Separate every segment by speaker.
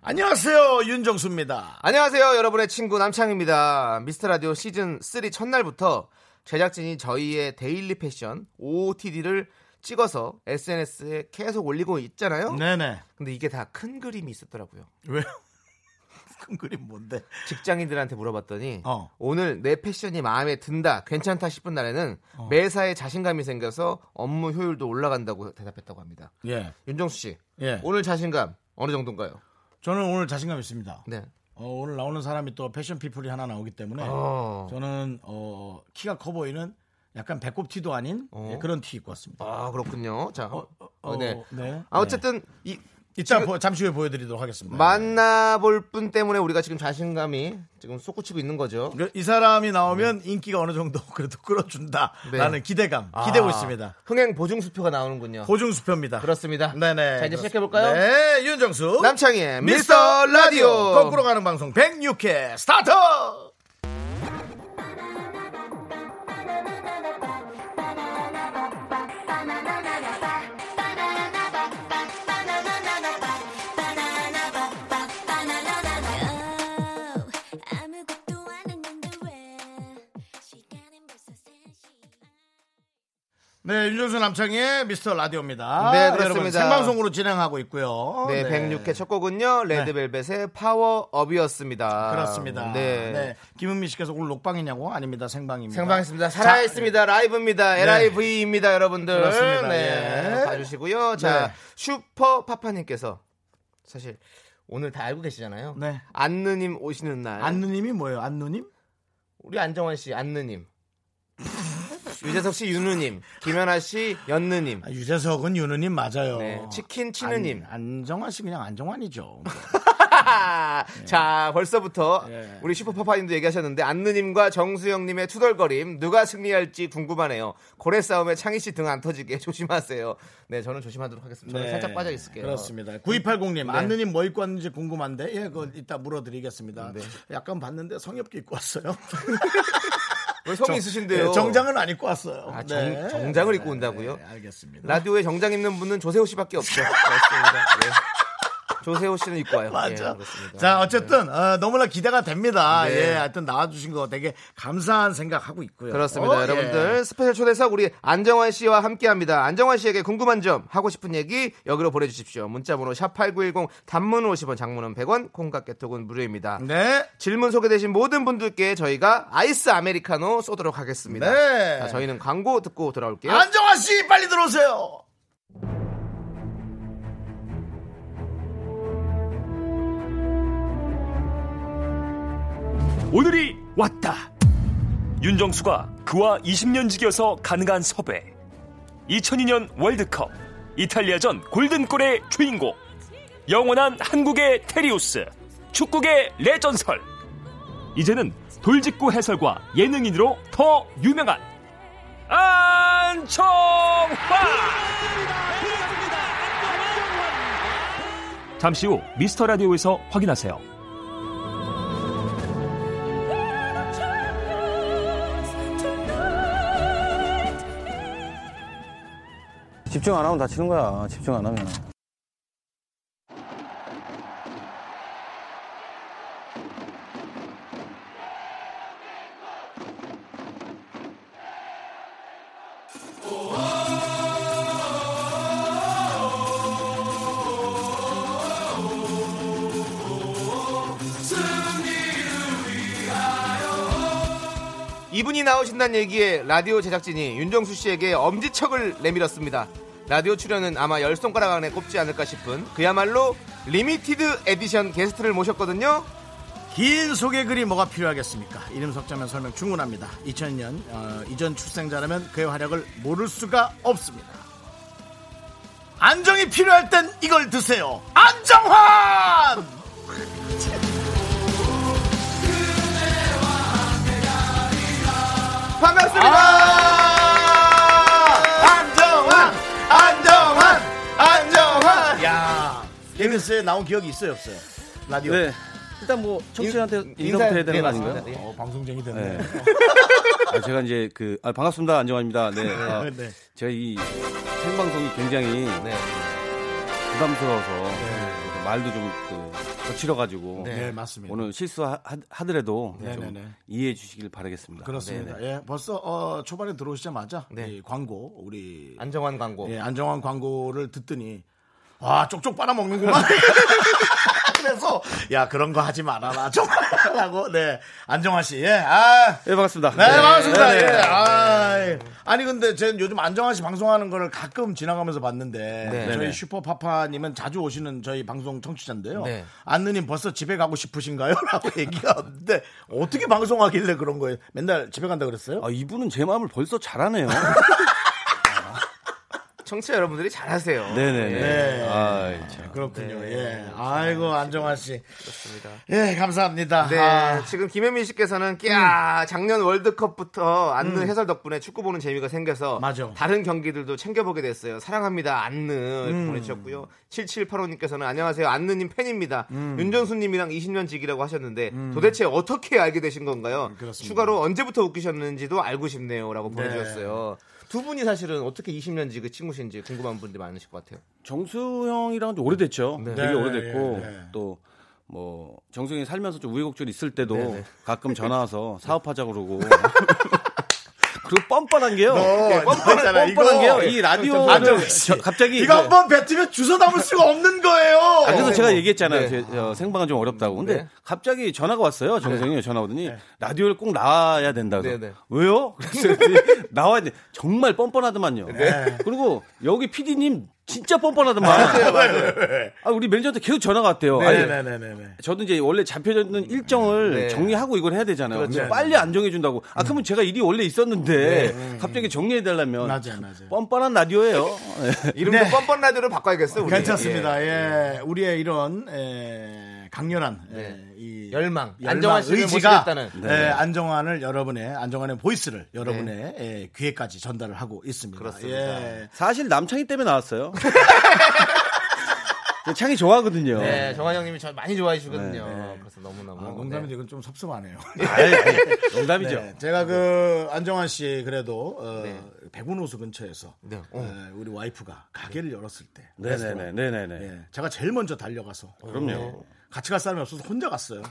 Speaker 1: 안녕하세요 윤정수입니다.
Speaker 2: 안녕하세요, 여러분의 친구 남창입니다. 미스터 라디오 시즌 3 첫날부터 제작진이 저희의 데일리 패션 OOTD를 찍어서 SNS에 계속 올리고 있잖아요.
Speaker 1: 네네.
Speaker 2: 근데 이게 다 큰 그림이 있었더라고요.
Speaker 1: 왜? 큰 그림 뭔데?
Speaker 2: 직장인들한테 물어봤더니
Speaker 1: 어.
Speaker 2: 오늘 내 패션이 마음에 든다, 괜찮다 싶은 날에는
Speaker 1: 어.
Speaker 2: 매사에 자신감이 생겨서 업무 효율도 올라간다고 대답했다고 합니다.
Speaker 1: 예.
Speaker 2: 윤정수 씨,
Speaker 1: 예.
Speaker 2: 오늘 자신감 어느 정도인가요?
Speaker 1: 저는 오늘 자신감 있습니다.
Speaker 2: 네.
Speaker 1: 어, 오늘 나오는 사람이 또 패션 피플이 하나 나오기 때문에
Speaker 2: 어.
Speaker 1: 저는 어, 키가 커 보이는 약간 배꼽 티도 아닌
Speaker 2: 어.
Speaker 1: 예, 그런 티 입고 왔습니다.
Speaker 2: 아 그렇군요. 자,
Speaker 1: 어, 어,
Speaker 2: 어, 네.
Speaker 1: 네.
Speaker 2: 아 어쨌든 이
Speaker 1: 이따 보- 잠시 후에 보여드리도록 하겠습니다.
Speaker 2: 만나볼 분 때문에 우리가 지금 자신감이 지금 솟구치고 있는 거죠.
Speaker 1: 그- 이 사람이 나오면 인기가 어느 정도 그래도 끌어준다라는
Speaker 2: 네.
Speaker 1: 기대감 기대고
Speaker 2: 아,
Speaker 1: 있습니다.
Speaker 2: 흥행 보증 수표가 나오는군요.
Speaker 1: 보증 수표입니다.
Speaker 2: 그렇습니다.
Speaker 1: 네네.
Speaker 2: 자, 이제 시작해볼까요?
Speaker 1: 네, 윤정수.
Speaker 2: 남창희의 미스터 라디오.
Speaker 1: 거꾸로 가는 방송 106회 스타트!
Speaker 3: 아무것도 안 했는데 왜 시간은 벌써 3시
Speaker 1: 네, 윤정수 남창희의 미스터 라디오입니다.
Speaker 2: 네, 그렇습니다.
Speaker 1: 여러분, 생방송으로 진행하고 있고요.
Speaker 2: 네, 106회 첫 곡은요. 레드벨벳의 파워업이었습니다.
Speaker 1: 네. 그렇습니다.
Speaker 2: 네.
Speaker 1: 네. 김은미 씨께서 오늘 녹방이냐고? 아닙니다. 생방입니다.
Speaker 2: 생방했습니다. 살아있습니다. 라이브입니다. LIV입니다, 여러분들.
Speaker 1: 예. 네. 그렇습니다.
Speaker 2: 네.
Speaker 1: 예.
Speaker 2: 봐주시고요. 자,
Speaker 1: 네.
Speaker 2: 슈퍼파파님께서 사실 오늘 다 알고 계시잖아요.
Speaker 1: 네.
Speaker 2: 안느님 오시는 날.
Speaker 1: 안누님이 뭐예요? 안누님?
Speaker 2: 우리 안정환 씨 안느님 유재석 씨 윤우님 김연아 씨 연느님
Speaker 1: 아, 유재석은 윤우님 맞아요.
Speaker 2: 네, 치킨 치느님
Speaker 1: 안, 정환씨 그냥 안정환이죠.
Speaker 2: 하하!
Speaker 1: 네.
Speaker 2: 자 벌써부터
Speaker 1: 예.
Speaker 2: 우리 슈퍼파파님도 얘기하셨는데 안느님과 정수영님의 투덜거림 누가 승리할지 궁금하네요 고래 싸움에 창희 씨 등 안 터지게 조심하세요 네 저는 조심하도록 하겠습니다 저는
Speaker 1: 네.
Speaker 2: 살짝 빠져 있을게요
Speaker 1: 그렇습니다. 9280님,
Speaker 2: 네.
Speaker 1: 안느님 뭐 입고 왔는지 궁금한데, 예, 그건 이따 물어드리겠습니다.
Speaker 2: 네.
Speaker 1: 약간 봤는데 성엽기 입고 왔어요.
Speaker 2: 왜 성이
Speaker 1: 정-
Speaker 2: 있으신데요
Speaker 1: 예, 정장은 안 입고 왔어요.
Speaker 2: 아, 정, 예, 정장을 입고 온다고요
Speaker 1: 네, 알겠습니다.
Speaker 2: 라디오에 정장 입는 분은 조세호 씨밖에 없죠 그렇습니다 네. 조세호 씨는 입고 와요 예,
Speaker 1: 맞아.
Speaker 2: 그렇습니다.
Speaker 1: 자, 어쨌든 어, 너무나 기대가 됩니다.
Speaker 2: 네.
Speaker 1: 예, 하여튼 나와주신 거 되게 감사한 생각하고 있고요.
Speaker 2: 그렇습니다,
Speaker 1: 어,
Speaker 2: 여러분들.
Speaker 1: 예.
Speaker 2: 스페셜 초대석 우리 안정환 씨와 함께합니다. 안정환 씨에게 궁금한 점, 하고 싶은 얘기 여기로 보내주십시오. 문자번호 샵 #8910 단문은 50원, 장문은 100원, 콩깍 개톡은 무료입니다.
Speaker 1: 네.
Speaker 2: 질문 소개되신 모든 분들께 저희가 아이스 아메리카노 쏘도록 하겠습니다.
Speaker 1: 네.
Speaker 2: 자, 저희는 광고 듣고 돌아올게요.
Speaker 1: 안정환 씨 빨리 들어오세요.
Speaker 4: 오늘이
Speaker 5: 왔다 윤정수가 그와 20년 지겨서 가능한 섭외 2002년 월드컵 이탈리아전 골든골의 주인공 영원한 한국의 테리우스 축구계 레전설 이제는 돌직구 해설과 예능인으로 더 유명한 안청환 잠시 후 미스터 라디오에서 확인하세요.
Speaker 6: 집중 안 하면 다치는 거야. 집중 안 하면.
Speaker 2: 이분이 나오신다는 얘기에 라디오 제작진이 윤정수 씨에게 엄지척을 내밀었습니다. 라디오 출연은 아마 열 손가락 안에 꼽지 않을까 싶은 그야말로 리미티드 에디션 게스트를 모셨거든요.
Speaker 1: 긴 소개 글이 뭐가 필요하겠습니까? 이름 석자면 설명 충분합니다. 2000년 어, 이전 출생자라면 그의 활약을 모를 수가 없습니다. 안정이 필요할 땐 이걸 드세요. 안정환!
Speaker 2: 반갑습니다. 안정환, 안정환, 안정환.
Speaker 1: 야 데뷔스에 나온 기억이 있어요 없어요? 라디오.
Speaker 6: 네. 일단 뭐 청취자한테
Speaker 2: 인-
Speaker 6: 인사부터 해야
Speaker 2: 인사-
Speaker 6: 되는
Speaker 2: 네,
Speaker 6: 거 아닌가요?
Speaker 2: 맞습니다. 예.
Speaker 1: 어, 방송쟁이 됐네.
Speaker 6: 네. 아, 제가 이제 그 아, 반갑습니다 안정환입니다. 네. 아,
Speaker 1: 네.
Speaker 6: 제가 이 생방송이 굉장히
Speaker 2: 네.
Speaker 6: 부담스러워서 그래서 말도 좀그 거칠어 가지고
Speaker 2: 네.
Speaker 1: 네, 맞습니다.
Speaker 6: 오늘 실수하더라도 좀
Speaker 1: 네네네.
Speaker 6: 이해해 주시길 바라겠습니다.
Speaker 1: 그렇습니다.
Speaker 6: 네네.
Speaker 1: 예, 벌써 어, 초반에 들어오시자마자
Speaker 2: 네.
Speaker 1: 이 광고 우리
Speaker 2: 안정환 광고.
Speaker 1: 예, 안정환 광고를 듣더니 와 쪽쪽 빨아먹는구만. 그래서 야 그런 거 하지 말아라 정말라고 네 안정환 씨 예. 아,
Speaker 6: 네, 반갑습니다.
Speaker 1: 네, 반갑습니다.
Speaker 6: 네,
Speaker 1: 예.
Speaker 6: 네.
Speaker 1: 아, 예. 아니 근데 전 요즘 안정환 씨 방송하는 거를 가끔 지나가면서 봤는데
Speaker 2: 네.
Speaker 1: 저희
Speaker 6: 네네.
Speaker 1: 슈퍼파파님은 자주 오시는 저희 방송 청취자인데요.
Speaker 2: 네.
Speaker 1: 안느님 벌써 집에 가고 싶으신가요?라고 얘기가 왔는데 어떻게 방송하길래 그런 거예요? 맨날 집에 간다 그랬어요?
Speaker 6: 아, 이분은 제 마음을 벌써 잘 아네요.
Speaker 2: 청취자 여러분들이 잘하세요.
Speaker 6: 네네네.
Speaker 1: 네.
Speaker 6: 아이, 참.
Speaker 1: 그렇군요. 예. 아이고 안정환 씨.
Speaker 2: 그렇습니다.
Speaker 1: 예, 감사합니다.
Speaker 2: 네,
Speaker 1: 아, 음.
Speaker 2: 지금 김현민 씨께서는 끼야 작년 월드컵부터 안느 해설 덕분에 축구 보는 재미가 생겨서
Speaker 1: 맞아.
Speaker 2: 다른 경기들도 챙겨보게 됐어요. 사랑합니다 안느 이렇게
Speaker 1: 음.
Speaker 2: 보내주셨고요. 7785님께서는 안녕하세요 안느님 팬입니다.
Speaker 1: 음.
Speaker 2: 윤정수님이랑 20년 지기라고 하셨는데 도대체 어떻게 알게 되신 건가요? 추가로 언제부터 웃기셨는지도 알고 싶네요라고 보내주셨어요. 두 분이 사실은 어떻게 20년 지기 친구신지 궁금한 분들이 많으실 것 같아요.
Speaker 6: 정수 형이랑 도 오래됐죠. 되게
Speaker 1: 네,
Speaker 6: 오래됐고
Speaker 1: 네, 네.
Speaker 6: 또 뭐 정수 형이 살면서 좀 우여곡절 이 있을 때도
Speaker 2: 네, 네.
Speaker 6: 가끔 전화 와서 사업하자 그러고 그리고 뻔뻔한 게요.
Speaker 1: 네. 너, 너 있잖아,
Speaker 6: 뻔뻔한,
Speaker 1: 이거.
Speaker 6: 뻔뻔한 게요. 이 라디오
Speaker 1: 안정환 씨.
Speaker 6: 갑자기
Speaker 1: 이거
Speaker 6: 이제-
Speaker 1: 한번 뱉으면 주워 담을 수가 없는 거예요.
Speaker 6: 아, 그래서 제가
Speaker 2: 네.
Speaker 6: 얘기했잖아요.
Speaker 2: 네.
Speaker 6: 제- 어, 생방은 좀 어렵다고. 근데
Speaker 2: 네.
Speaker 6: 갑자기 전화가 왔어요. 정성이 전화 오더니
Speaker 1: 네.
Speaker 6: 라디오를 꼭 나와야 된다고.
Speaker 2: 네, 네.
Speaker 6: 왜요? 그래서 나와야 돼. 정말 뻔뻔하더만요.
Speaker 1: 네.
Speaker 6: 그리고 여기 PD님 진짜 뻔뻔하더만. 아, 우리 매니저한테 계속 전화가 왔대요. 아니,
Speaker 1: 네네네네.
Speaker 6: 저도 이제 원래 잡혀있는 일정을
Speaker 2: 네.
Speaker 6: 정리하고 이걸 해야 되잖아요.
Speaker 2: 그렇죠.
Speaker 6: 근데 빨리 안 정해준다고.
Speaker 1: 음.
Speaker 6: 아, 그러면 제가 일이 원래 있었는데 갑자기 정리해달라면
Speaker 1: 네. 맞아요, 맞아요.
Speaker 6: 뻔뻔한 라디오예요. 네.
Speaker 2: 이름도
Speaker 1: 네.
Speaker 2: 뻔뻔 라디오로 바꿔야겠어요. 우리.
Speaker 1: 괜찮습니다. 예. 우리의 이런 에, 강렬한 예,
Speaker 2: 네.
Speaker 1: 이
Speaker 2: 열망, 안정환
Speaker 1: 안정환
Speaker 2: 씨를
Speaker 1: 의지가
Speaker 2: 모시겠다는. 네.
Speaker 1: 예, 안정환을 여러분의 안정환의 보이스를 여러분의 예, 귀에까지 전달을 하고 있습니다.
Speaker 2: 그렇습니다.
Speaker 1: 예.
Speaker 6: 사실 남창희 때문에 나왔어요. 창이 좋아하거든요.
Speaker 2: 네, 정환 형님이 저 많이 좋아해 주거든요. 그래서 너무너무. 네.
Speaker 1: 아, 농담인데 이건 좀 섭섭하네요.
Speaker 6: 아이, 아이, 농담이죠.
Speaker 1: 네, 제가 그 안정환 씨 그래도 어,
Speaker 2: 네.
Speaker 1: 백운호수 근처에서
Speaker 2: 네.
Speaker 1: 어, 우리 와이프가 가게를 열었을 때
Speaker 6: 네네네. 네네네.
Speaker 1: 예, 제가 제일 먼저 달려가서
Speaker 2: 어.
Speaker 6: 그럼요.
Speaker 1: 같이 갈 사람이 없어서 혼자 갔어요.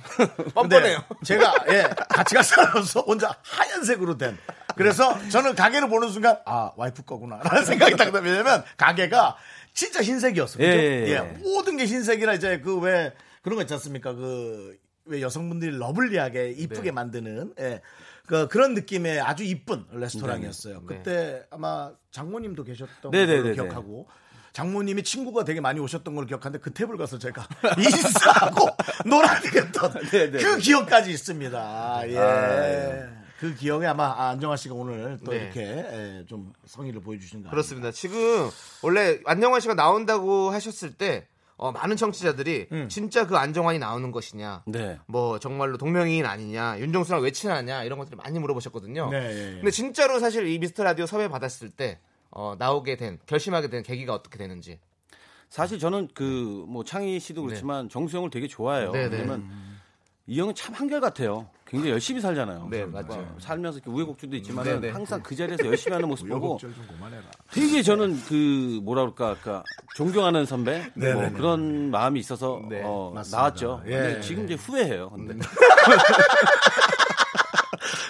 Speaker 2: 뻔뻔해요.
Speaker 1: 근데 제가 예, 같이 갈 사람이 없어 혼자 하얀색으로 된. 그래서 저는 가게를 보는 순간 아 와이프 거구나라는 생각이 딱 들어요. 왜냐면 가게가 진짜 흰색이었어요. 그죠?
Speaker 6: 예, 예, 예.
Speaker 1: 모든 게 흰색이라 이제 그 왜 그런 거 있지 않습니까? 그 왜 여성분들이 러블리하게 이쁘게
Speaker 6: 네.
Speaker 1: 만드는 예. 그, 그런 느낌의 아주 이쁜
Speaker 6: 네,
Speaker 1: 레스토랑이었어요. 그때 아마 장모님도 계셨던
Speaker 6: 네,
Speaker 1: 걸로
Speaker 6: 네, 네,
Speaker 1: 기억하고 하고 장모님이 친구가 되게 많이 오셨던 걸 기억하는데 그 탭을 가서 제가 인사하고 놀아드렸던
Speaker 6: 네, 네,
Speaker 1: 그
Speaker 6: 네.
Speaker 1: 기억까지 있습니다. 예. 그 기억에 아마 안정환 씨가 오늘 또
Speaker 2: 네.
Speaker 1: 이렇게 예, 좀 성의를 보여주신 거
Speaker 2: 그렇습니다. 지금 원래 안정환 씨가 나온다고 하셨을 때 어, 많은 청취자들이
Speaker 1: 음.
Speaker 2: 진짜 그 안정환이 나오는 것이냐,
Speaker 6: 네.
Speaker 2: 뭐 정말로 동명이인 아니냐, 윤정수랑 왜 친하냐 이런 것들을 많이 물어보셨거든요.
Speaker 1: 네, 예, 예.
Speaker 2: 근데 진짜로 사실 이 미스터 라디오 섭외 받았을 때 어, 나오게 된 결심하게 된 계기가 어떻게 되는지.
Speaker 6: 사실 저는 그 뭐 창희 씨도 그렇지만 정수 형을 되게 좋아해요.
Speaker 2: 네, 네.
Speaker 6: 왜냐면 이 형은 참 한결 같아요. 굉장히 열심히 살잖아요.
Speaker 2: 네, 맞죠.
Speaker 6: 어, 살면서 이렇게 우여곡절도 있지만
Speaker 2: 네, 네.
Speaker 6: 항상 그 자리에서 열심히 하는 모습 보고
Speaker 1: 우여곡절 좀 그만해라.
Speaker 6: 되게 저는 그 뭐라 그럴까 아까 존경하는 선배
Speaker 1: 네,
Speaker 6: 뭐
Speaker 1: 네, 네.
Speaker 6: 그런 마음이 있어서
Speaker 2: 네, 음.
Speaker 6: 어,
Speaker 1: 맞습니다.
Speaker 6: 나왔죠.
Speaker 1: 예,
Speaker 6: 근데
Speaker 1: 예.
Speaker 6: 지금 이제 후회해요. 근데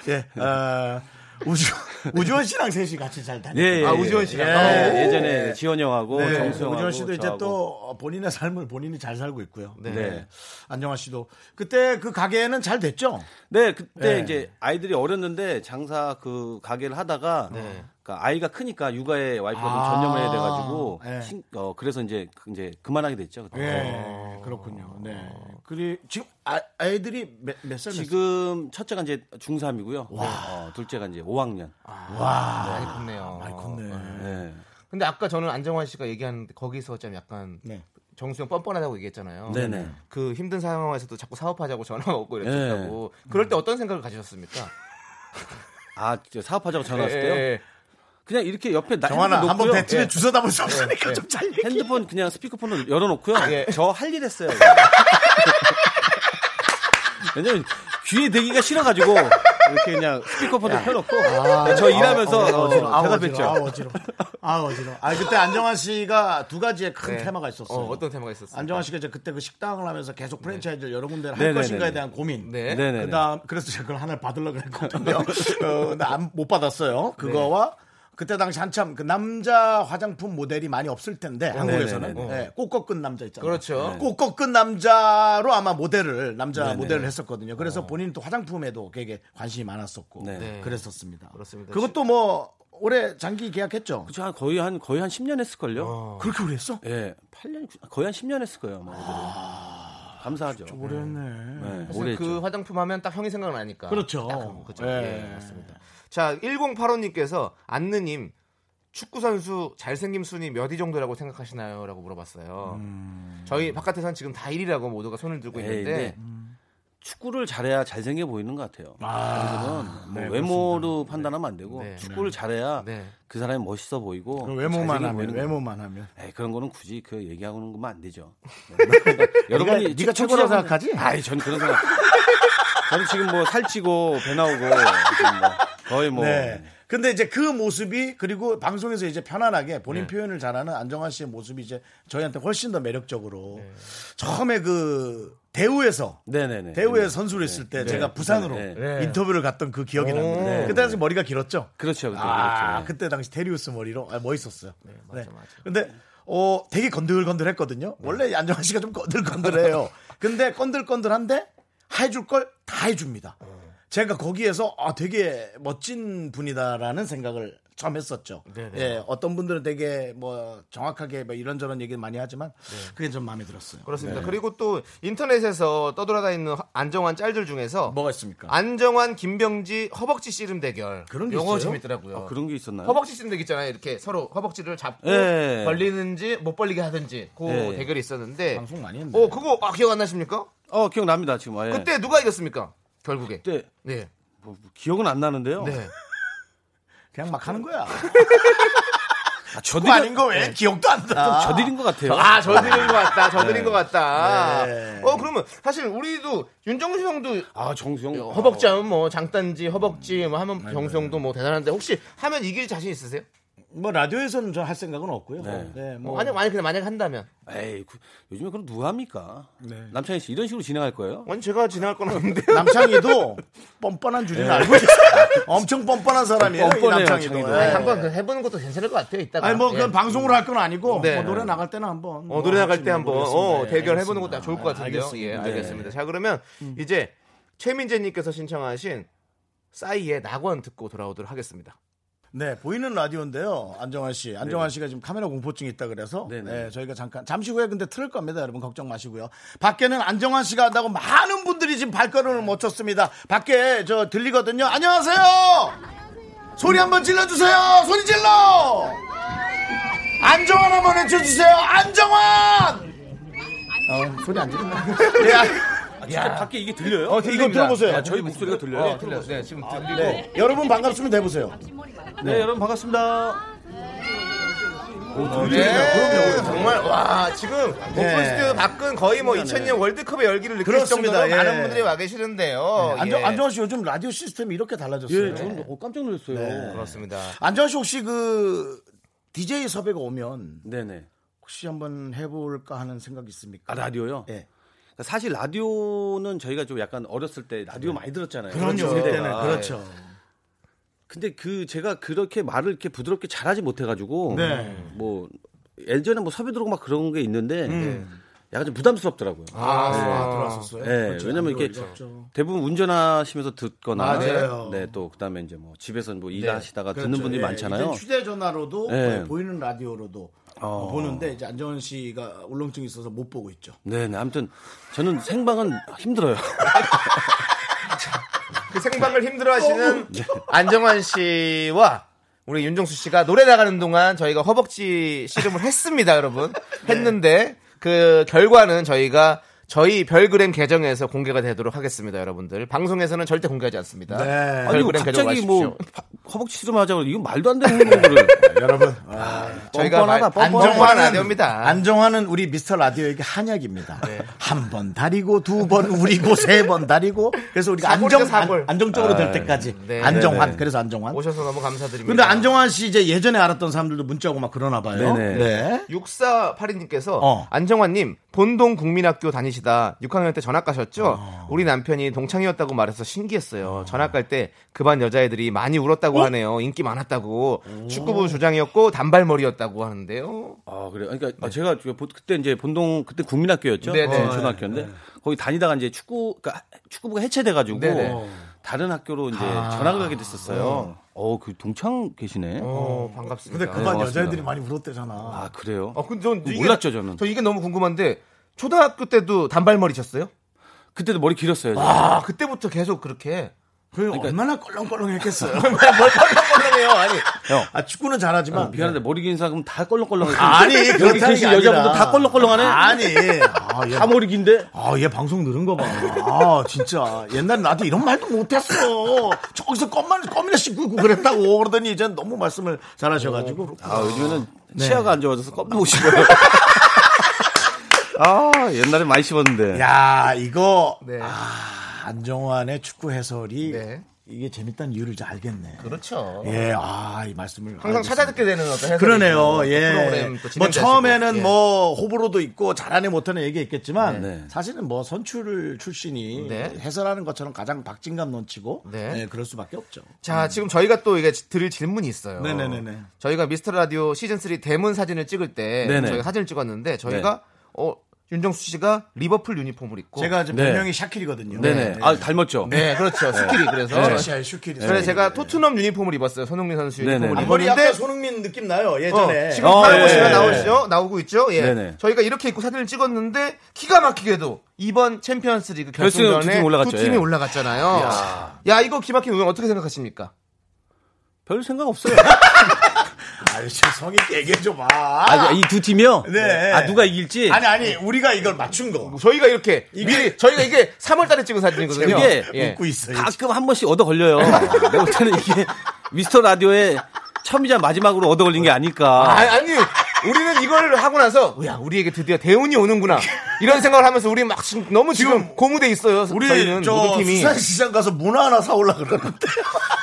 Speaker 1: 예. 어, 우주 우주원 씨랑 셋이 같이 잘 다니.
Speaker 6: 예, 예,
Speaker 2: 아,
Speaker 6: 예.
Speaker 2: 우지원 어. 씨랑.
Speaker 6: 예,
Speaker 2: 오.
Speaker 6: 예전에 지원 형하고
Speaker 1: 네,
Speaker 6: 정수 형하고
Speaker 1: 우지원 씨도 이제
Speaker 6: 저하고.
Speaker 1: 또 본인의 삶을 본인이 잘 살고 있고요.
Speaker 2: 네.
Speaker 1: 네. 안정환 씨도 그때 그 가게는 잘 됐죠.
Speaker 6: 네, 그때
Speaker 1: 네.
Speaker 6: 이제 아이들이 어렸는데 장사 그 가게를 하다가
Speaker 2: 네.
Speaker 6: 그러니까 아이가 크니까 육아에 와이프가
Speaker 1: 아.
Speaker 6: 좀 전념해야 돼가지고
Speaker 1: 네.
Speaker 6: 신- 어, 그래서 이제 그- 이제 그만하게 됐죠. 그때. 어.
Speaker 1: 예, 그렇군요. 네. 그리 지금 아, 아이들이 몇, 몇 살? 몇 살?
Speaker 6: 지금 첫째가 이제 중3이고요. 네, 어, 둘째가 이제 5학년.
Speaker 1: 아.
Speaker 2: 많이 컸네요.
Speaker 1: 많이 컸네.
Speaker 6: 네.
Speaker 2: 근데 아까 저는 안정환 씨가 얘기하는데 거기서 좀 약간
Speaker 1: 네.
Speaker 2: 정수영 뻔뻔하다고 얘기했잖아요.
Speaker 6: 네네.
Speaker 2: 그 힘든 상황에서도 자꾸 사업하자고 전화가 오고
Speaker 6: 네.
Speaker 2: 이랬다고. 그럴 때 어떤 생각을 가지셨습니까?
Speaker 6: 아, 저 사업하자고 전화 왔을 때요?
Speaker 2: 예, 예.
Speaker 6: 그냥 이렇게 옆에 나
Speaker 1: 네. 정환아
Speaker 6: 핸드폰
Speaker 1: 한번
Speaker 6: 놓고요.
Speaker 1: 배틀에
Speaker 6: 예.
Speaker 1: 주워 담을 수 없으니까
Speaker 2: 예.
Speaker 1: 좀 잘 얘기.
Speaker 6: 핸드폰 그냥 스피커폰을 열어놓고요.
Speaker 1: 아,
Speaker 2: 예.
Speaker 6: 저 할 일 했어요. 왜냐면 귀에 대기가 싫어가지고 이렇게 그냥 스피커폰을 켜놓고 네, 저 일하면서 어,
Speaker 1: 아,
Speaker 6: 대답했죠.
Speaker 1: 어지러, 아 어지러, 아 어지러. 아 그때 안정환 씨가 두 가지의 큰
Speaker 2: 네.
Speaker 1: 테마가 있었어요.
Speaker 2: 어, 떤 테마가 있었어요?
Speaker 1: 안정환 씨가 이제 그때 그 식당을 하면서 계속 프랜차이즈를 여러 군데를 할
Speaker 6: 네네네네.
Speaker 1: 것인가에 대한 고민.
Speaker 2: 네.
Speaker 6: 네네. 네.
Speaker 1: 그다음 그래서 제가 그걸 하나를 받으려고 했거든요. 어, 나못 받았어요. 그거와 그때 당시 한참 그 남자 화장품 모델이 많이 없을 텐데 한국에서는
Speaker 6: 네네네.
Speaker 1: 예, 꼭 꺾은 남자 있잖아요.
Speaker 2: 그렇죠. 네.
Speaker 1: 꼭 꺾은 남자로 아마 모델을 남자 모델을 했었거든요. 그래서 본인 또 화장품에도 되게 관심이 많았었고
Speaker 6: 네.
Speaker 2: 네.
Speaker 1: 그랬었습니다.
Speaker 2: 그렇습니다.
Speaker 1: 그것도 뭐 올해 장기 계약했죠.
Speaker 6: 그쵸, 한 거의 한 거의 한 10년 했을걸요.
Speaker 1: 그렇게 오래 했어?
Speaker 6: 예, 8년 거의 한 10년 했을 거예요. 아마 그들은. 감사하죠.
Speaker 1: 오래네.
Speaker 6: 네,
Speaker 2: 사실
Speaker 6: 오래
Speaker 2: 그
Speaker 6: 했죠. 네.
Speaker 2: 화장품 하면 딱 형이 생각나니까.
Speaker 1: 그렇죠.
Speaker 2: 딱 그거, 그죠.
Speaker 1: 예.
Speaker 2: 예, 맞습니다. 자, 1085님께서 안느님 축구 선수 잘생김 순위 몇 위 정도라고 생각하시나요?라고 물어봤어요.
Speaker 6: 음.
Speaker 2: 저희 바깥에선 지금 다 1위라고 모두가 손을 들고
Speaker 1: 네,
Speaker 6: 예,
Speaker 2: 있는데
Speaker 6: 근데
Speaker 1: 음.
Speaker 6: 축구를 잘해야 잘생겨 보이는 것 같아요.
Speaker 1: 네,
Speaker 6: 사실은 뭐 외모로 판단하면 안 되고
Speaker 2: 네.
Speaker 6: 축구를 잘해야
Speaker 2: 네.
Speaker 6: 그 사람이 멋있어 보이고
Speaker 1: 외모만
Speaker 6: 잘생겨
Speaker 1: 하면
Speaker 6: 보이는
Speaker 1: 네. 외모만 하면.
Speaker 6: 에이, 그런 거는 굳이 그 얘기하고는 그만 안 되죠. 그러니까
Speaker 1: 네가- 네가 최고라고 생각하지?
Speaker 6: 아니, 전 그런 생각. 저는 지금 뭐 살찌고 배 나오고 지금 뭐 거의 뭐
Speaker 1: 네. 근데 이제 그 모습이 그리고 방송에서 이제 편안하게 본인 표현을 잘하는 안정환 씨의 모습이 이제 저희한테 훨씬 더 매력적으로 처음에 그 대우에서
Speaker 6: 네네네.
Speaker 1: 대우에 서 선수를 했을 때 제가 부산으로
Speaker 6: 네.
Speaker 2: 네.
Speaker 1: 인터뷰를 갔던 그 기억이 납니다. 그때 당시 머리가 길었죠.
Speaker 6: 그렇죠. 그때
Speaker 1: 아,
Speaker 6: 그렇죠.
Speaker 1: 그때 당시 테리우스 머리로 아, 멋있었어요. 네,
Speaker 2: 맞아, 맞아.
Speaker 1: 근데 어, 되게 건들건들했거든요. 원래 안정환 씨가 좀 건들건들해요. 근데 건들건들한데 해줄 걸 다 해줍니다. 제가 거기에서 아 되게 멋진 분이다라는 생각을 처음 했었죠. 예, 어떤 분들은 되게 뭐 정확하게 뭐 이런저런 얘기를 많이 하지만 그게 좀 마음에 들었어요.
Speaker 2: 그렇습니다.
Speaker 6: 네.
Speaker 2: 그리고 또 인터넷에서 떠돌아다니는 안정환 짤들 중에서
Speaker 1: 뭐가 있습니까?
Speaker 2: 안정환 김병지 허벅지 씨름 대결
Speaker 1: 그런 게
Speaker 2: 영어
Speaker 1: 있어요?
Speaker 2: 재밌더라고요.
Speaker 6: 아, 그런 게 있었나요?
Speaker 2: 허벅지 씨름 대결 있잖아요. 이렇게 서로 허벅지를 잡고
Speaker 6: 예.
Speaker 2: 벌리는지 못 벌리게 하든지 그
Speaker 6: 예.
Speaker 2: 대결이 있었는데
Speaker 1: 방송 많이 했네.
Speaker 2: 어 그거 아, 기억 안 나십니까?
Speaker 6: 어, 기억납니다. 지금. 아, 예.
Speaker 2: 그때 누가 이겼습니까? 결국에.
Speaker 6: 그때 어.
Speaker 2: 네.
Speaker 6: 뭐, 기억은 안 나는데요.
Speaker 2: 네.
Speaker 1: 그냥 막 하는 거야.
Speaker 6: 아,
Speaker 1: 그거
Speaker 6: 저들이
Speaker 1: 아닌 거 왜 기억도 안 나.
Speaker 6: 저들인 것 같아요.
Speaker 2: 아, 저들인 것 같다. 저들인 것 같다.
Speaker 1: 네.
Speaker 2: 어, 그러면 사실 우리도 윤정수 형도
Speaker 6: 아, 정수영
Speaker 2: 허벅지 하면 뭐 장단지, 허벅지 뭐 하면 정성도 뭐 대단한데 혹시 하면 이길 자신 있으세요?
Speaker 1: 뭐 라디오에서는 저 할 생각은 없고요.
Speaker 6: 네.
Speaker 1: 네,
Speaker 2: 뭐
Speaker 1: 뭐
Speaker 2: 만약 만약 근데 만약 한다면
Speaker 6: 에이, 그- 요즘에 그럼 누가 합니까?
Speaker 1: 네.
Speaker 6: 남창희 씨 이런 식으로 진행할 거예요?
Speaker 2: 아니 제가 진행할 건 아닌데.
Speaker 1: 남창희도 뻔뻔한 줄은 알고
Speaker 2: 네.
Speaker 1: 있어요. 엄청 뻔뻔한 사람이에요. 이
Speaker 6: 뻔뻔해요,
Speaker 1: 남창희도.
Speaker 6: 창희도.
Speaker 1: 예.
Speaker 6: 아니,
Speaker 2: 한번 그 해보는 것도 괜찮을 것 같아요. 이따가.
Speaker 1: 아니 뭐
Speaker 2: 예.
Speaker 1: 그건 방송으로 할 건 아니고
Speaker 2: 네.
Speaker 1: 뭐 노래 나갈 때는 한번
Speaker 2: 어,
Speaker 1: 뭐
Speaker 2: 노래 나갈
Speaker 1: 할지
Speaker 2: 때 한번
Speaker 1: 모르겠습니다.
Speaker 2: 어,
Speaker 1: 예,
Speaker 2: 대결 해보는
Speaker 1: 알겠습니다.
Speaker 2: 것도 좋을
Speaker 1: 아,
Speaker 2: 것 같은데요. 예,
Speaker 1: 알겠습니다. 음.
Speaker 2: 알겠습니다. 자, 그러면 이제 최민재님께서 신청하신 싸이의 낙원 듣고 돌아오도록 하겠습니다.
Speaker 1: 네 보이는 라디오인데요. 안정환 씨, 안정환 씨가 지금 카메라 공포증이 있다 그래서
Speaker 6: 네. 네네.
Speaker 1: 네, 저희가 잠깐 잠시 후에 근데 틀을 겁니다. 여러분 걱정 마시고요. 밖에는 안정환 씨가 한다고 많은 분들이 지금 발걸음을 못 쳤습니다. 밖에 저 들리거든요. 안녕하세요. 소리 한번 질러주세요. 소리 질러. 안정환 한번 외쳐주세요. 안정환. 어, 소리 안 예, 아, 질렀나?
Speaker 6: 아, 진짜 밖에 이게 들려요?
Speaker 2: 어,
Speaker 1: 이거 들어보세요.
Speaker 6: 아, 저희 목소리가 들려요?
Speaker 2: 네, 들려요. 네, 지금 들리고.
Speaker 1: 네, 여러분 반갑습니다. 해보세요.
Speaker 6: 네, 여러분 반갑습니다.
Speaker 2: 네,
Speaker 6: 예.
Speaker 2: 정말 와 지금 오픈 스튜디오 밖은 거의 뭐 2002년 월드컵의 열기를 느낄
Speaker 1: 네. 그렇습니다.
Speaker 2: 정도로
Speaker 1: 예. 네,
Speaker 2: 많은 분들이 와 계시는데요.
Speaker 1: 안정,
Speaker 2: 예.
Speaker 1: 안정환 씨 요즘 라디오 시스템이 이렇게 달라졌어요.
Speaker 6: 예, 저는 어, 깜짝 놀랐어요.
Speaker 2: 그렇습니다.
Speaker 1: 안정환 씨 혹시 그 DJ 섭외가 오면
Speaker 6: 네네.
Speaker 1: 혹시 한번 해볼까 하는 생각 있습니까?
Speaker 6: 아, 라디오요?
Speaker 1: 예.
Speaker 6: 그러니까 사실 라디오는 저희가 좀 약간 어렸을 때 라디오 많이 들었잖아요.
Speaker 1: 그럼요.
Speaker 6: 세대가.
Speaker 1: 그때는 그렇죠.
Speaker 6: 근데 그 제가 그렇게 말을 이렇게 부드럽게 잘하지 못해가지고
Speaker 1: 네.
Speaker 6: 뭐 예전에 뭐 섭외 들어오고 막 그런 게 있는데
Speaker 1: 음.
Speaker 6: 약간 좀 부담스럽더라고요.
Speaker 1: 아, 들어왔었어요. 그렇죠.
Speaker 6: 예, 왜냐면 이렇게 대부분 운전하시면서 듣거나
Speaker 1: 맞아요. 그렇죠.
Speaker 6: 네, 또 그다음에 이제 뭐 집에서 뭐 일하시다가 듣는
Speaker 1: 예,
Speaker 6: 분들이 많잖아요.
Speaker 1: 휴대전화로도
Speaker 6: 예.
Speaker 1: 어, 보이는 라디오로도 어, 보는데 이제 안정환 씨가 울렁증이 있어서 못 보고 있죠.
Speaker 6: 네, 네. 아무튼 저는 생방은 힘들어요.
Speaker 2: 그 생방을 힘들어하시는 안정환 씨와 우리
Speaker 6: 네.
Speaker 2: 윤정수 씨가 노래 나가는 동안 저희가 허벅지 씨름을 했습니다, 여러분. 했는데 그 결과는 저희가 저희 별그램 계정에서 공개가 되도록 하겠습니다, 여러분들. 방송에서는 절대 공개하지 않습니다.
Speaker 1: 네.
Speaker 6: 아니
Speaker 2: 별그램 계정
Speaker 6: 갑자기 뭐
Speaker 2: 가십시오.
Speaker 6: 바- 허벅지 수름 하자고 이건 말도 안 되는 거를
Speaker 1: 여러분
Speaker 2: 저희가
Speaker 6: 뻔뻔하다,
Speaker 2: 그러니까 말-
Speaker 6: 뻔뻔해.
Speaker 2: 안정화 라디오입니다.
Speaker 1: 안정환은 우리 미스터 라디오에게 한약입니다. 한 번 다리고 두 번 우리고 세 번 다리고 그래서 우리가
Speaker 2: 사골이죠,
Speaker 1: 안정
Speaker 2: 사골.
Speaker 1: 안, 정적으로될 때까지
Speaker 2: 네.
Speaker 1: 안정환 그래서 안정환.
Speaker 2: 오셔서 너무 감사드립니다.
Speaker 6: 네.
Speaker 1: 근데 안정환 씨 이제 예전에 알았던 사람들도 문자고 막 그러나 봐요.
Speaker 6: 네네.
Speaker 1: 네.
Speaker 2: 6482님께서
Speaker 1: 어.
Speaker 2: 안정환님 본동 국민학교 다니시다 6학년 때 전학 가셨죠?
Speaker 1: 어.
Speaker 2: 우리 남편이 동창이었다고 말해서 신기했어요. 전학 갈 때 그 반 여자애들이 많이
Speaker 1: 어?
Speaker 2: 울었다고 하네요. 인기 많았다고 축구부 주장이었고 단발머리였다고 하는데요.
Speaker 6: 아 그래 그러니까 아, 제가 그 보- 그때 이제 본동 그때 국민학교였죠
Speaker 2: 네, 네.
Speaker 6: 어, 중학교인데 거기 다니다가 이제 축구 그러니까 축구부가 해체돼가지고
Speaker 2: 네, 네.
Speaker 6: 다른 학교로 이제 전학을 가게 됐었어요. 어그 동창 계시네.
Speaker 2: 어, 반갑습니다.
Speaker 1: 근데 그 반
Speaker 6: 네,
Speaker 1: 여자애들이 많이 울었대잖아.
Speaker 6: 아 그래요?
Speaker 2: 어, 근데
Speaker 1: 뭐
Speaker 2: 전 이게,
Speaker 6: 몰랐죠, 저는.
Speaker 2: 저 이게 너무 궁금한데 초등학교 때도 단발머리셨어요?
Speaker 6: 그때도 머리 길었어요. 제가.
Speaker 2: 아 그때부터 계속 그렇게
Speaker 1: 그 얼마나 껄렁껄렁했겠어요.
Speaker 2: 뻘뻘뻘해요 아니
Speaker 6: 형
Speaker 1: 아 축구는 잘하지만
Speaker 6: 미안한데 머리 긴 사람 다 껄렁껄렁해.
Speaker 1: 아니
Speaker 6: 여기
Speaker 1: 그렇다는 게
Speaker 6: 계신
Speaker 1: 아니라.
Speaker 6: 여자분들 다 껄렁껄렁하네.
Speaker 1: 아니 아, 얘,
Speaker 6: 다 머리 긴데.
Speaker 1: 아, 얘 방송 늘은 거 봐. 아 진짜 옛날에 나한테 이런 말도 못했어. 저기서 껌만 껌이나 씹고 있고 그랬다고 그러더니 이제 너무 말씀을 잘하셔가지고
Speaker 6: 아 요즘에는 치아가 안 좋아져서 껌도 못 씹어요. 아 옛날에 많이 씹었는데.
Speaker 1: 야 이거
Speaker 2: 네.
Speaker 1: 아, 안정환의 축구 해설이
Speaker 2: 네.
Speaker 1: 이게 재밌다는 이유를 이제 알겠네.
Speaker 2: 그렇죠.
Speaker 1: 예아이 말씀을
Speaker 2: 항상
Speaker 1: 알겠습니다.
Speaker 2: 찾아듣게 되는 어떤 해설이 있고,
Speaker 1: 그러네요.
Speaker 2: 또
Speaker 1: 예.
Speaker 2: 프로그램 또
Speaker 1: 뭐
Speaker 2: 진행자시고.
Speaker 1: 처음에는
Speaker 2: 예.
Speaker 1: 뭐 호불호도 있고 잘하네 못하네 얘기했겠지만
Speaker 6: 네.
Speaker 1: 사실은 뭐 선출 출신이
Speaker 2: 네.
Speaker 1: 해설하는 것처럼 가장 박진감 넘치고
Speaker 2: 네.
Speaker 1: 네, 그럴 수밖에 없죠.
Speaker 6: 음.
Speaker 2: 자, 지금 저희가 또 이게 드릴 질문이 있어요.
Speaker 1: 네네네네.
Speaker 2: 저희가 미스터 라디오 시즌 3 대문 사진을 찍을 때
Speaker 6: 네네.
Speaker 2: 저희가 사진을 찍었는데 저희가 어 윤정수 씨가 리버풀 유니폼을 입고
Speaker 1: 제가 지금
Speaker 6: 네.
Speaker 1: 별명이 샤킬이거든요.
Speaker 6: 네네. 아 닮았죠.
Speaker 2: 네, 그렇죠. 스킬이 그래서
Speaker 6: 네.
Speaker 1: 샤 슈킬이.
Speaker 2: 그래서 제가 토트넘 유니폼을 입었어요. 손흥민 선수
Speaker 6: 네네.
Speaker 2: 유니폼을
Speaker 1: 네. 앞머리
Speaker 2: 입었는데
Speaker 1: 아까 손흥민 느낌 나요.
Speaker 2: 어,
Speaker 1: 예전에.
Speaker 2: 지금
Speaker 6: 어,
Speaker 2: 팔로
Speaker 6: 예.
Speaker 2: 씨가 나오시죠? 나오고 있죠? 예.
Speaker 6: 네네.
Speaker 2: 저희가 이렇게 입고 사진을 찍었는데 기가 막히게도 이번 챔피언스리그 결승전에
Speaker 6: 결승 두팀 올라갔죠,
Speaker 2: 두 팀이
Speaker 6: 예.
Speaker 2: 올라갔잖아요. 야. 이거 기막힌 운영 어떻게 생각하십니까?
Speaker 6: 별 생각 없어요.
Speaker 1: 아유, 저 성의 얘기해 줘 봐.
Speaker 6: 아, 이 두 팀이요?
Speaker 1: 네.
Speaker 6: 아, 누가 이길지?
Speaker 1: 아니 아니 우리가 이걸 맞춘 거.
Speaker 2: 저희가 이렇게 미리 저희가 이게 3월달에 찍은 사진이거든요.
Speaker 6: 이게
Speaker 2: 예.
Speaker 1: 웃고 있어요.
Speaker 6: 가끔 한 번씩 얻어 걸려요. 내가 볼 때는 이게 미스터 라디오의 처음이자 마지막으로 얻어 걸린 게 아닐까.
Speaker 2: 아, 니 우리는 이걸 하고 나서 야 우리에게 드디어 대운이 오는구나 이런 생각을 하면서 우리 막 지금 너무 지금, 고무돼 있어요.
Speaker 1: 우리
Speaker 2: 저희는
Speaker 1: 저
Speaker 2: 모든 팀이
Speaker 1: 수산시장 가서 문어 하나 사올라 그러는데.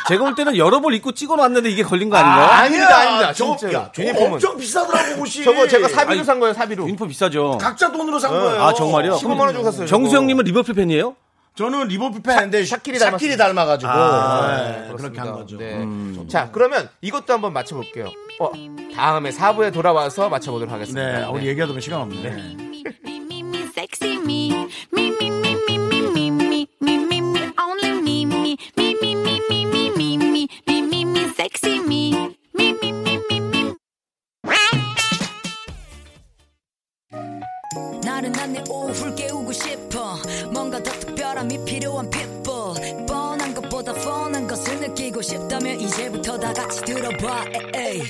Speaker 6: 제가 볼 때는 여러 벌 입고 찍어 놨는데 이게 걸린 거
Speaker 2: 아,
Speaker 6: 아닌가?
Speaker 2: 아닙니다, 아닙니다.
Speaker 1: 어? 저거,
Speaker 2: 진짜요.
Speaker 1: 야, 저거
Speaker 2: 유니폼은.
Speaker 1: 엄청 비싸더라고 옷이.
Speaker 2: 저거 제가 사비로
Speaker 6: 아니,
Speaker 2: 산 거예요. 사비로
Speaker 6: 유니폼 비싸죠.
Speaker 1: 각자 돈으로 산 거예요.
Speaker 6: 아, 정말요?
Speaker 2: 15만 원 주고 샀어요.
Speaker 6: 정수
Speaker 2: 저거.
Speaker 6: 형님은 리버풀 팬이에요?
Speaker 1: 저는 리버풀 팬인데
Speaker 2: 샤키리
Speaker 1: 샤키리,
Speaker 2: 닮았어요.
Speaker 1: 닮아가지고 네,
Speaker 2: 그렇습니다.
Speaker 1: 그렇게 한 거죠. 음.
Speaker 2: 네. 자, 그러면 이것도 한번 맞춰볼게요. 어, 다음에 4부에 돌아와서 맞춰보도록 하겠습니다.
Speaker 1: 네,
Speaker 2: 네.
Speaker 1: 우리 얘기하다 보면 시간 없는데.
Speaker 3: me, me, me, me, sexy me. Me, me, me, me, me, me, me, me, me, me, only me, me, me, me, me, me, me, me, me, me, me, me, sexy me. Me, me, me, me, me.
Speaker 7: 나른한 내 오후를 깨우고 싶어 뭔가 더 특별함이 필요한 people 뻔한 것보다 뻔한 것을 느끼고 싶다면 이제부터 다 같이 들어봐 에이.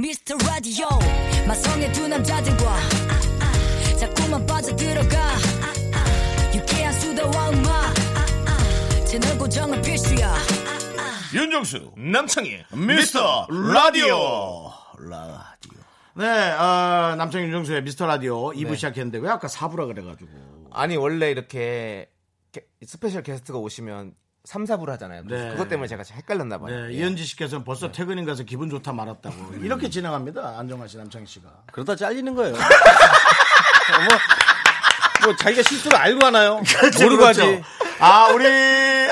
Speaker 7: Mr. Radio 마성의 두 남자들과 아, 아. 자꾸만 빠져들어가 아, 아. 유쾌한 수다와 음악 아, 아. 채널 고정은 필수야
Speaker 4: 윤정수 남창희
Speaker 1: 미스터 라디오. 라디오. 네, 어, 남창 윤정수의 미스터 라디오 2부 시작했는데 왜 아까 4부라 그래가지고.
Speaker 2: 아니, 원래 이렇게 게- 스페셜 게스트가 오시면 3, 4부를 하잖아요. 그래서
Speaker 1: 네.
Speaker 2: 그것 때문에 제가 잘 헷갈렸나 봐요.
Speaker 1: 네, 음. 이현지 씨께서는 벌써 퇴근인 가서 기분 좋다 말았다고. 이렇게 진행합니다. 안정환 씨, 남창희 씨가.
Speaker 6: 그러다 잘리는 거예요. 뭐, 뭐 자기가 실수를 알고 하나요? 모르고 하지.
Speaker 1: 그렇죠. 아, 우리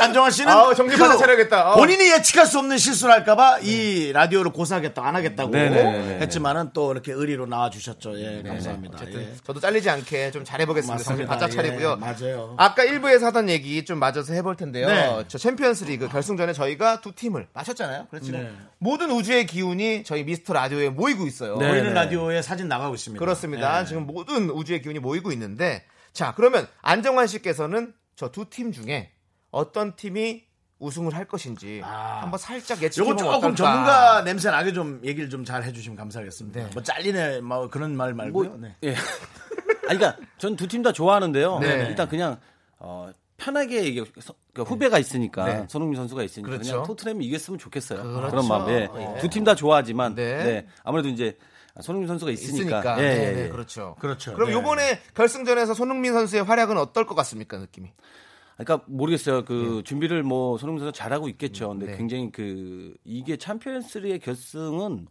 Speaker 1: 안정환 씨는 그
Speaker 2: 아우, 정리판을 차려야겠다. 어. 아우.
Speaker 1: 본인이 예측할 수 없는 실수를 할까봐 이 라디오를 고사하겠다, 안 하겠다고
Speaker 6: 네네네네. 네,
Speaker 1: 했지만은 또 이렇게 의리로 나와주셨죠. 예, 감사합니다. 예.
Speaker 2: 네. 저도 잘리지 않게 좀 잘해보겠습니다. 정신
Speaker 1: 맞습니다.
Speaker 2: 바짝 차리고요.
Speaker 1: 예, 맞아요.
Speaker 2: 아까 1부에서 하던 얘기 좀 맞아서 해볼 텐데요.
Speaker 1: 네.
Speaker 2: 저 챔피언스 리그 결승전에 저희가 두 팀을 맞췄잖아요. 그렇지. 만 모든 우주의 기운이 저희 미스터 라디오에 모이고 있어요.
Speaker 6: 네.
Speaker 1: 보이는 라디오에 사진 나가고 있습니다.
Speaker 2: 그렇습니다. 지금 모든 우주의 기운이 모이고 있는데 자 그러면 안정환 씨께서는 저 두 팀 중에 어떤 팀이 우승을 할 것인지
Speaker 1: 아.
Speaker 2: 한번 살짝 예측해
Speaker 1: 요거
Speaker 2: 보면
Speaker 1: 조금
Speaker 2: 어떨까?
Speaker 1: 전문가 냄새 나게 좀 얘기를 좀 잘 해주시면 감사하겠습니다. 뭐 잘리네 뭐 그런 말 말고요. 네.
Speaker 6: 예. 아니, 그러니까 전 두 팀 다 좋아하는데요.
Speaker 2: 네.
Speaker 6: 일단 그냥 어, 편하게 얘기해. 서- 그러니까 후배가 있으니까
Speaker 2: 네.
Speaker 6: 손흥민 선수가 있으니까 그
Speaker 2: 그렇죠.
Speaker 6: 냥 토트넘이 이겼으면 좋겠어요.
Speaker 2: 그렇죠.
Speaker 6: 그런 마음. 예.
Speaker 2: 네.
Speaker 6: 두 팀 다 좋아하지만
Speaker 2: 네.
Speaker 6: 네. 아무래도 이제 손흥민 선수가 있으니까.
Speaker 2: 있으니까.
Speaker 6: 예,
Speaker 2: 네,
Speaker 6: 예,
Speaker 2: 네,
Speaker 6: 예.
Speaker 2: 그렇죠.
Speaker 1: 그렇죠.
Speaker 2: 그럼
Speaker 1: 네.
Speaker 2: 요번에 결승전에서 손흥민 선수의 활약은 어떨 것 같습니까, 느낌이?
Speaker 6: 그러니까 모르겠어요. 그 준비를 뭐 손흥민 선수 잘하고 있겠죠. 근데
Speaker 2: 네.
Speaker 6: 굉장히 그 이게 챔피언스리의 결승은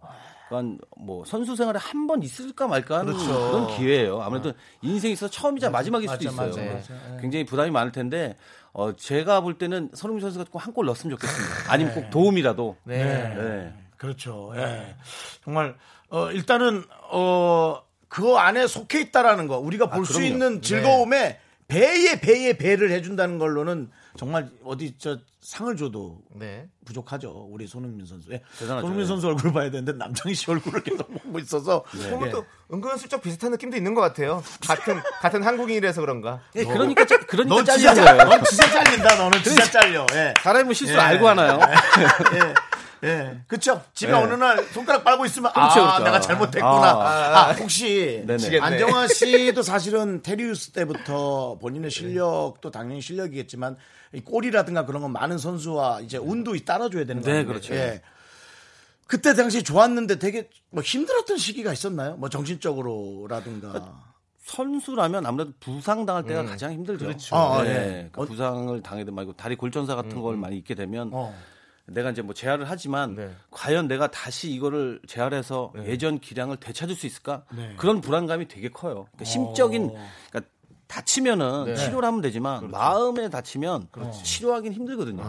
Speaker 6: 한뭐 선수 생활에 한 번 있을까 말까 하는
Speaker 2: 그렇죠.
Speaker 6: 그런 기회예요. 아무래도 인생에 있어서 처음이자 마지막일 수도 있어요. 굉장히 부담이 많을 텐데 어 제가 볼 때는 손흥민 선수가 꼭 한 골 넣었으면 좋겠습니다. 아니면 꼭 도움이라도.
Speaker 2: 네.
Speaker 6: 네.
Speaker 1: 그렇죠. 예. 정말 어, 일단은 어, 그 안에 속해 있다라는 거 우리가 볼 수
Speaker 6: 아, 그럼요. 네.
Speaker 1: 있는 즐거움에 배에 배에 배를 해준다는 걸로는 정말 어디 저 상을 줘도
Speaker 2: 네.
Speaker 1: 부족하죠. 우리 손흥민 선수. 예.
Speaker 6: 대단하죠.
Speaker 1: 손흥민
Speaker 6: 예.
Speaker 1: 선수 얼굴 봐야 되는데 남창희 씨 얼굴을 계속 보고 있어서
Speaker 2: 그도
Speaker 1: 네.
Speaker 2: 은근슬쩍 비슷한 느낌도 있는 것 같아요. 같은 같은 한국인이라서 그런가.
Speaker 6: 예, 그러니까 짜-
Speaker 1: 너
Speaker 6: 그러니까
Speaker 1: 진짜
Speaker 6: 잘린
Speaker 1: 잘,
Speaker 6: 거예요.
Speaker 1: 넌 진짜 잘린다. 너는 진짜
Speaker 6: 그러니까
Speaker 1: 잘려. 예.
Speaker 6: 사람은 실수 를
Speaker 2: 네.
Speaker 1: 예.
Speaker 6: 알고 하나요?
Speaker 1: 예. 예. 그쵸. 집에
Speaker 6: 예.
Speaker 1: 어느 날 손가락 빨고 있으면, 아,
Speaker 6: 그렇죠, 그렇죠.
Speaker 1: 내가 잘못했구나.
Speaker 6: 아,
Speaker 1: 아, 혹시.
Speaker 6: 네네.
Speaker 2: 미치겠네.
Speaker 1: 안정환 씨도 사실은 테리우스 때부터 본인의 실력도 당연히 실력이겠지만, 이 골이라든가 그런 건 많은 선수와 이제 운도 따라줘야 되는 거예요.
Speaker 6: 네, 그렇죠.
Speaker 1: 예. 그때 당시 좋았는데 되게 뭐 힘들었던 시기가 있었나요? 뭐 정신적으로라든가.
Speaker 6: 선수라면 아무래도 부상 당할 때가 가장 힘들죠. 그렇죠.
Speaker 1: 아, 아,
Speaker 6: 네.
Speaker 1: 예.
Speaker 6: 그러니까 부상을 당해도 말고 다리 골전사 같은 걸 많이 입게 되면
Speaker 1: 어. 네.
Speaker 6: 내가 이제 뭐 재활을 하지만 과연 내가 다시 이거를 재활해서 예전 기량을 되찾을 수 있을까?
Speaker 1: 네.
Speaker 6: 그런 불안감이 되게 커요.
Speaker 1: 어.
Speaker 6: 그러니까 심적인 그러니까 다치면은
Speaker 1: 네.
Speaker 6: 치료를 하면 되지만
Speaker 1: 그렇죠.
Speaker 6: 마음에 다치면 치료하긴 힘들거든요.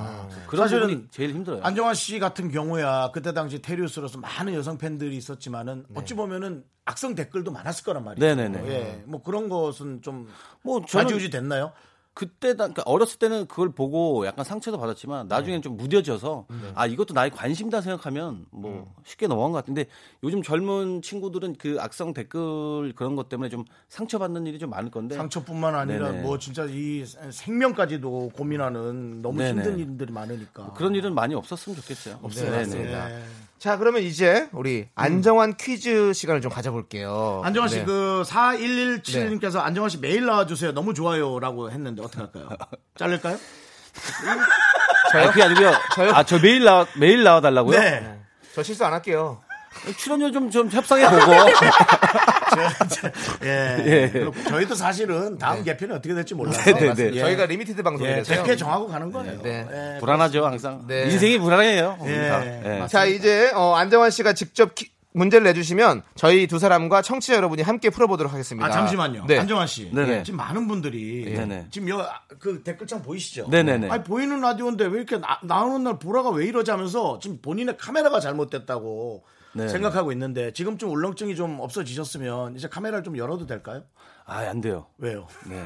Speaker 6: 그런
Speaker 1: 아. 사실은
Speaker 6: 부분이 제일 힘들어요.
Speaker 1: 안정환 씨 같은 경우야 그때 당시 테리우스로서 많은 여성 팬들이 있었지만은 어찌 보면은 악성 댓글도 많았을 거란 말이에요.
Speaker 6: 네. 네네네.
Speaker 1: 예, 뭐 그런 것은 좀
Speaker 6: 뭐 저는
Speaker 1: 좌지우지 됐나요?
Speaker 6: 그때 당 그러니까 어렸을 때는 그걸 보고 약간 상처도 받았지만
Speaker 2: 네.
Speaker 6: 나중에는 좀 무뎌져서 아 이것도 나의 관심이다 생각하면 뭐
Speaker 2: 음.
Speaker 6: 쉽게 넘어간 것 같은데 요즘 젊은 친구들은 그 악성 댓글 그런 것 때문에 좀 상처받는 일이 좀 많을 건데
Speaker 1: 상처뿐만 아니라
Speaker 6: 네. 네네.
Speaker 1: 뭐 진짜 이 생명까지도 고민하는 너무
Speaker 6: 네네.
Speaker 1: 힘든 일들이 많으니까
Speaker 6: 그런 일은 많이 없었으면 좋겠어요.
Speaker 2: 네,
Speaker 6: 네네.
Speaker 2: 맞습니다. 자, 그러면 이제 우리 안정환 퀴즈 시간을 좀 가져볼게요.
Speaker 1: 음. 안정환
Speaker 2: 네.
Speaker 1: 씨 그 4117님께서
Speaker 6: 네.
Speaker 1: 안정환 씨 매일 나와주세요 너무 좋아요라고 했는데 어떻게 할까요? 자를까요?
Speaker 6: 아니, 그게 아니고요. 아 저 매일 나 매일 나와달라고요?
Speaker 1: 네.
Speaker 2: 저 실수 안 할게요.
Speaker 6: 출연료 좀 좀 협상해 보고
Speaker 1: 예. 그렇고 저희도 사실은 다음 개편이 어떻게 될지 몰라서
Speaker 6: 네, 네, 네.
Speaker 1: 예.
Speaker 2: 저희가 리미티드
Speaker 1: 예,
Speaker 2: 방송이라서요.
Speaker 1: 작게 정하고 가는 거예요.
Speaker 2: 네.
Speaker 1: 예.
Speaker 6: 불안하죠 항상
Speaker 2: 네.
Speaker 6: 인생이 불안해요. 네.
Speaker 1: 예.
Speaker 6: 다.
Speaker 1: 맞습니다.
Speaker 2: 자, 이제 어, 안정환 씨가 직접 키- 문제를 내주시면 저희 두 사람과 청취자 여러분이 함께 풀어보도록 하겠습니다.
Speaker 1: 아 잠시만요.
Speaker 2: 네.
Speaker 1: 안정환 씨. 예,
Speaker 6: 네네.
Speaker 1: 지금 많은 분들이
Speaker 6: 네네.
Speaker 1: 지금 여 그 댓글창 보이시죠?
Speaker 6: 네네네.
Speaker 1: 아니 보이는 라디오인데 왜 이렇게 나, 나오는 날 보라가 왜 이러자면서 지금 본인의 카메라가 잘못됐다고
Speaker 6: 네.
Speaker 1: 생각하고 있는데 지금 좀 울렁증이 좀 없어지셨으면 이제 카메라를 좀 열어도 될까요?
Speaker 6: 아안 돼요.
Speaker 1: 왜요?
Speaker 6: 네.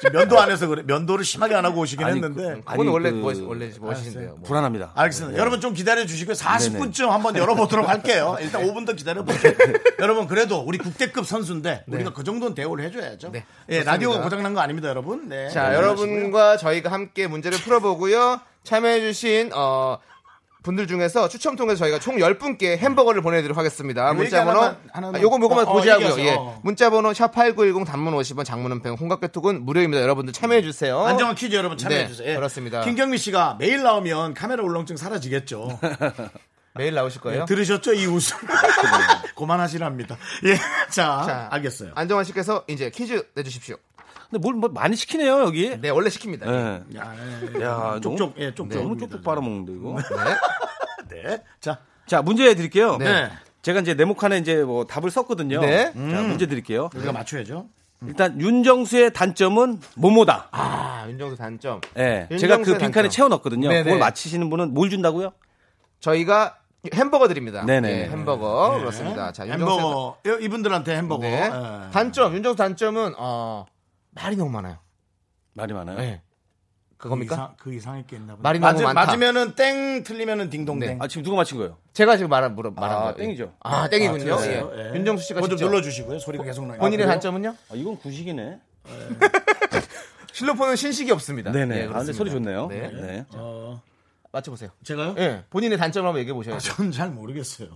Speaker 1: 지금 면도 안 해서 그래. 면도를 심하게 안 하고 오시긴
Speaker 6: 아니,
Speaker 1: 했는데.
Speaker 2: 그건
Speaker 6: 아니,
Speaker 2: 원래
Speaker 6: 그-
Speaker 2: 멋- 원래 멋이신데요. 뭐.
Speaker 6: 불안합니다.
Speaker 1: 알겠습니다. 여러분 좀 기다려 주시고요.
Speaker 2: 네,
Speaker 1: 40분쯤 한번 열어보도록 할게요. 일단 5분 더 기다려 보세요. 여러분 그래도 우리 국대급 선수인데 우리가 그 정도는 대우를 해줘야죠.
Speaker 2: 네,
Speaker 1: 예,
Speaker 2: 좋습니다.
Speaker 1: 라디오가 고장난 거 아닙니다, 여러분. 네.
Speaker 2: 자,
Speaker 1: 네, 하시고요.
Speaker 2: 여러분과 저희가 함께 문제를 풀어보고요. 참여해주신, 어, 분들 중에서 추첨 통해서 저희가 총 10분께 햄버거를 보내드리도록 하겠습니다.
Speaker 1: 네, 얘기
Speaker 2: 문자번호,
Speaker 1: 하나만- 하나만-
Speaker 2: 아, 요거, 요거만
Speaker 1: 어, 어,
Speaker 2: 고지하고요.
Speaker 1: 얘기하세요.
Speaker 2: 예.
Speaker 1: 어.
Speaker 2: 문자번호 샵8910 단문 50원, 장문 100원, 홍각개톡은 무료입니다. 여러분들 참여해주세요.
Speaker 1: 안정환 퀴즈 여러분 참여해
Speaker 2: 네,
Speaker 1: 주세요. 예.
Speaker 2: 그렇습니다.
Speaker 1: 김경미 씨가 매일 나오면 카메라 울렁증 사라지겠죠.
Speaker 2: 매일 나오실 거예요.
Speaker 1: 네, 들으셨죠 이 웃음? 고만하시랍니다. 예, 자,
Speaker 2: 자, 아,
Speaker 1: 알겠어요.
Speaker 2: 안정환 씨께서 이제 퀴즈 내주십시오.
Speaker 6: 근데 뭘, 뭘 많이 시키네요 여기.
Speaker 2: 네, 원래 시킵니다.
Speaker 6: 예.
Speaker 2: 아,
Speaker 1: 야,
Speaker 6: 야,
Speaker 1: 쪽쪽, 예, 쪽쪽.
Speaker 6: 너무 쪽쪽 빨아먹는데 이거.
Speaker 2: 네.
Speaker 1: 네, 자,
Speaker 6: 자, 문제 드릴게요.
Speaker 2: 네.
Speaker 6: 제가 이제 네모칸에 이제 뭐 답을 썼거든요.
Speaker 2: 네.
Speaker 6: 자, 문제 드릴게요.
Speaker 1: 우리가 맞춰야죠.
Speaker 6: 일단 윤정수의 단점은 뭐뭐다.
Speaker 2: 아, 윤정수 단점.
Speaker 6: 예.
Speaker 2: 윤정수의
Speaker 6: 제가 그 빈칸에
Speaker 2: 단점.
Speaker 6: 채워 넣었거든요.
Speaker 2: 네네.
Speaker 6: 그걸 맞히시는 분은 뭘 준다고요?
Speaker 2: 저희가 햄버거 드립니다.
Speaker 6: 네네.
Speaker 2: 예, 햄버거. 그렇습니다. 자, 윤정수
Speaker 1: 햄버거 이- 이분들한테 햄버거.
Speaker 2: 네.
Speaker 1: 예.
Speaker 2: 단점 윤정수 단점은 어 말이 너무 많아요.
Speaker 6: 말이 많아요.
Speaker 2: 네. 그겁니까?
Speaker 1: 이상- 그 이상일 게 있나 보네.
Speaker 2: 말이 너무 많다. 네.
Speaker 1: 맞으면은 땡, 틀리면은 딩동댕.
Speaker 6: 아, 지금 누가 맞힌 거예요?
Speaker 2: 제가 지금 말한 물어 말한
Speaker 6: 아,
Speaker 2: 거예요.
Speaker 6: 땡이죠.
Speaker 2: 아 땡이군요.
Speaker 1: 그러세요?
Speaker 2: 예. 아,
Speaker 1: 예.
Speaker 2: 윤정수 씨가
Speaker 1: 그거 좀
Speaker 2: 직접
Speaker 1: 눌러주시고요. 아, 소리가 계속 나요.
Speaker 2: 본인의
Speaker 1: 아, 그래요?
Speaker 2: 단점은요?
Speaker 6: 아, 이건 구식이네.
Speaker 2: 실로폰은 신식이 없습니다.
Speaker 6: 네네.
Speaker 2: 예,
Speaker 6: 아, 근데
Speaker 2: 그렇습니다.
Speaker 6: 소리 좋네요.
Speaker 2: 네.
Speaker 6: 네.
Speaker 1: 어,
Speaker 2: 맞춰보세요.
Speaker 1: 제가요?
Speaker 2: 예, 본인의 단점을 한번 얘기해 보셔야죠.
Speaker 1: 전 잘 모르겠어요.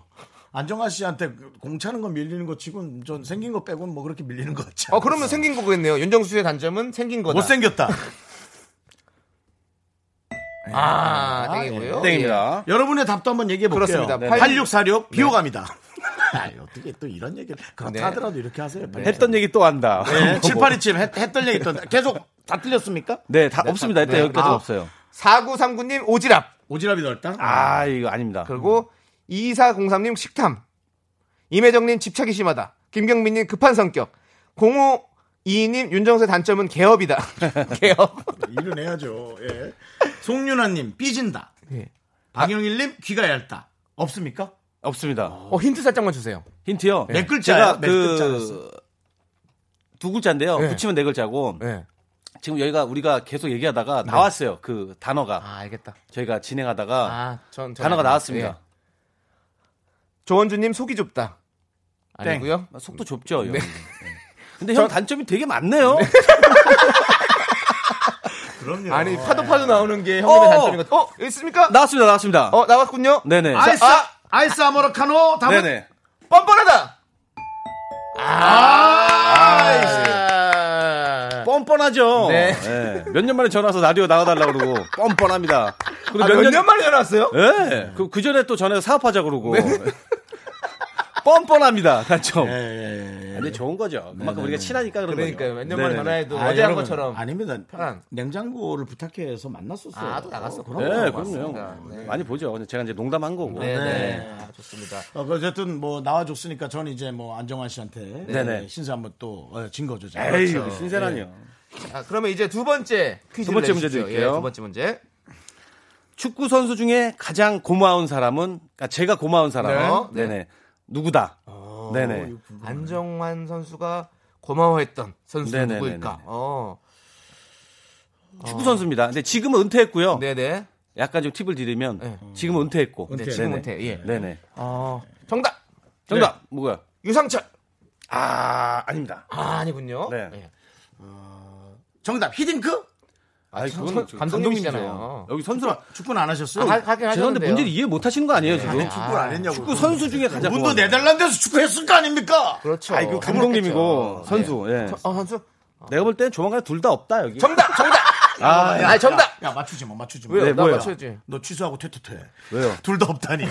Speaker 1: 안정화 씨한테 그 공차는 거 밀리는 거 치곤 전 생긴 거 빼곤 뭐 그렇게 밀리는 거 같지.
Speaker 2: 어, 그러면 생긴 거겠네요. 윤정수 씨의 단점은 생긴 거다.
Speaker 1: 못 생겼다.
Speaker 2: 아, 땡이고요. 어,
Speaker 6: 땡입니다.
Speaker 1: 여러분의 답도 한번 얘기해 볼게요.
Speaker 2: 그렇습니다.
Speaker 1: 8646 비호감이다. 아이, 어떻게 또 이런 얘기를 그렇다
Speaker 2: 네. 뭐.
Speaker 1: 하더라도 이렇게 하세요.
Speaker 2: 예.
Speaker 6: 네. 했던 얘기 또 한다.
Speaker 1: 네, 7827 했, 했던 얘기 또 계속 다 틀렸습니까?
Speaker 6: 네, 다 없습니다. 일단
Speaker 2: 네.
Speaker 6: 여기까지
Speaker 2: 아.
Speaker 6: 없어요.
Speaker 2: 4939님 오지랖.
Speaker 1: 오지랖이 넓다.
Speaker 6: 아, 이거 아닙니다.
Speaker 2: 그리고 2403님 식탐. 임혜정님 집착이 심하다. 김경민님 급한 성격. 0522님 윤정수의 단점은 개업이다. 개업.
Speaker 1: 일은 해야죠. 예. 송윤아님 삐진다.
Speaker 2: 예.
Speaker 1: 박영일님 귀가 얇다. 없습니까?
Speaker 6: 없습니다.
Speaker 2: 어, 힌트 살짝만 주세요.
Speaker 6: 힌트요.
Speaker 2: 네.
Speaker 1: 몇 글자예요?
Speaker 6: 제가
Speaker 1: 몇 글자였어요?
Speaker 6: 그두 글자인데요.
Speaker 2: 네.
Speaker 6: 붙이면 네 글자고
Speaker 2: 네.
Speaker 6: 지금 여기가 우리가 계속 얘기하다가 나왔어요. 그 단어가
Speaker 2: 아, 알겠다.
Speaker 6: 저희가 진행하다가
Speaker 2: 아, 네. 전, 전
Speaker 6: 단어가
Speaker 2: 알겠다.
Speaker 6: 나왔습니다.
Speaker 2: 예. 조원주님 속이 좁다. 아니고요.
Speaker 6: 아, 속도 좁죠. 여기. 네. 근데 형 단점이 되게 많네요.
Speaker 1: 그럼요.
Speaker 2: 아니 파도 파도 나오는 게 형님의
Speaker 6: 어!
Speaker 2: 단점인 것. 같- 네. 어 여기 있습니까?
Speaker 6: 나왔습니다. 나왔습니다.
Speaker 2: 어 나왔군요.
Speaker 6: 네네.
Speaker 2: 아,
Speaker 1: 아이스 아, 아이스 아메리카노 답은
Speaker 6: 네네.
Speaker 2: 뻔뻔하다. 아.
Speaker 6: 뻔뻔하죠.
Speaker 2: 네.
Speaker 6: 몇 년 만에 전화 와서 라디오 나와달라고 그러고 뻔뻔합니다. 그리고
Speaker 2: 아, 몇년 만에 해놨어요?
Speaker 6: 예. 그, 그 전에 또 전에 사업하자 그러고.
Speaker 2: 네.
Speaker 6: 뻔뻔합니다. 단점.
Speaker 2: 네,
Speaker 1: 예,
Speaker 6: 근데 좋은 거죠. 그만큼 우리가 친하니까 그런
Speaker 2: 그러니까요. 몇 년
Speaker 6: 거죠.
Speaker 2: 만에
Speaker 6: 네네.
Speaker 2: 전화해도
Speaker 1: 아,
Speaker 2: 어제 한
Speaker 1: 여러분,
Speaker 2: 것처럼.
Speaker 1: 아닙니다.
Speaker 2: 편한.
Speaker 1: 냉장고를 부탁해서 만났었어요.
Speaker 2: 아, 또 나갔어.
Speaker 1: 그럼.
Speaker 6: 네,
Speaker 2: 맞습니다.
Speaker 6: 그럼요.
Speaker 2: 네.
Speaker 6: 많이 보죠. 그냥 제가 이제 농담한 거고.
Speaker 2: 네, 네.
Speaker 1: 네.
Speaker 2: 아, 좋습니다.
Speaker 1: 어, 그 어쨌든 뭐 나와줬으니까 전 이제 뭐 안정환 씨한테
Speaker 6: 네네.
Speaker 1: 예, 신세 한번 또진 거죠. 제가.
Speaker 6: 에이,
Speaker 1: 그렇죠.
Speaker 6: 신세라니요.
Speaker 2: 자, 그러면 이제 두 번째 퀴즈
Speaker 6: 두 번째 문제 드릴게요.
Speaker 2: 두 번째 문제.
Speaker 6: 축구 선수 중에 가장 고마운 사람은, 아, 제가 고마운 사람은,
Speaker 2: 네.
Speaker 6: 네. 네 누구다. 네네.
Speaker 2: 안정환 선수가 고마워했던 선수 는
Speaker 6: 네네네네.
Speaker 2: 누구일까? 어.
Speaker 6: 축구 선수입니다. 근데 지금은 은퇴했고요.
Speaker 2: 네네.
Speaker 6: 약간 좀 팁을 드리면,
Speaker 2: 네.
Speaker 6: 지금은 은퇴했고.
Speaker 2: 네,
Speaker 1: 은퇴.
Speaker 2: 지금
Speaker 6: 네네.
Speaker 2: 못해. 예.
Speaker 6: 네네.
Speaker 2: 어. 정답.
Speaker 6: 정답! 누구야?
Speaker 2: 유상철.
Speaker 6: 아, 아닙니다.
Speaker 2: 아, 아니군요.
Speaker 6: 네.
Speaker 2: 예.
Speaker 1: 정답 히딩크?
Speaker 6: 아니, 그건
Speaker 2: 선-
Speaker 6: 저-
Speaker 2: 감독님이잖아요.
Speaker 6: 감독님이시죠. 여기 선수라.
Speaker 1: 축구는 안 하셨어요?
Speaker 2: 아, 하긴
Speaker 6: 죄송한데
Speaker 2: 하셨는데요.
Speaker 6: 문제를 이해 못 하시는 거 아니에요, 지금?
Speaker 1: 축구를 안 했냐고.
Speaker 6: 축구 선수 중에 가장
Speaker 1: 문도
Speaker 6: 고마운
Speaker 1: 네덜란드에서 축구했을 거 아닙니까?
Speaker 2: 그렇죠.
Speaker 6: 아이, 그 감독님이고
Speaker 2: 그렇겠죠.
Speaker 6: 선수. 예.
Speaker 2: 저- 어, 선수.
Speaker 6: 내가 볼 때는 조만간 둘 다 없다 여기.
Speaker 2: 정답. 정답.
Speaker 6: 아,
Speaker 2: 아, 정답.
Speaker 1: 야, 맞추지 마, 맞추지 마.
Speaker 2: 왜요?
Speaker 6: 네,
Speaker 2: 나
Speaker 6: 뭐예요?
Speaker 2: 맞춰야지.
Speaker 1: 너 취소하고 퇴퇴퇴.
Speaker 6: 왜요?
Speaker 1: 둘 다 없다니.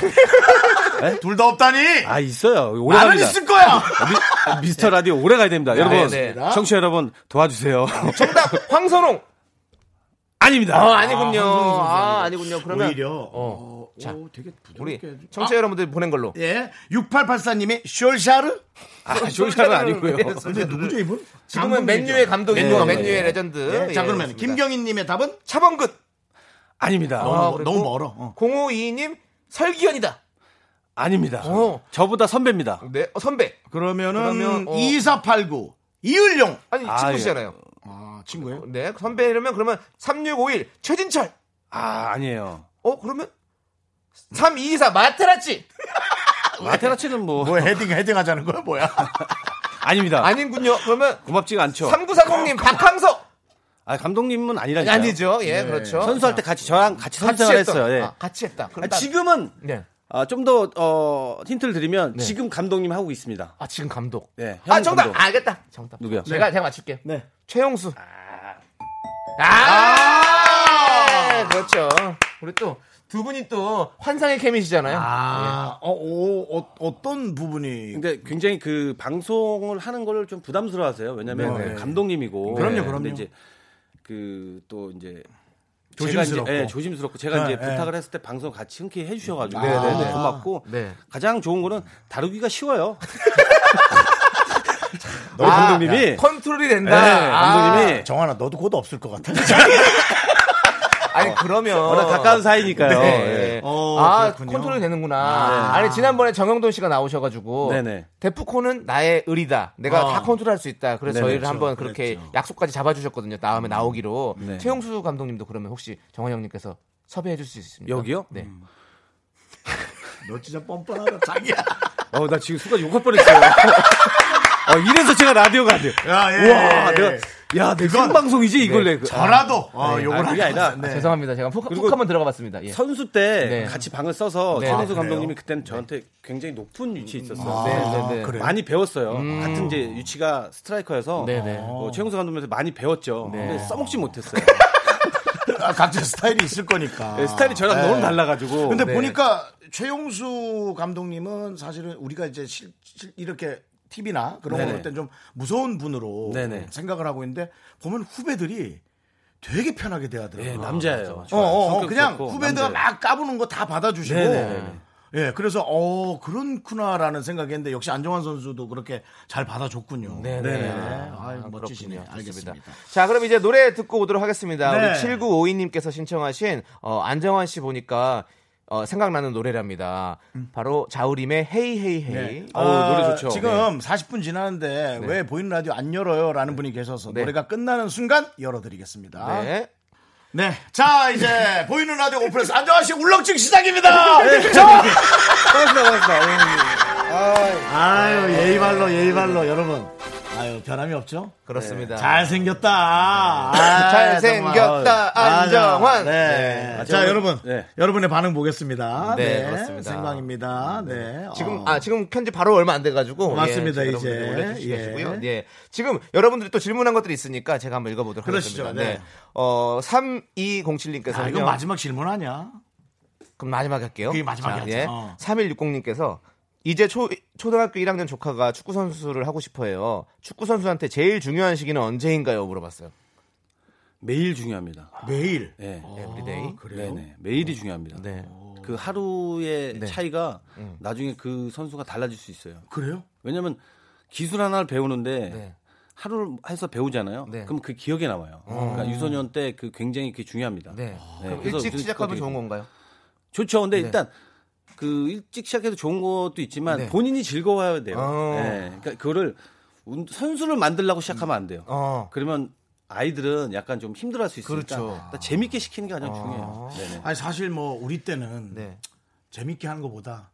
Speaker 1: 둘 다 없다니.
Speaker 6: 아 있어요. 오래
Speaker 1: 나는
Speaker 6: 갑니다.
Speaker 1: 있을 거야.
Speaker 6: 미, 아, 미스터 라디오 오래 가야 됩니다. 여러분,
Speaker 2: 네,
Speaker 1: 네.
Speaker 6: 청취 자 여러분 도와주세요.
Speaker 2: 정답. 황선홍.
Speaker 6: 아닙니다.
Speaker 2: 아, 아니군요. 아, 아니군요. 그러면
Speaker 1: 오히려
Speaker 2: 어.
Speaker 1: 어,
Speaker 2: 자,
Speaker 1: 오, 되게 부드럽게
Speaker 2: 우리
Speaker 1: 해야지.
Speaker 2: 청취자 여러분들 보낸 걸로.
Speaker 1: 아, 예, 6884님이 쇼샤르.
Speaker 6: 아, 조샤는 아니고요.
Speaker 1: 근데 누구죠 이분?
Speaker 2: 지금은 맨유의 감독이죠.
Speaker 6: 네, 네,
Speaker 2: 맨유의 레전드.
Speaker 1: 예, 자
Speaker 2: 예,
Speaker 1: 그러면
Speaker 2: 그렇습니다.
Speaker 1: 김경희님의 답은
Speaker 2: 차범근.
Speaker 6: 아닙니다.
Speaker 1: 너무,
Speaker 2: 아,
Speaker 1: 멀-
Speaker 2: 그리고-
Speaker 1: 너무 멀어. 어.
Speaker 2: 0522님 설기현이다.
Speaker 6: 아닙니다.
Speaker 2: 어.
Speaker 6: 저보다 선배입니다.
Speaker 2: 네, 어, 선배.
Speaker 1: 그러면은
Speaker 2: 그러면, 어.
Speaker 1: 2489 이을용.
Speaker 2: 아니
Speaker 6: 아,
Speaker 2: 친구시잖아요.
Speaker 1: 아 친구예요?
Speaker 2: 네, 선배 이러면 그러면 3651 최진철.
Speaker 6: 아 아니에요.
Speaker 2: 어, 그러면 3224 마테라치.
Speaker 6: 마테라치는 뭐
Speaker 1: 뭐 헤딩 헤딩하자는 거야 뭐야?
Speaker 6: 아닙니다.
Speaker 2: 아닌군요. 그러면
Speaker 6: 고맙지가 않죠.
Speaker 2: 3940님 박항서.
Speaker 6: 아 감독님은 그렇죠. 아니라니까.
Speaker 2: 아니죠. 예, 그렇죠.
Speaker 6: 선수할 때 같이 저랑 같이 선생을
Speaker 2: 했던.
Speaker 6: 했어요. 예.
Speaker 2: 아, 같이 했다. 그럼
Speaker 6: 아,
Speaker 2: 딱-
Speaker 6: 지금은 아,
Speaker 2: 네.
Speaker 6: 좀 더 어, 힌트를 드리면 지금 감독님 하고 있습니다.
Speaker 2: 아, 지금 감독.
Speaker 6: 네,
Speaker 2: 아,
Speaker 6: 현
Speaker 2: 정답.
Speaker 6: 감독.
Speaker 2: 아, 알겠다. 정답.
Speaker 6: 누구요?
Speaker 2: 제가 제가 맞출게요.
Speaker 1: 네.
Speaker 2: 최용수. 아!
Speaker 6: 아.
Speaker 2: 그렇죠. 우리 또 두 분이 또 환상의 케미시잖아요.
Speaker 1: 아, 어, 오, 어, 어떤 부분이?
Speaker 6: 근데 굉장히 그 방송을 하는 걸 좀 부담스러워하세요. 왜냐면
Speaker 1: 네.
Speaker 6: 그 감독님이고.
Speaker 1: 그럼요,
Speaker 6: 네.
Speaker 1: 그럼요.
Speaker 6: 근데 이제 그 또 이제
Speaker 1: 조심스럽고.
Speaker 6: 제가 이제, 예, 조심스럽고 제가
Speaker 1: 네,
Speaker 6: 이제
Speaker 1: 네.
Speaker 6: 부탁을 했을 때 방송 같이 흔쾌히 해주셔가지고
Speaker 2: 네, 네, 네.
Speaker 6: 너무 고맙고
Speaker 1: 아,
Speaker 2: 네.
Speaker 6: 가장 좋은 거는 다루기가 쉬워요.
Speaker 2: 아,
Speaker 6: 감독님이.
Speaker 2: 컨트롤이
Speaker 6: 네,
Speaker 2: 된다.
Speaker 6: 감독님이
Speaker 1: 정환아 너도 곧 없을 것 같아.
Speaker 2: 아, 니 그러면
Speaker 6: 워낙 가까운 사이니까요.
Speaker 2: 네.
Speaker 6: 예.
Speaker 1: 어,
Speaker 2: 아,
Speaker 1: 그렇군요.
Speaker 2: 컨트롤이 되는구나. 아, 니 지난번에 정영돈 씨가 나오셔가지고
Speaker 6: 네네.
Speaker 2: 데프콘은 나의 의리다. 내가 다 컨트롤할 수 있다. 그래서
Speaker 6: 네네.
Speaker 2: 저희를 한번 그렇게 약속까지 잡아주셨거든요. 다음에 나오기로
Speaker 6: 네.
Speaker 2: 최용수 감독님도 그러면 혹시 정원 형님께서 섭외해줄 수 있습니까?
Speaker 6: 여기요?
Speaker 2: 네.
Speaker 1: 너 진짜 뻔뻔하다 자기야.
Speaker 6: 어, 나 지금 순간 욕할 뻔했어요. 어, 이래서 제가 라디오가 안 돼요.
Speaker 1: 야, 예,
Speaker 6: 우와,
Speaker 1: 예, 예.
Speaker 6: 내가 야, 내 생방송이지 이걸
Speaker 8: 네,
Speaker 6: 내. 그-
Speaker 1: 저라도 어,
Speaker 8: 네.
Speaker 1: 욕을
Speaker 6: 아, 그게
Speaker 1: 하지 마.
Speaker 6: 아니라
Speaker 1: 네.
Speaker 8: 죄송합니다. 제가 푹,
Speaker 6: 그리고-
Speaker 8: 푹 한번 들어가 봤습니다. 예.
Speaker 6: 선수 때
Speaker 8: 네.
Speaker 6: 같이 방을 써서
Speaker 8: 네.
Speaker 6: 최동수
Speaker 1: 아, 그래요? 네.
Speaker 6: 감독님이
Speaker 1: 아,
Speaker 6: 그때는 저한테 굉장히 높은 위치에 있었어요.
Speaker 8: 네, 네, 네.
Speaker 1: 그래요? 음.
Speaker 6: 많이 배웠어요. 같은 이제 유치가 스트라이커여서
Speaker 8: 네, 네.
Speaker 6: 어, 최용수 감독님한테 많이 배웠죠.
Speaker 8: 네.
Speaker 6: 근데 써먹지 못했어요.
Speaker 1: 아, 각자 스타일이 있을 거니까.
Speaker 6: 네, 스타일이 저랑
Speaker 1: 네.
Speaker 6: 너무 달라가지고.
Speaker 1: 근데
Speaker 8: 네.
Speaker 1: 보니까 최용수 감독님은 사실은 우리가 이제 실, 실- 이렇게 TV나 그런
Speaker 6: 네네.
Speaker 1: 거볼 땐좀 무서운 분으로
Speaker 6: 네네.
Speaker 1: 생각을 하고 있는데 보면 후배들이 되게 편하게 대하더라고요.
Speaker 6: 네, 남자예요.
Speaker 1: 어, 어, 어,
Speaker 6: 성격
Speaker 1: 그냥
Speaker 6: 좋고,
Speaker 1: 후배들
Speaker 6: 남자예요.
Speaker 1: 막 까부는 거 다 받아주시고.
Speaker 6: 네네네.
Speaker 1: 예, 그래서 어 그렇구나라는 생각했는데 역시 안정환 선수도 그렇게 잘 받아줬군요.
Speaker 8: 네네.
Speaker 1: 아유,
Speaker 8: 아,
Speaker 1: 멋지시네요.
Speaker 8: 그렇군요. 좋습니다.
Speaker 1: 알겠습니다.
Speaker 2: 자, 그럼 이제 노래 듣고 오도록 하겠습니다.
Speaker 1: 네.
Speaker 2: 우리 7952님께서 신청하신 어, 안정환 씨 보니까 어, 생각나는 노래랍니다. 바로 자우림의 헤이 헤이 헤이. 어우, 노래
Speaker 1: 네. 아,
Speaker 2: 좋죠. 네.
Speaker 1: 지금 40분 지났는데 왜 보이는 라디오 안 열어요라는 분이 계셔서
Speaker 2: 네.
Speaker 1: 노래가 끝나는 순간 열어드리겠습니다.
Speaker 2: 네.
Speaker 1: 네.
Speaker 2: 네.
Speaker 1: 자 이제 보이는 라디오 오프레스 안정환 씨 울렁증 시작입니다. 자,
Speaker 6: 반갑습니다, 반갑습니다.
Speaker 1: 아유 예의발로 예의발로 여러분. 아유 변함이 없죠. 네.
Speaker 2: 그렇습니다.
Speaker 1: 잘 생겼다. 아,
Speaker 2: 잘생겼다,
Speaker 1: 정말.
Speaker 2: 안정환.
Speaker 1: 네.
Speaker 6: 네.
Speaker 1: 자 여러분
Speaker 6: 네.
Speaker 1: 여러분의 반응 보겠습니다.
Speaker 2: 네, 그렇습니다.
Speaker 1: 생방입니다. 네.
Speaker 2: 지금
Speaker 1: 어.
Speaker 2: 아 지금 현재 바로 얼마 안 돼가지고
Speaker 1: 맞습니다,
Speaker 2: 지금
Speaker 1: 이제.
Speaker 2: 여러분들 오래 주시고요.
Speaker 1: 예.
Speaker 2: 예. 지금 여러분들이 또 질문한 것들이 있으니까 제가 한번 읽어보도록
Speaker 1: 그러시죠,
Speaker 2: 하겠습니다.
Speaker 1: 네.
Speaker 2: 어 3207님께서
Speaker 1: 아, 이거 마지막 질문 아니야?
Speaker 2: 그럼 마지막에 할게요.
Speaker 1: 그게 마지막에 하죠.
Speaker 2: 예.
Speaker 1: 어.
Speaker 2: 3160님께서 이제 초, 초등학교 1학년 조카가 축구 선수를 하고 싶어요. 축구 선수한테 제일 중요한 시기는 언제인가요? 물어봤어요.
Speaker 6: 매일 중요합니다.
Speaker 1: 매일.
Speaker 6: 네.
Speaker 2: 에브리데이.
Speaker 1: 어, 그래요? 어. 네.
Speaker 6: 네네. 매일이 중요합니다.
Speaker 2: 네.
Speaker 6: 그 하루의 차이가
Speaker 1: 음.
Speaker 6: 나중에 그 선수가 달라질 수 있어요.
Speaker 1: 그래요?
Speaker 6: 왜냐면 기술 하나를 배우는데 하루를 해서 배우잖아요.
Speaker 2: 네. 어.
Speaker 6: 그럼 그 기억에 남아요. 그러니까 유소년 때 그 굉장히 그게 중요합니다.
Speaker 2: 네.
Speaker 1: 아,
Speaker 6: 네,
Speaker 2: 그럼
Speaker 6: 그래서
Speaker 2: 일찍
Speaker 6: 그-
Speaker 2: 시작하면
Speaker 6: 그것도
Speaker 2: 좋은 건가요?
Speaker 1: 네.
Speaker 6: 좋죠. 근데
Speaker 2: 네.
Speaker 6: 일단 그 일찍 시작해서 좋은 것도 있지만
Speaker 2: 네.
Speaker 6: 본인이 즐거워야 돼요.
Speaker 2: 어.
Speaker 6: 네. 그러니까 그거를 운- 선수를 만들려고 시작하면 안 돼요.
Speaker 2: 어.
Speaker 6: 그러면 아이들은 약간 좀 힘들어할 수 있으니까
Speaker 2: 그렇죠. 어.
Speaker 6: 일단 재밌게 시키는 게 가장 중요해요. 네네.
Speaker 1: 아니 사실 뭐 우리 때는
Speaker 2: 네.
Speaker 1: 재밌게 하는 것보다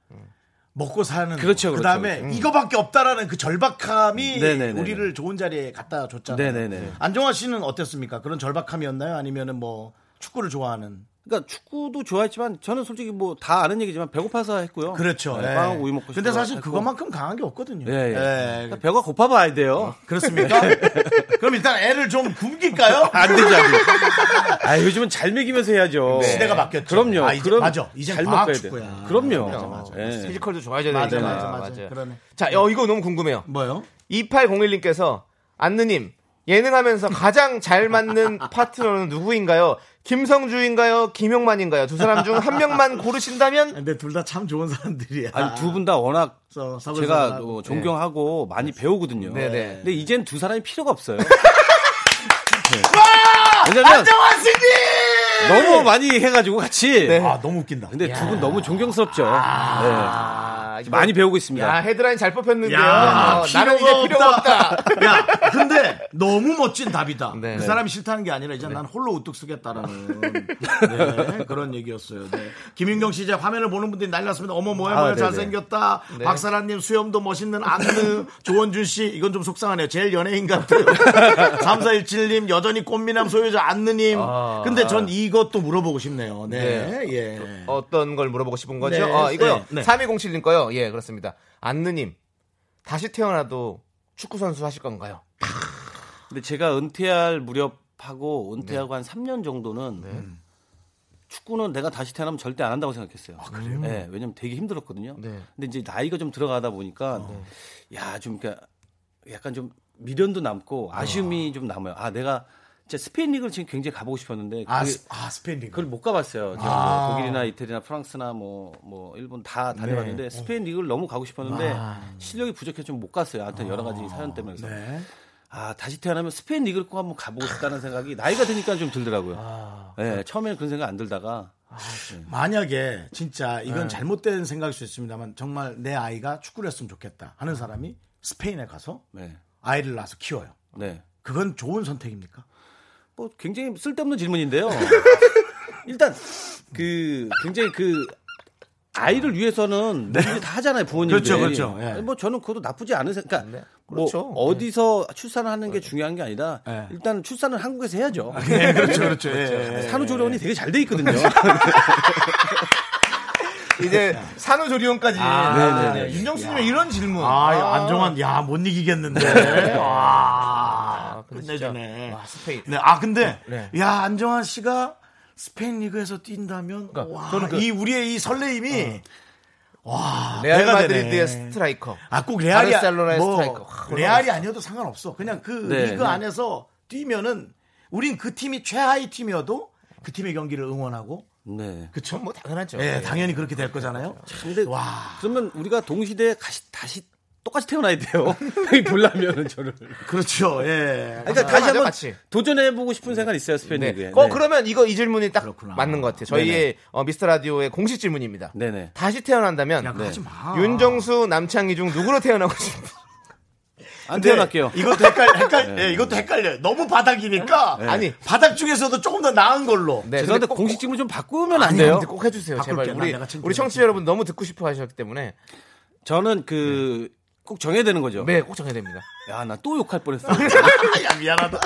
Speaker 1: 먹고 사는
Speaker 6: 음. 그렇죠,
Speaker 1: 그 다음에
Speaker 6: 그렇죠.
Speaker 1: 이거밖에 없다라는 그 절박함이
Speaker 6: 네네네.
Speaker 1: 우리를 좋은 자리에 갖다 줬잖아요.
Speaker 6: 네네네.
Speaker 1: 안정화 씨는 어땠습니까? 그런 절박함이었나요? 아니면은 뭐 축구를 좋아하는
Speaker 6: 그러니까 축구도 좋아했지만 저는 솔직히 뭐 다 아는 얘기지만 배고파서 했고요.
Speaker 1: 그렇죠.
Speaker 6: 네,
Speaker 1: 예.
Speaker 6: 빵하고 우유 먹고.
Speaker 1: 근데
Speaker 6: 싶어서
Speaker 1: 사실
Speaker 6: 했고.
Speaker 1: 그것만큼 강한 게 없거든요.
Speaker 6: 예, 예.
Speaker 1: 예.
Speaker 6: 그러니까 배가 고파 봐야 돼요.
Speaker 1: 그렇습니까? 그럼 일단 애를 좀 굶길까요? 네.
Speaker 6: 안 되지, 안 돼. 아, 요즘은 잘 먹이면서 해야죠.
Speaker 1: 시대가 바뀌었죠.
Speaker 6: 그럼요.
Speaker 1: 아, 이제
Speaker 6: 그럼
Speaker 1: 맞아. 이젠
Speaker 6: 잘
Speaker 1: 과학
Speaker 6: 먹어야 돼.
Speaker 1: 축구야.
Speaker 6: 그럼요.
Speaker 1: 맞아, 맞아.
Speaker 6: 예.
Speaker 2: 피지컬도 좋아져야 되니까.
Speaker 1: 맞아, 맞아, 맞아. 그러네.
Speaker 2: 자, 어, 이거 너무 궁금해요.
Speaker 1: 뭐요?
Speaker 2: 2801님께서 안느님 예능하면서 가장 잘 맞는 파트너는 누구인가요? 김성주인가요? 김용만인가요? 두 사람 중 한 명만 고르신다면
Speaker 1: 근데 둘 다 참 좋은 사람들이야.
Speaker 6: 아니 두 분 다 워낙
Speaker 1: 서- 서글서글하고. 네. 그렇죠.
Speaker 6: 제가 어, 존경하고 많이 배우거든요.
Speaker 2: 네네.
Speaker 6: 근데 이젠 두 사람이 필요가 없어요.
Speaker 1: 네.
Speaker 6: 왜냐면
Speaker 1: 안정환 씨님!
Speaker 6: 너무 많이 해가지고 같이.
Speaker 2: 네.
Speaker 1: 아, 너무 웃긴다.
Speaker 6: 근데 두 분 너무 존경스럽죠.
Speaker 2: 아,
Speaker 6: 네.
Speaker 2: 이거-
Speaker 6: 많이 배우고 있습니다.
Speaker 2: 야 헤드라인 잘 뽑혔는데요.
Speaker 1: 야,
Speaker 2: 어,
Speaker 1: 필요가
Speaker 2: 나는 이제 필요가 없다.
Speaker 1: 야, 근데 너무 멋진 답이다.
Speaker 2: 네.
Speaker 1: 그 사람이 싫다는 게 아니라 이제 난 홀로 우뚝 서겠다라는 네, 그런 얘기였어요. 네. 김윤경 씨 이제 화면을 보는 분들이 난리났습니다. 어머 뭐야
Speaker 6: 아,
Speaker 1: 뭐야
Speaker 6: 네네.
Speaker 1: 잘생겼다. 박사라님 수염도 멋있는 안느 조원준 씨 이건 좀 속상하네요. 제일 연예인 같아요. 3417님 여전히 꽃미남 소유자 안느님.
Speaker 2: 아.
Speaker 1: 근데 전 이것도 물어보고 싶네요. 네, 예.
Speaker 2: 어떤 걸 물어보고 싶은 거죠?
Speaker 1: 네,
Speaker 2: 어, 이거요.
Speaker 1: 네, 네.
Speaker 2: 3207님 거요. 예, 그렇습니다. 안느님 다시 태어나도 축구 선수 하실 건가요?
Speaker 6: 근데 제가 은퇴할 무렵하고
Speaker 1: 네.
Speaker 6: 은퇴하고 한 3년 정도는 축구는 내가 다시 태어나면 절대 안 한다고
Speaker 1: 아,
Speaker 6: 생각했어요. 네, 왜냐면 되게 힘들었거든요.
Speaker 2: 네.
Speaker 6: 근데 이제 나이가 좀 들어가다 보니까
Speaker 1: 아, 네.
Speaker 6: 야, 좀 그러니까 약간 좀 미련도 남고 아쉬움이 좀 남아요. 아, 내가 진짜 스페인 리그를 지금 굉장히 가보고 싶었는데
Speaker 1: 아,
Speaker 6: 그게-
Speaker 1: 스, 아 스페인링.
Speaker 6: 그걸 못 가봤어요. 제가
Speaker 1: 아.
Speaker 6: 뭐 독일이나 이태리나 프랑스나 뭐, 뭐, 일본 다 다녀봤는데
Speaker 1: 네.
Speaker 6: 스페인 리그를 너무 가고 싶었는데 실력이 부족해서 좀 못 갔어요. 하여튼 여러 가지 사연 때문에. 그래서
Speaker 1: 아. 네.
Speaker 6: 아, 다시 태어나면 스페인 리그를 꼭 한번 가보고 싶다는 생각이 나이가 드니까 좀 들더라고요.
Speaker 1: 아.
Speaker 6: 예, 처음에는 그런 생각 안 들다가
Speaker 1: 만약에 진짜 이건
Speaker 2: 네.
Speaker 1: 잘못된 생각일 수 있습니다만 정말 내 아이가 축구를 했으면 좋겠다 하는 사람이 스페인에 가서
Speaker 6: 네.
Speaker 1: 아이를 낳아서 키워요.
Speaker 6: 네.
Speaker 1: 그건 좋은 선택입니까?
Speaker 6: 뭐 굉장히 쓸데없는 질문인데요. 일단 그 굉장히 그 아이를 위해서는 이게 다 하잖아요 부모님들이.
Speaker 1: 그렇죠, 그렇죠. 예.
Speaker 6: 뭐 저는 그것도 나쁘지 않은 생각. 그러니까
Speaker 2: 그렇죠.
Speaker 6: 뭐 어디서 출산을 하는 게 중요한 게 아니라
Speaker 1: 예.
Speaker 6: 일단 출산을 한국에서 해야죠.
Speaker 2: 네,
Speaker 1: 예, 그렇죠, 그렇죠. 예, 예.
Speaker 6: 산후조리원이 되게 잘 돼 있거든요.
Speaker 2: 이제 산후조리원까지.
Speaker 1: 아,
Speaker 2: 네, 네, 네. 윤정수님의 이런 질문.
Speaker 1: 아, 야, 안정환, 야, 못 이기겠는데. 와, 끝내주네.
Speaker 2: 네. 아, 와, 스페인.
Speaker 1: 네, 아, 근데,
Speaker 2: 네.
Speaker 1: 야, 안정환 씨가 스페인 리그에서 뛴다면,
Speaker 2: 그러니까
Speaker 1: 와, 이 우리의 이 설레임이, 와,
Speaker 2: 그 어. 레알
Speaker 1: 배가 되네.
Speaker 2: 마드리드의 스트라이커.
Speaker 1: 아, 꼭 레알이, 아-
Speaker 2: 바르셀로나의
Speaker 1: 뭐,
Speaker 2: 스트라이커. 확
Speaker 1: 레알이 아니어도 상관없어. 그냥 그
Speaker 6: 네.
Speaker 1: 리그 안에서 뛰면은, 우린 그 팀이 최하위 팀이어도 그 팀의 경기를 응원하고,
Speaker 6: 네.
Speaker 1: 그쵸?
Speaker 2: 뭐 당연하죠.
Speaker 1: 예, 당연히 그렇게 될 거잖아요.
Speaker 6: 근데
Speaker 1: 와.
Speaker 6: 그러면 우리가 동시대에 다시, 다시 똑같이 태어나야 돼요. 이 보려면은 저를.
Speaker 1: 그렇죠, 예.
Speaker 6: 그러니까 다시
Speaker 2: 맞아,
Speaker 6: 한번
Speaker 2: 같이.
Speaker 6: 도전해보고 싶은 생각 있어요 스페인
Speaker 2: 네.
Speaker 6: 리그에.
Speaker 2: 어,
Speaker 6: 네.
Speaker 2: 그러면 이거 이 질문이 딱
Speaker 1: 그렇구나.
Speaker 2: 맞는 것 같아요. 저희의 어, 미스터 라디오의 공식 질문입니다.
Speaker 6: 네네.
Speaker 2: 다시 태어난다면
Speaker 1: 야, 그거 하지 마.
Speaker 2: 윤정수 남창희 중 누구로 태어나고 싶어?
Speaker 6: 안 태어날게요.
Speaker 1: 이것도 헷갈, 헷갈, 예, 이것도 헷갈려요. 너무 바닥이니까.
Speaker 2: 네. 아니.
Speaker 1: 아니. 바닥 중에서도 조금 더 나은 걸로.
Speaker 2: 네,
Speaker 6: 죄송한데
Speaker 2: 근데 꼭-
Speaker 6: 공식 질문 좀 바꾸면 안
Speaker 2: 아니,
Speaker 6: 돼요?
Speaker 2: 근데 꼭 해주세요. 제발
Speaker 1: 바꿀게, 난
Speaker 2: 우리
Speaker 1: 내가 챙겨.
Speaker 2: 우리 청취자 여러분 너무 듣고 싶어 하셨기 때문에
Speaker 6: 저는 그 꼭 정해야 되는 거죠.
Speaker 2: 네, 아, 꼭 정해야 됩니다.
Speaker 6: 야, 나 또 욕할 뻔했어.
Speaker 1: 야, 미안하다.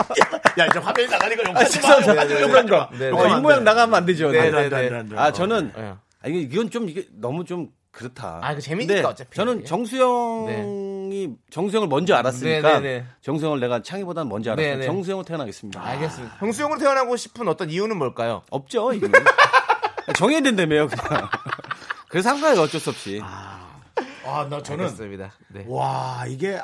Speaker 1: 야, 이제 화면이
Speaker 2: 아,
Speaker 1: 나가니까 욕하지 마.
Speaker 6: 죄송합니다.
Speaker 1: 욕하지 마. 욕하지 마.
Speaker 2: 네, 네.
Speaker 6: 어, 이 모양 나가면 안 되죠.
Speaker 2: 네,
Speaker 6: 네.
Speaker 1: 안 돼, 안 돼, 안 돼, 안 돼.
Speaker 6: 아, 저는
Speaker 2: 네.
Speaker 6: 아, 이게- 이건 좀 이게 너무 좀 그렇다.
Speaker 2: 아, 그 재밌겠다,
Speaker 6: 근데
Speaker 2: 어차피.
Speaker 6: 저는 정수영이 정수영을 먼저 알았으니까
Speaker 2: 네, 네, 네.
Speaker 6: 정수영을 내가 창희보다는 먼저 알았어요.
Speaker 2: 네, 네.
Speaker 6: 정수영을
Speaker 1: 아.
Speaker 6: 태어나겠습니다.
Speaker 2: 알겠습니다. 형수형으로 태어나고 싶은 어떤 이유는 뭘까요?
Speaker 6: 없죠. 이거는. 정해야 된다며요, 그냥. 그래서 한 거예요, 어쩔 수 없이.
Speaker 1: 아, 나 저는.
Speaker 2: 알겠습니다. 네.
Speaker 1: 와, 이게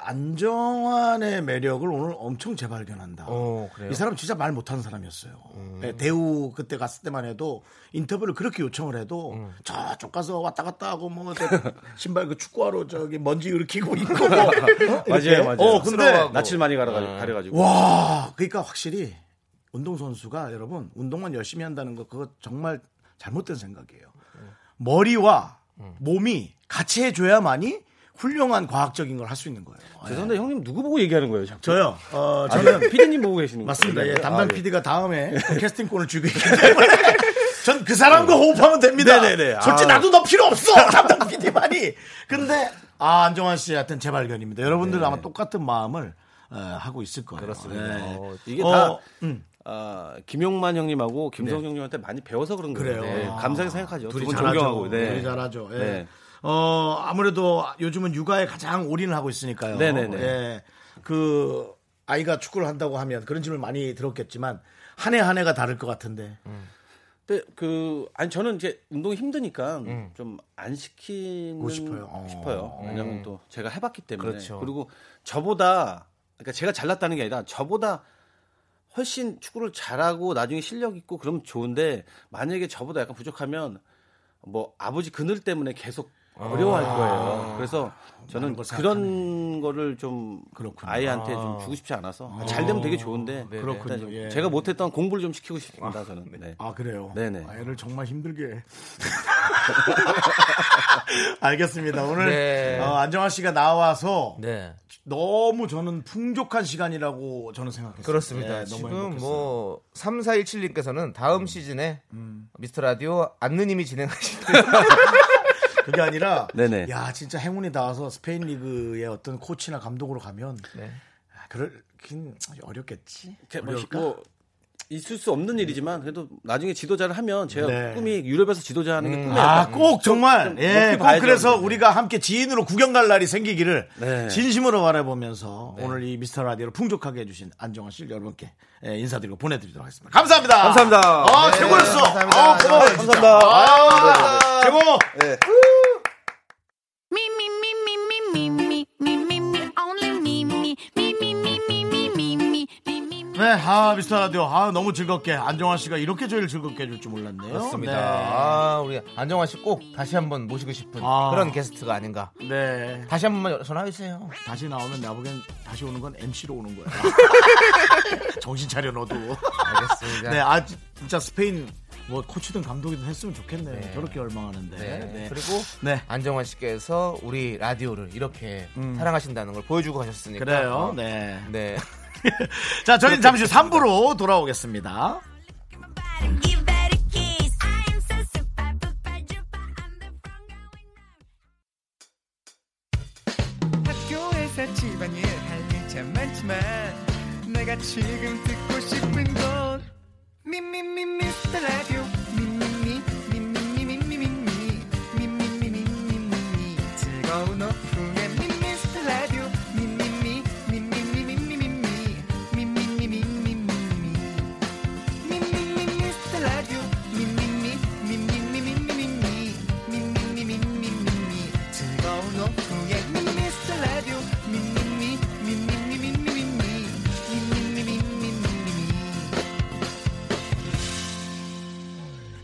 Speaker 1: 안정환의 매력을 오늘 엄청 재발견한다.
Speaker 2: 오, 어, 그래요? 음.
Speaker 1: 이 사람 진짜 말 못하는 사람이었어요. 네, 대우 그때 갔을 때만 해도 인터뷰를 그렇게 요청을 해도
Speaker 2: 음.
Speaker 1: 저쪽 가서 왔다 갔다 하고 뭐 이제 신발 그 축구하러 저기 먼지 일으키고 있고 뭐. 어? 이렇게.
Speaker 6: 맞아요, 맞아요.
Speaker 1: 어, 근데
Speaker 2: 쓰러워하고.
Speaker 6: 낯을 많이 가려,
Speaker 2: 아.
Speaker 6: 가려가지고.
Speaker 1: 와, 그러니까 확실히 운동선수가 여러분 운동만 열심히 한다는 거 그거 정말 잘못된 생각이에요.
Speaker 2: 음.
Speaker 1: 머리와 몸이 같이 해줘야만이 훌륭한 과학적인 걸 할 수 있는 아, 거예요.
Speaker 6: 죄송한데 형님 누구 보고 얘기하는 거예요, 자꾸?
Speaker 1: 저요,
Speaker 2: 아,
Speaker 1: 어, 저는
Speaker 6: 저는 피디님 보고 계시는 거예요.
Speaker 1: 맞습니다. 예,
Speaker 6: 아,
Speaker 1: 담당
Speaker 6: 예.
Speaker 1: PD가 다음에 캐스팅권을 주고 있기 때문에 전 그 사람과 호흡하면 됩니다.
Speaker 6: 네네네.
Speaker 1: 솔직히
Speaker 6: 아.
Speaker 1: 나도 너 필요 없어. 담당 PD만이. 근데 아, 안정환 씨의 하여튼 재발견입니다.
Speaker 6: 네.
Speaker 1: 여러분들 아마 똑같은 마음을 어, 하고 있을 거예요. 그렇습니다.
Speaker 6: 어, 이게
Speaker 1: 어,
Speaker 6: 다 아, 김용만 형님하고 김성 형님한테 많이 배워서 그런
Speaker 1: 네.
Speaker 6: 거예요.
Speaker 1: 그래요.
Speaker 6: 네,
Speaker 1: 아.
Speaker 6: 감사하게 생각하죠.
Speaker 1: 둘이
Speaker 6: 두분
Speaker 1: 잘하죠.
Speaker 6: 존경하고. 네.
Speaker 1: 둘이 잘하죠. 예.
Speaker 6: 네.
Speaker 1: 어, 아무래도 요즘은 육아에 가장 올인을 하고 있으니까요.
Speaker 6: 네네네.
Speaker 1: 예. 그 아이가 축구를 한다고 하면 그런 질문 많이 들었겠지만 한 해 한 해가 다를 것 같은데.
Speaker 6: 근데 그 아니 저는 이제 운동이 힘드니까 좀 안 시키고
Speaker 1: 음. 싶어요. 어.
Speaker 6: 왜냐면 또 제가 해봤기 때문에.
Speaker 2: 그렇죠.
Speaker 6: 그리고 저보다 그러니까 제가 잘났다는 게 아니라 저보다 훨씬 축구를 잘하고 나중에 실력 있고 그러면 좋은데 만약에 저보다 약간 부족하면 뭐 아버지 그늘 때문에 계속 어려워할 거예요. 그래서 저는
Speaker 1: 아. 걸
Speaker 6: 그런 거를 좀
Speaker 1: 그렇군요.
Speaker 6: 아이한테 좀 주고 싶지 않아서 잘 되면 되게 좋은데
Speaker 1: 그렇군요.
Speaker 6: 일단
Speaker 1: 예.
Speaker 6: 제가 못했던 공부를 좀 시키고 싶습니다. 저는. 네.
Speaker 1: 아 그래요.
Speaker 6: 네네.
Speaker 1: 아이를 정말 힘들게. 해. 알겠습니다. 오늘
Speaker 2: 네.
Speaker 1: 어, 안정환 씨가 나와서
Speaker 2: 네.
Speaker 1: 너무 저는 풍족한 시간이라고 저는 생각했어요.
Speaker 2: 그렇습니다.
Speaker 1: 예, 너무
Speaker 2: 지금
Speaker 1: 행복했어요.
Speaker 2: 뭐 3417님께서는 다음 시즌에 미스터 라디오 안느님이 진행하실
Speaker 1: 그게 아니라
Speaker 6: 네네.
Speaker 1: 야 진짜 행운이 닿아서 스페인 리그의 어떤 코치나 감독으로 가면
Speaker 2: 네.
Speaker 1: 아, 그럴긴 어렵겠지.
Speaker 6: 이렇게 뭐,
Speaker 1: 어려울까?
Speaker 6: 뭐 있을 수 없는 일이지만 그래도 나중에 지도자를 하면 제가
Speaker 1: 네.
Speaker 6: 꿈이 유럽에서 지도자하는 게 꿈이에요.
Speaker 2: 음.
Speaker 1: 아, 꼭 정말 예,
Speaker 6: 높이
Speaker 1: 꼭
Speaker 6: 봐야죠.
Speaker 1: 그래서 우리가 함께 지인으로 구경 갈 날이 생기기를
Speaker 6: 네.
Speaker 1: 진심으로 바라보면서
Speaker 2: 네.
Speaker 1: 오늘 이 미스터 라디오를 풍족하게 해주신 안정환 씨 여러분께 예, 인사드리고 보내드리도록 하겠습니다. 감사합니다.
Speaker 6: 감사합니다. 네,
Speaker 1: 아,
Speaker 2: 네,
Speaker 1: 최고였어.
Speaker 2: 감사합니다.
Speaker 1: 아, 고마워요. 진짜.
Speaker 6: 감사합니다.
Speaker 1: 아, 최고.
Speaker 3: Me, me, me, me, me, me, me, me, me, me, only me, me, me, me, me, me, me, me, me, me, me, me.
Speaker 1: 네, 아, 미스터 라디오. 아, 너무 즐겁게. 안정환 씨가 이렇게 저희를 즐겁게 해줄 줄 몰랐네요.
Speaker 2: 그렇습니다.
Speaker 1: 네.
Speaker 2: 아, 우리 안정환 씨 꼭 다시 한번 모시고 싶은
Speaker 1: 아.
Speaker 2: 그런 게스트가 아닌가.
Speaker 1: 네.
Speaker 2: 다시 한 번만 전화해주세요.
Speaker 1: 다시 나오면 나보기엔 다시 오는 건 MC로 오는 거야. 정신 차려 너도.
Speaker 2: 알겠습니다.
Speaker 1: 네, 아 지- 진짜 스페인 뭐 코치든 감독이든 했으면 좋겠네. 요 저렇게 열망하는데.
Speaker 2: 네.
Speaker 1: 네.
Speaker 2: 그리고 아,
Speaker 1: 네.
Speaker 2: 안정환 씨께서 우리 라디오를 이렇게 사랑하신다는 걸 보여주고
Speaker 1: 음.
Speaker 2: 가셨으니까.
Speaker 1: 그래요.
Speaker 2: 어,
Speaker 1: 네.
Speaker 2: 네.
Speaker 1: 자, 저희는 잠시 후 3부로 돌아오겠습니다.
Speaker 3: Give that a kiss. I am so super, super duper. I'm the front girl.
Speaker 8: 집안일 할 일 참 많지만 내가 지금 듣고 싶은 건 미미미 미스터 라디오 미미미 미미미 미미미 미미미 미미미 즐거운 오후에 미스터 라디오 미미미 미미미 미미미 미미미 미미미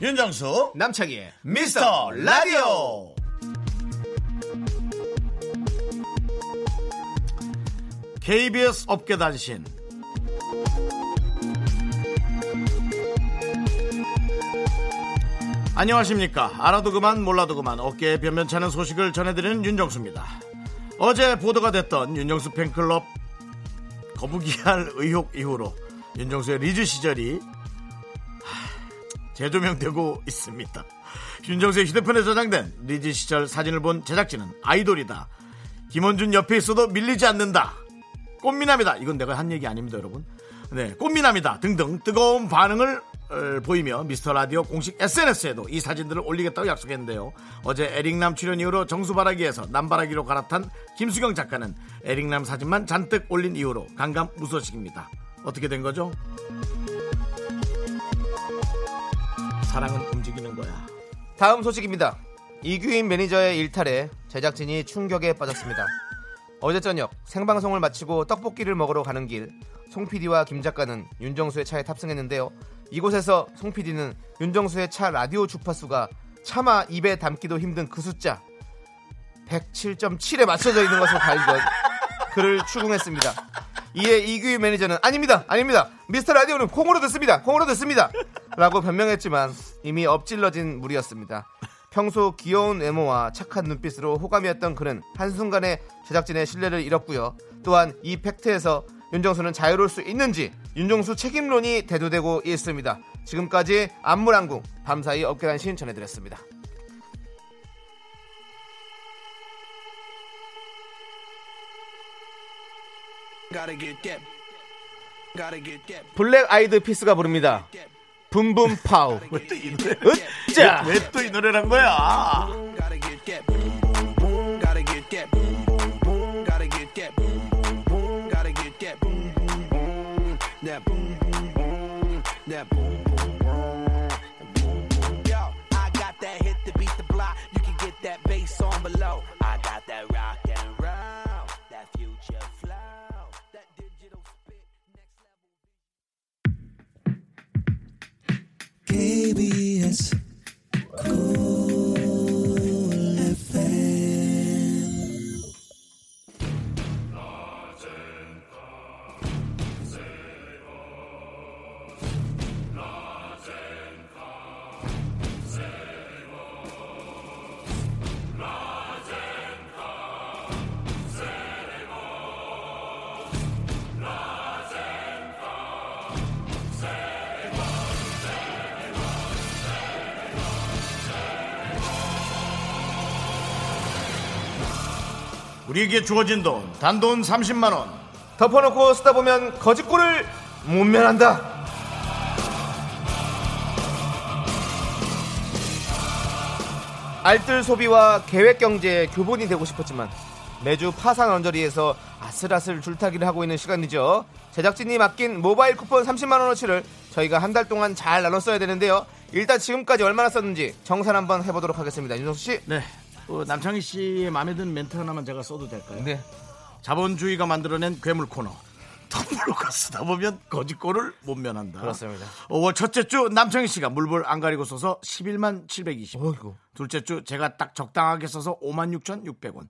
Speaker 1: 윤정수
Speaker 2: 남창희의
Speaker 1: 미스터 라디오 KBS 업계 단신 안녕하십니까 알아도 그만 몰라도 그만 어깨에 변변찮은 소식을 전해드리는 윤정수입니다 어제 보도가 됐던 윤정수 팬클럽 거북이알 의혹 이후로 윤정수의 리즈 시절이 재조명되고 있습니다. 윤정수의 휴대폰에 저장된 리즈 시절 사진을 본 제작진은 아이돌이다. 김원준 옆에 있어도 밀리지 않는다. 꽃미남이다. 이건 내가 한 얘기 아닙니다, 여러분. 네, 꽃미남이다. 등등 뜨거운 반응을 어, 보이며 미스터 라디오 공식 SNS에도 이 사진들을 올리겠다고 약속했는데요. 어제 에릭남 출연 이후로 정수바라기에서 남바라기로 갈아탄 김수경 작가는 에릭남 사진만 잔뜩 올린 이후로 강감 무소식입니다. 어떻게 된 거죠? 사랑은 움직이는 거야.
Speaker 2: 다음 소식입니다. 이규인 매니저의 일탈에 제작진이 충격에 빠졌습니다. 어제 저녁 생방송을 마치고 떡볶이를 먹으러 가는 길, 송 PD와 김 작가는 윤정수의 차에 탑승했는데요. 이곳에서 송 PD는 윤정수의 차 라디오 주파수가 차마 입에 담기도 힘든 그 숫자 107.7에 맞춰져 있는 것을 발견, 그를 추궁했습니다. 이에 이규희 매니저는 아닙니다, 아닙니다. 미스터 라디오는 콩으로 듣습니다, 콩으로 듣습니다. 라고 변명했지만 이미 엎질러진 물이었습니다. 평소 귀여운 외모와 착한 눈빛으로 호감이었던 그는 한순간에 제작진의 신뢰를 잃었고요. 또한 이 팩트에서 윤정수는 자유로울 수 있는지 윤정수 책임론이 대두되고 있습니다. 지금까지 안물안궁 밤사이 업계단신 전해드렸습니다. 블랙 아이드 피스가 부릅니다. 붐붐 파우. 으짜.
Speaker 1: 왜 또 이 노래를 한 거야?
Speaker 8: KBS 쿨 FM
Speaker 1: 우리에게 주어진 돈, 단돈 30만원.
Speaker 2: 덮어놓고 쓰다 보면 거짓골을 못 면한다. 알뜰 소비와 계획 경제의 교본이 되고 싶었지만 매주 파산 언저리에서 아슬아슬 줄타기를 하고 있는 시간이죠. 제작진이 맡긴 모바일 쿠폰 30만 원어치를 저희가 한 달 동안 잘 나눠 써야 되는데요. 일단 지금까지 얼마나 썼는지 정산 한번 해보도록 하겠습니다. 윤정수 씨.
Speaker 1: 네. 어, 남창희 씨의 마음에 드는 멘트 하나만 제가 써도 될까요?
Speaker 2: 네.
Speaker 1: 자본주의가 만들어낸 괴물 코너. 텀블러가 쓰다 보면 거짓골을 못 면한다.
Speaker 2: 그렇습니다.
Speaker 1: 5월 첫째 주 남창희 씨가 물불 안 가리고 써서 11만 720.
Speaker 2: 뭐 어이구.
Speaker 1: 둘째 주 제가 딱 적당하게 써서 5만 6,600원.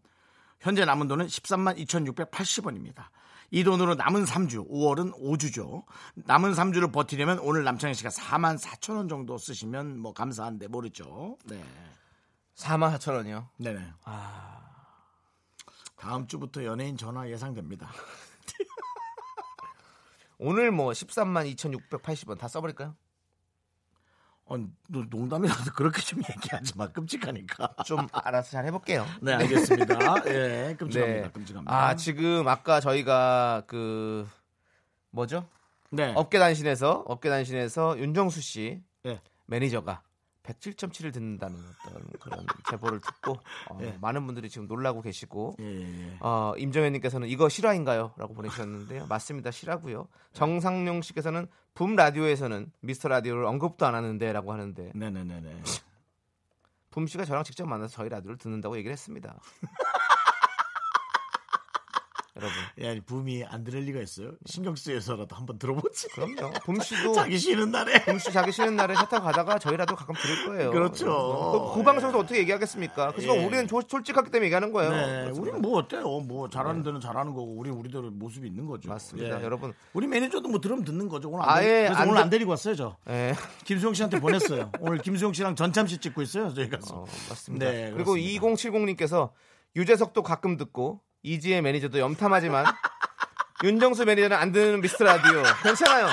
Speaker 1: 현재 남은 돈은 13만 2,680원입니다. 이 돈으로 남은 3주, 5월은 5주죠. 남은 3주를 버티려면 오늘 남창희 씨가 4만 4천 원 정도 쓰시면 뭐 감사한데 모르죠. 네.
Speaker 2: 4만 4천 원이요.
Speaker 1: 네네.
Speaker 2: 아.
Speaker 1: 다음 주부터 연예인 전화 예상됩니다.
Speaker 2: 오늘 뭐 13만 2,680원 다 써버릴까요?
Speaker 1: 아니, 너 어, 농담이라도 그렇게 좀 얘기하지 마. 끔찍하니까.
Speaker 2: 좀 알아서 잘 해볼게요.
Speaker 1: 네, 알겠습니다. 예, 끔찍합니다. 끔찍합니다.
Speaker 2: 아 지금 아까 저희가 그 뭐죠?
Speaker 1: 네.
Speaker 2: 업계 단신에서 업계 단신에서 윤정수 씨
Speaker 1: 예.
Speaker 2: 매니저가 107.7을 듣는다는 어떤 그런 제보를 듣고 어,
Speaker 1: 예.
Speaker 2: 많은 분들이 지금 놀라고 계시고
Speaker 1: 예, 예.
Speaker 2: 어, 임정현님께서는 이거 실화인가요?라고 보내주셨는데요. 맞습니다, 실화고요.
Speaker 1: 네.
Speaker 2: 정상용 씨께서는 붐 라디오에서는 미스터 라디오를 언급도 안 하는데라고 하는데
Speaker 1: 네네네네.
Speaker 2: 붐 씨가 저랑 직접 만나서 저희 라디오를 듣는다고 얘기를 했습니다. 여러분,
Speaker 1: 예, 아니, 붐이 안 들을 리가 있어요. 신경 쓰여서라도 한번 들어보지.
Speaker 2: 그럼요. 붐 씨도
Speaker 1: 자기 쉬는 날에.
Speaker 2: 붐씨 자기 쉬는 날에 차 타고 가다가 저희라도 가끔 들을 거예요.
Speaker 1: 그렇죠.
Speaker 2: 여러분. 그, 그 방송에서 어떻게 얘기하겠습니까? 그지만
Speaker 1: 예.
Speaker 2: 우리는 조- 솔직하기 때문에 얘기하는 거예요.
Speaker 1: 네,
Speaker 2: 그렇습니다. 네.
Speaker 1: 우리 뭐 어때요? 뭐 잘하는 데는 잘하는 거고, 우리 우리대로 모습이 있는 거죠.
Speaker 2: 맞습니다,
Speaker 1: 예.
Speaker 2: 여러분.
Speaker 1: 우리 매니저도 뭐 들으면 듣는 거죠. 오늘 안
Speaker 2: 아예
Speaker 1: 데리- 그래서
Speaker 2: 안
Speaker 1: 오늘
Speaker 2: 듣-
Speaker 1: 안 데리고 왔어요, 저.
Speaker 2: 예.
Speaker 1: 김수영 씨한테 보냈어요. 오늘 김수영 씨랑 전참시 찍고 있어요, 저희 가서.
Speaker 2: 어, 맞습니다.
Speaker 1: 네,
Speaker 2: 그리고
Speaker 1: 그렇습니다.
Speaker 2: 2070님께서 유재석도 가끔 듣고 이지혜 매니저도 염탐하지만 윤정수 매니저는 안 듣는 미스터 라디오 괜찮아요.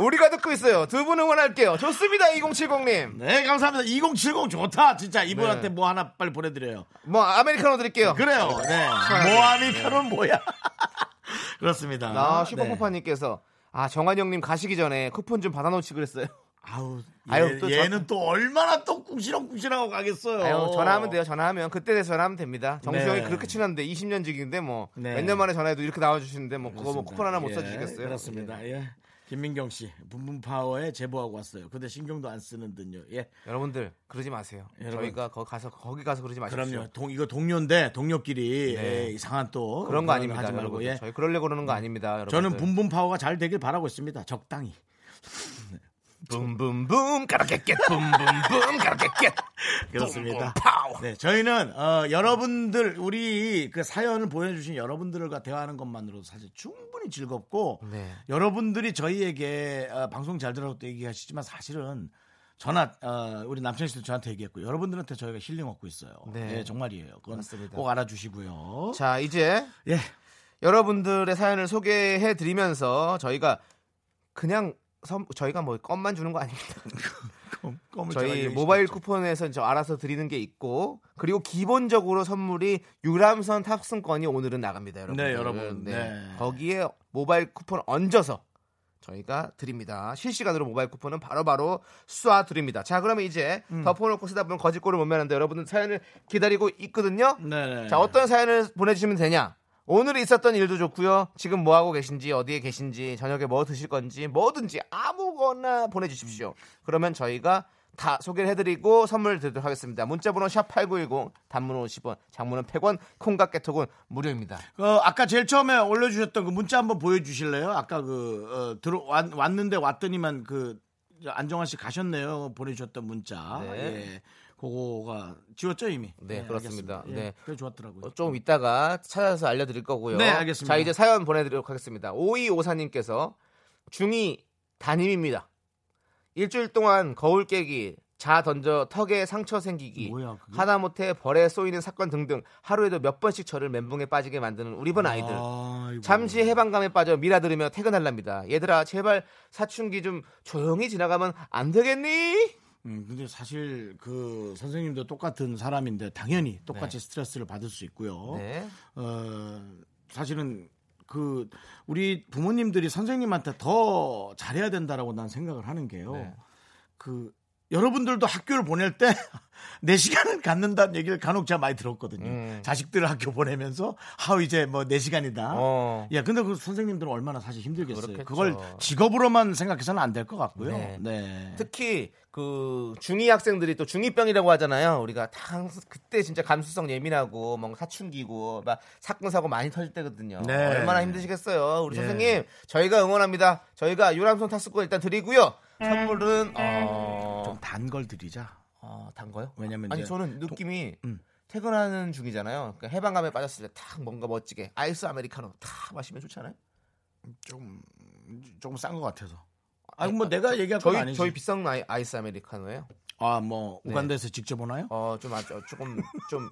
Speaker 2: 우리가 듣고 있어요. 두 분 응원할게요. 좋습니다, 2070님.
Speaker 1: 네, 감사합니다. 2070 좋다. 진짜 이분한테
Speaker 2: 네.
Speaker 1: 뭐 하나 빨리 보내드려요.
Speaker 2: 뭐 아메리카노 드릴게요.
Speaker 1: 그래요. 네. 뭐하니 편은 뭐야. 그렇습니다.
Speaker 2: 나
Speaker 1: 네.
Speaker 2: 아, 슈퍼파파님께서 아 정한 형님 가시기 전에 쿠폰 좀 받아놓지 그랬어요.
Speaker 1: 아우, 얘,
Speaker 2: 아유, 또 전-
Speaker 1: 얘는 또 얼마나 또 궁시렁궁시렁하고 가겠어요.
Speaker 2: 아유, 전화하면 돼요. 전화하면 그때 돼서 전화하면 됩니다. 정수
Speaker 1: 네.
Speaker 2: 형이 그렇게 친한데 20년 직인데 뭐 몇
Speaker 1: 네.
Speaker 2: 년 만에 전화해도 이렇게 나와주시는데 뭐 그거 뭐 쿠폰 하나 못
Speaker 1: 예,
Speaker 2: 써주시겠어요?
Speaker 1: 그렇습니다. 예. 김민경 씨, 분분 파워에 제보하고 왔어요. 근데 신경도 안 쓰는 듯요. 예.
Speaker 2: 예. 여러분들 그러지 마세요.
Speaker 1: 여러분.
Speaker 2: 저희가 거기 가서 거기 가서 그러지 마십시오.
Speaker 1: 그럼요. 동, 이거 동료인데 동료끼리 예, 이상한 또
Speaker 2: 네. 그런 거 아닙니다.
Speaker 1: 하지 말고
Speaker 2: 여러분들.
Speaker 1: 예.
Speaker 2: 저희 그러려고 그러는 거 아닙니다. 여러분들.
Speaker 1: 저는 분분 파워가 잘 되길 바라고 있습니다. 적당히.
Speaker 2: 붐붐붐 가라켓켓 붐붐붐 가라켓켓
Speaker 1: 그렇습니다. 네, 저희는 어, 여러분들 우리 그 사연을 보내주신 여러분들과 대화하는 것만으로도 사실 충분히 즐겁고
Speaker 2: 네.
Speaker 1: 여러분들이 저희에게 어, 방송 잘 들었다고 얘기하시지만 사실은 전화 어, 우리 남편 씨도 저한테 얘기했고 여러분들한테 저희가 힐링 얻고 있어요.
Speaker 2: 네.
Speaker 1: 네, 정말이에요. 그건
Speaker 2: 맞습니다.
Speaker 1: 꼭 알아주시고요.
Speaker 2: 자 이제
Speaker 1: 예,
Speaker 2: 여러분들의 사연을 소개해 드리면서 저희가 그냥 선- 저희가 뭐 껌만 주는 거 아닙니다.
Speaker 1: 껌- 껌을 제가
Speaker 2: 저희
Speaker 1: 얘기해
Speaker 2: 모바일
Speaker 1: 주십시오.
Speaker 2: 쿠폰에서 저 알아서 드리는 게 있고 그리고 기본적으로 선물이 유람선 탑승권이 오늘은 나갑니다, 여러분.
Speaker 1: 네, 여러분. 네.
Speaker 2: 거기에 모바일 쿠폰 얹어서 저희가 드립니다. 실시간으로 모바일 쿠폰은 바로바로 쏴 드립니다. 자, 그러면 이제
Speaker 1: 음.
Speaker 2: 덮어놓고 쓰다 보면 거짓골을 못 매는데 여러분들 사연을 기다리고 있거든요.
Speaker 1: 네, 네.
Speaker 2: 자, 어떤 사연을 보내주시면 되냐? 오늘 있었던 일도 좋고요. 지금 뭐 하고 계신지, 어디에 계신지, 저녁에 뭐 드실 건지, 뭐든지 아무거나 보내주십시오. 그러면 저희가 다 소개를 해드리고 선물 드리도록 하겠습니다. 문자번호 샵 #8910 단문은 50원, 장문은 100원, 콩과 깨톡은 무료입니다.
Speaker 1: 그 아까 제일 처음에 올려주셨던 그 문자 한번 보여주실래요? 아까 그 어, 들어 왔, 왔는데 왔더니만 그 안정환 씨 가셨네요 보내주셨던 문자.
Speaker 2: 네.
Speaker 1: 예. 그거가 지웠죠 이미. 예,
Speaker 2: 네, 그렇습니다.
Speaker 1: 알겠습니다.
Speaker 2: 네.
Speaker 1: 그게 좋았더라고요.
Speaker 2: 어, 좀 이따가 찾아서 알려드릴 거고요.
Speaker 1: 네, 알겠습니다.
Speaker 2: 자, 이제 사연 보내드리도록 하겠습니다. 5254님께서 중2 담임입니다. 일주일 동안 거울 깨기, 자 던져 턱에 상처 생기기,
Speaker 1: 뭐야, 그게?
Speaker 2: 하다못해 벌에 쏘이는 사건 등등 하루에도 몇 번씩 저를 멘붕에 빠지게 만드는 우리 반 아이들.
Speaker 1: 아이고. 뭐.
Speaker 2: 잠시 해방감에 빠져 미라 들으며 퇴근하랍니다. 얘들아, 제발 사춘기 좀 조용히 지나가면 안 되겠니?
Speaker 1: 음, 근데 사실 그 선생님도 똑같은 사람인데 당연히 똑같이 스트레스를 받을 수 있고요.
Speaker 2: 네.
Speaker 1: 어, 사실은 그 우리 부모님들이 선생님한테 더 잘해야 된다라고 난 생각을 하는 게요.
Speaker 2: 네.
Speaker 1: 그 여러분들도 학교를 보낼 때 내 시간을 갖는다는 얘기를 간혹 제가 많이 들었거든요.
Speaker 2: 음.
Speaker 1: 자식들을 학교 보내면서 하 이제 뭐 내 시간이다.
Speaker 2: 어.
Speaker 1: 야, 근데 그 선생님들은 얼마나 사실 힘들겠어요.
Speaker 2: 그렇겠죠.
Speaker 1: 그걸 직업으로만 생각해서는 안 될 것 같고요.
Speaker 2: 네.
Speaker 1: 네.
Speaker 2: 특히 그 중2 학생들이 또 중2병이라고 하잖아요. 우리가 다 항상 그때 진짜 감수성 예민하고 뭔가 사춘기고 막 사건 사고 많이 터질 때거든요.
Speaker 1: 네.
Speaker 2: 얼마나 힘드시겠어요. 우리
Speaker 1: 예.
Speaker 2: 선생님 저희가 응원합니다. 저희가 유람선 탑승권 일단 드리고요. 선물은 어,
Speaker 1: 좀 단 걸 드리자.
Speaker 2: 어, 단 거요?
Speaker 1: 왜냐면
Speaker 2: 아니
Speaker 1: 이제 음.
Speaker 2: 저는 느낌이 퇴근하는 중이잖아요. 그러니까 해방감에 빠졌을 때 탁 뭔가 멋지게 아이스 아메리카노 탁 마시면 좋잖아요.
Speaker 1: 좀 조금 싼 것 같아서. 아, 뭐 내가 얘기할 건
Speaker 2: 저희
Speaker 1: 아니지.
Speaker 2: 저희 비싼 아이, 아이스 아메리카노예요.
Speaker 1: 아, 뭐 우간다에서 직접 오나요?
Speaker 2: 어, 좀 아주 조금 좀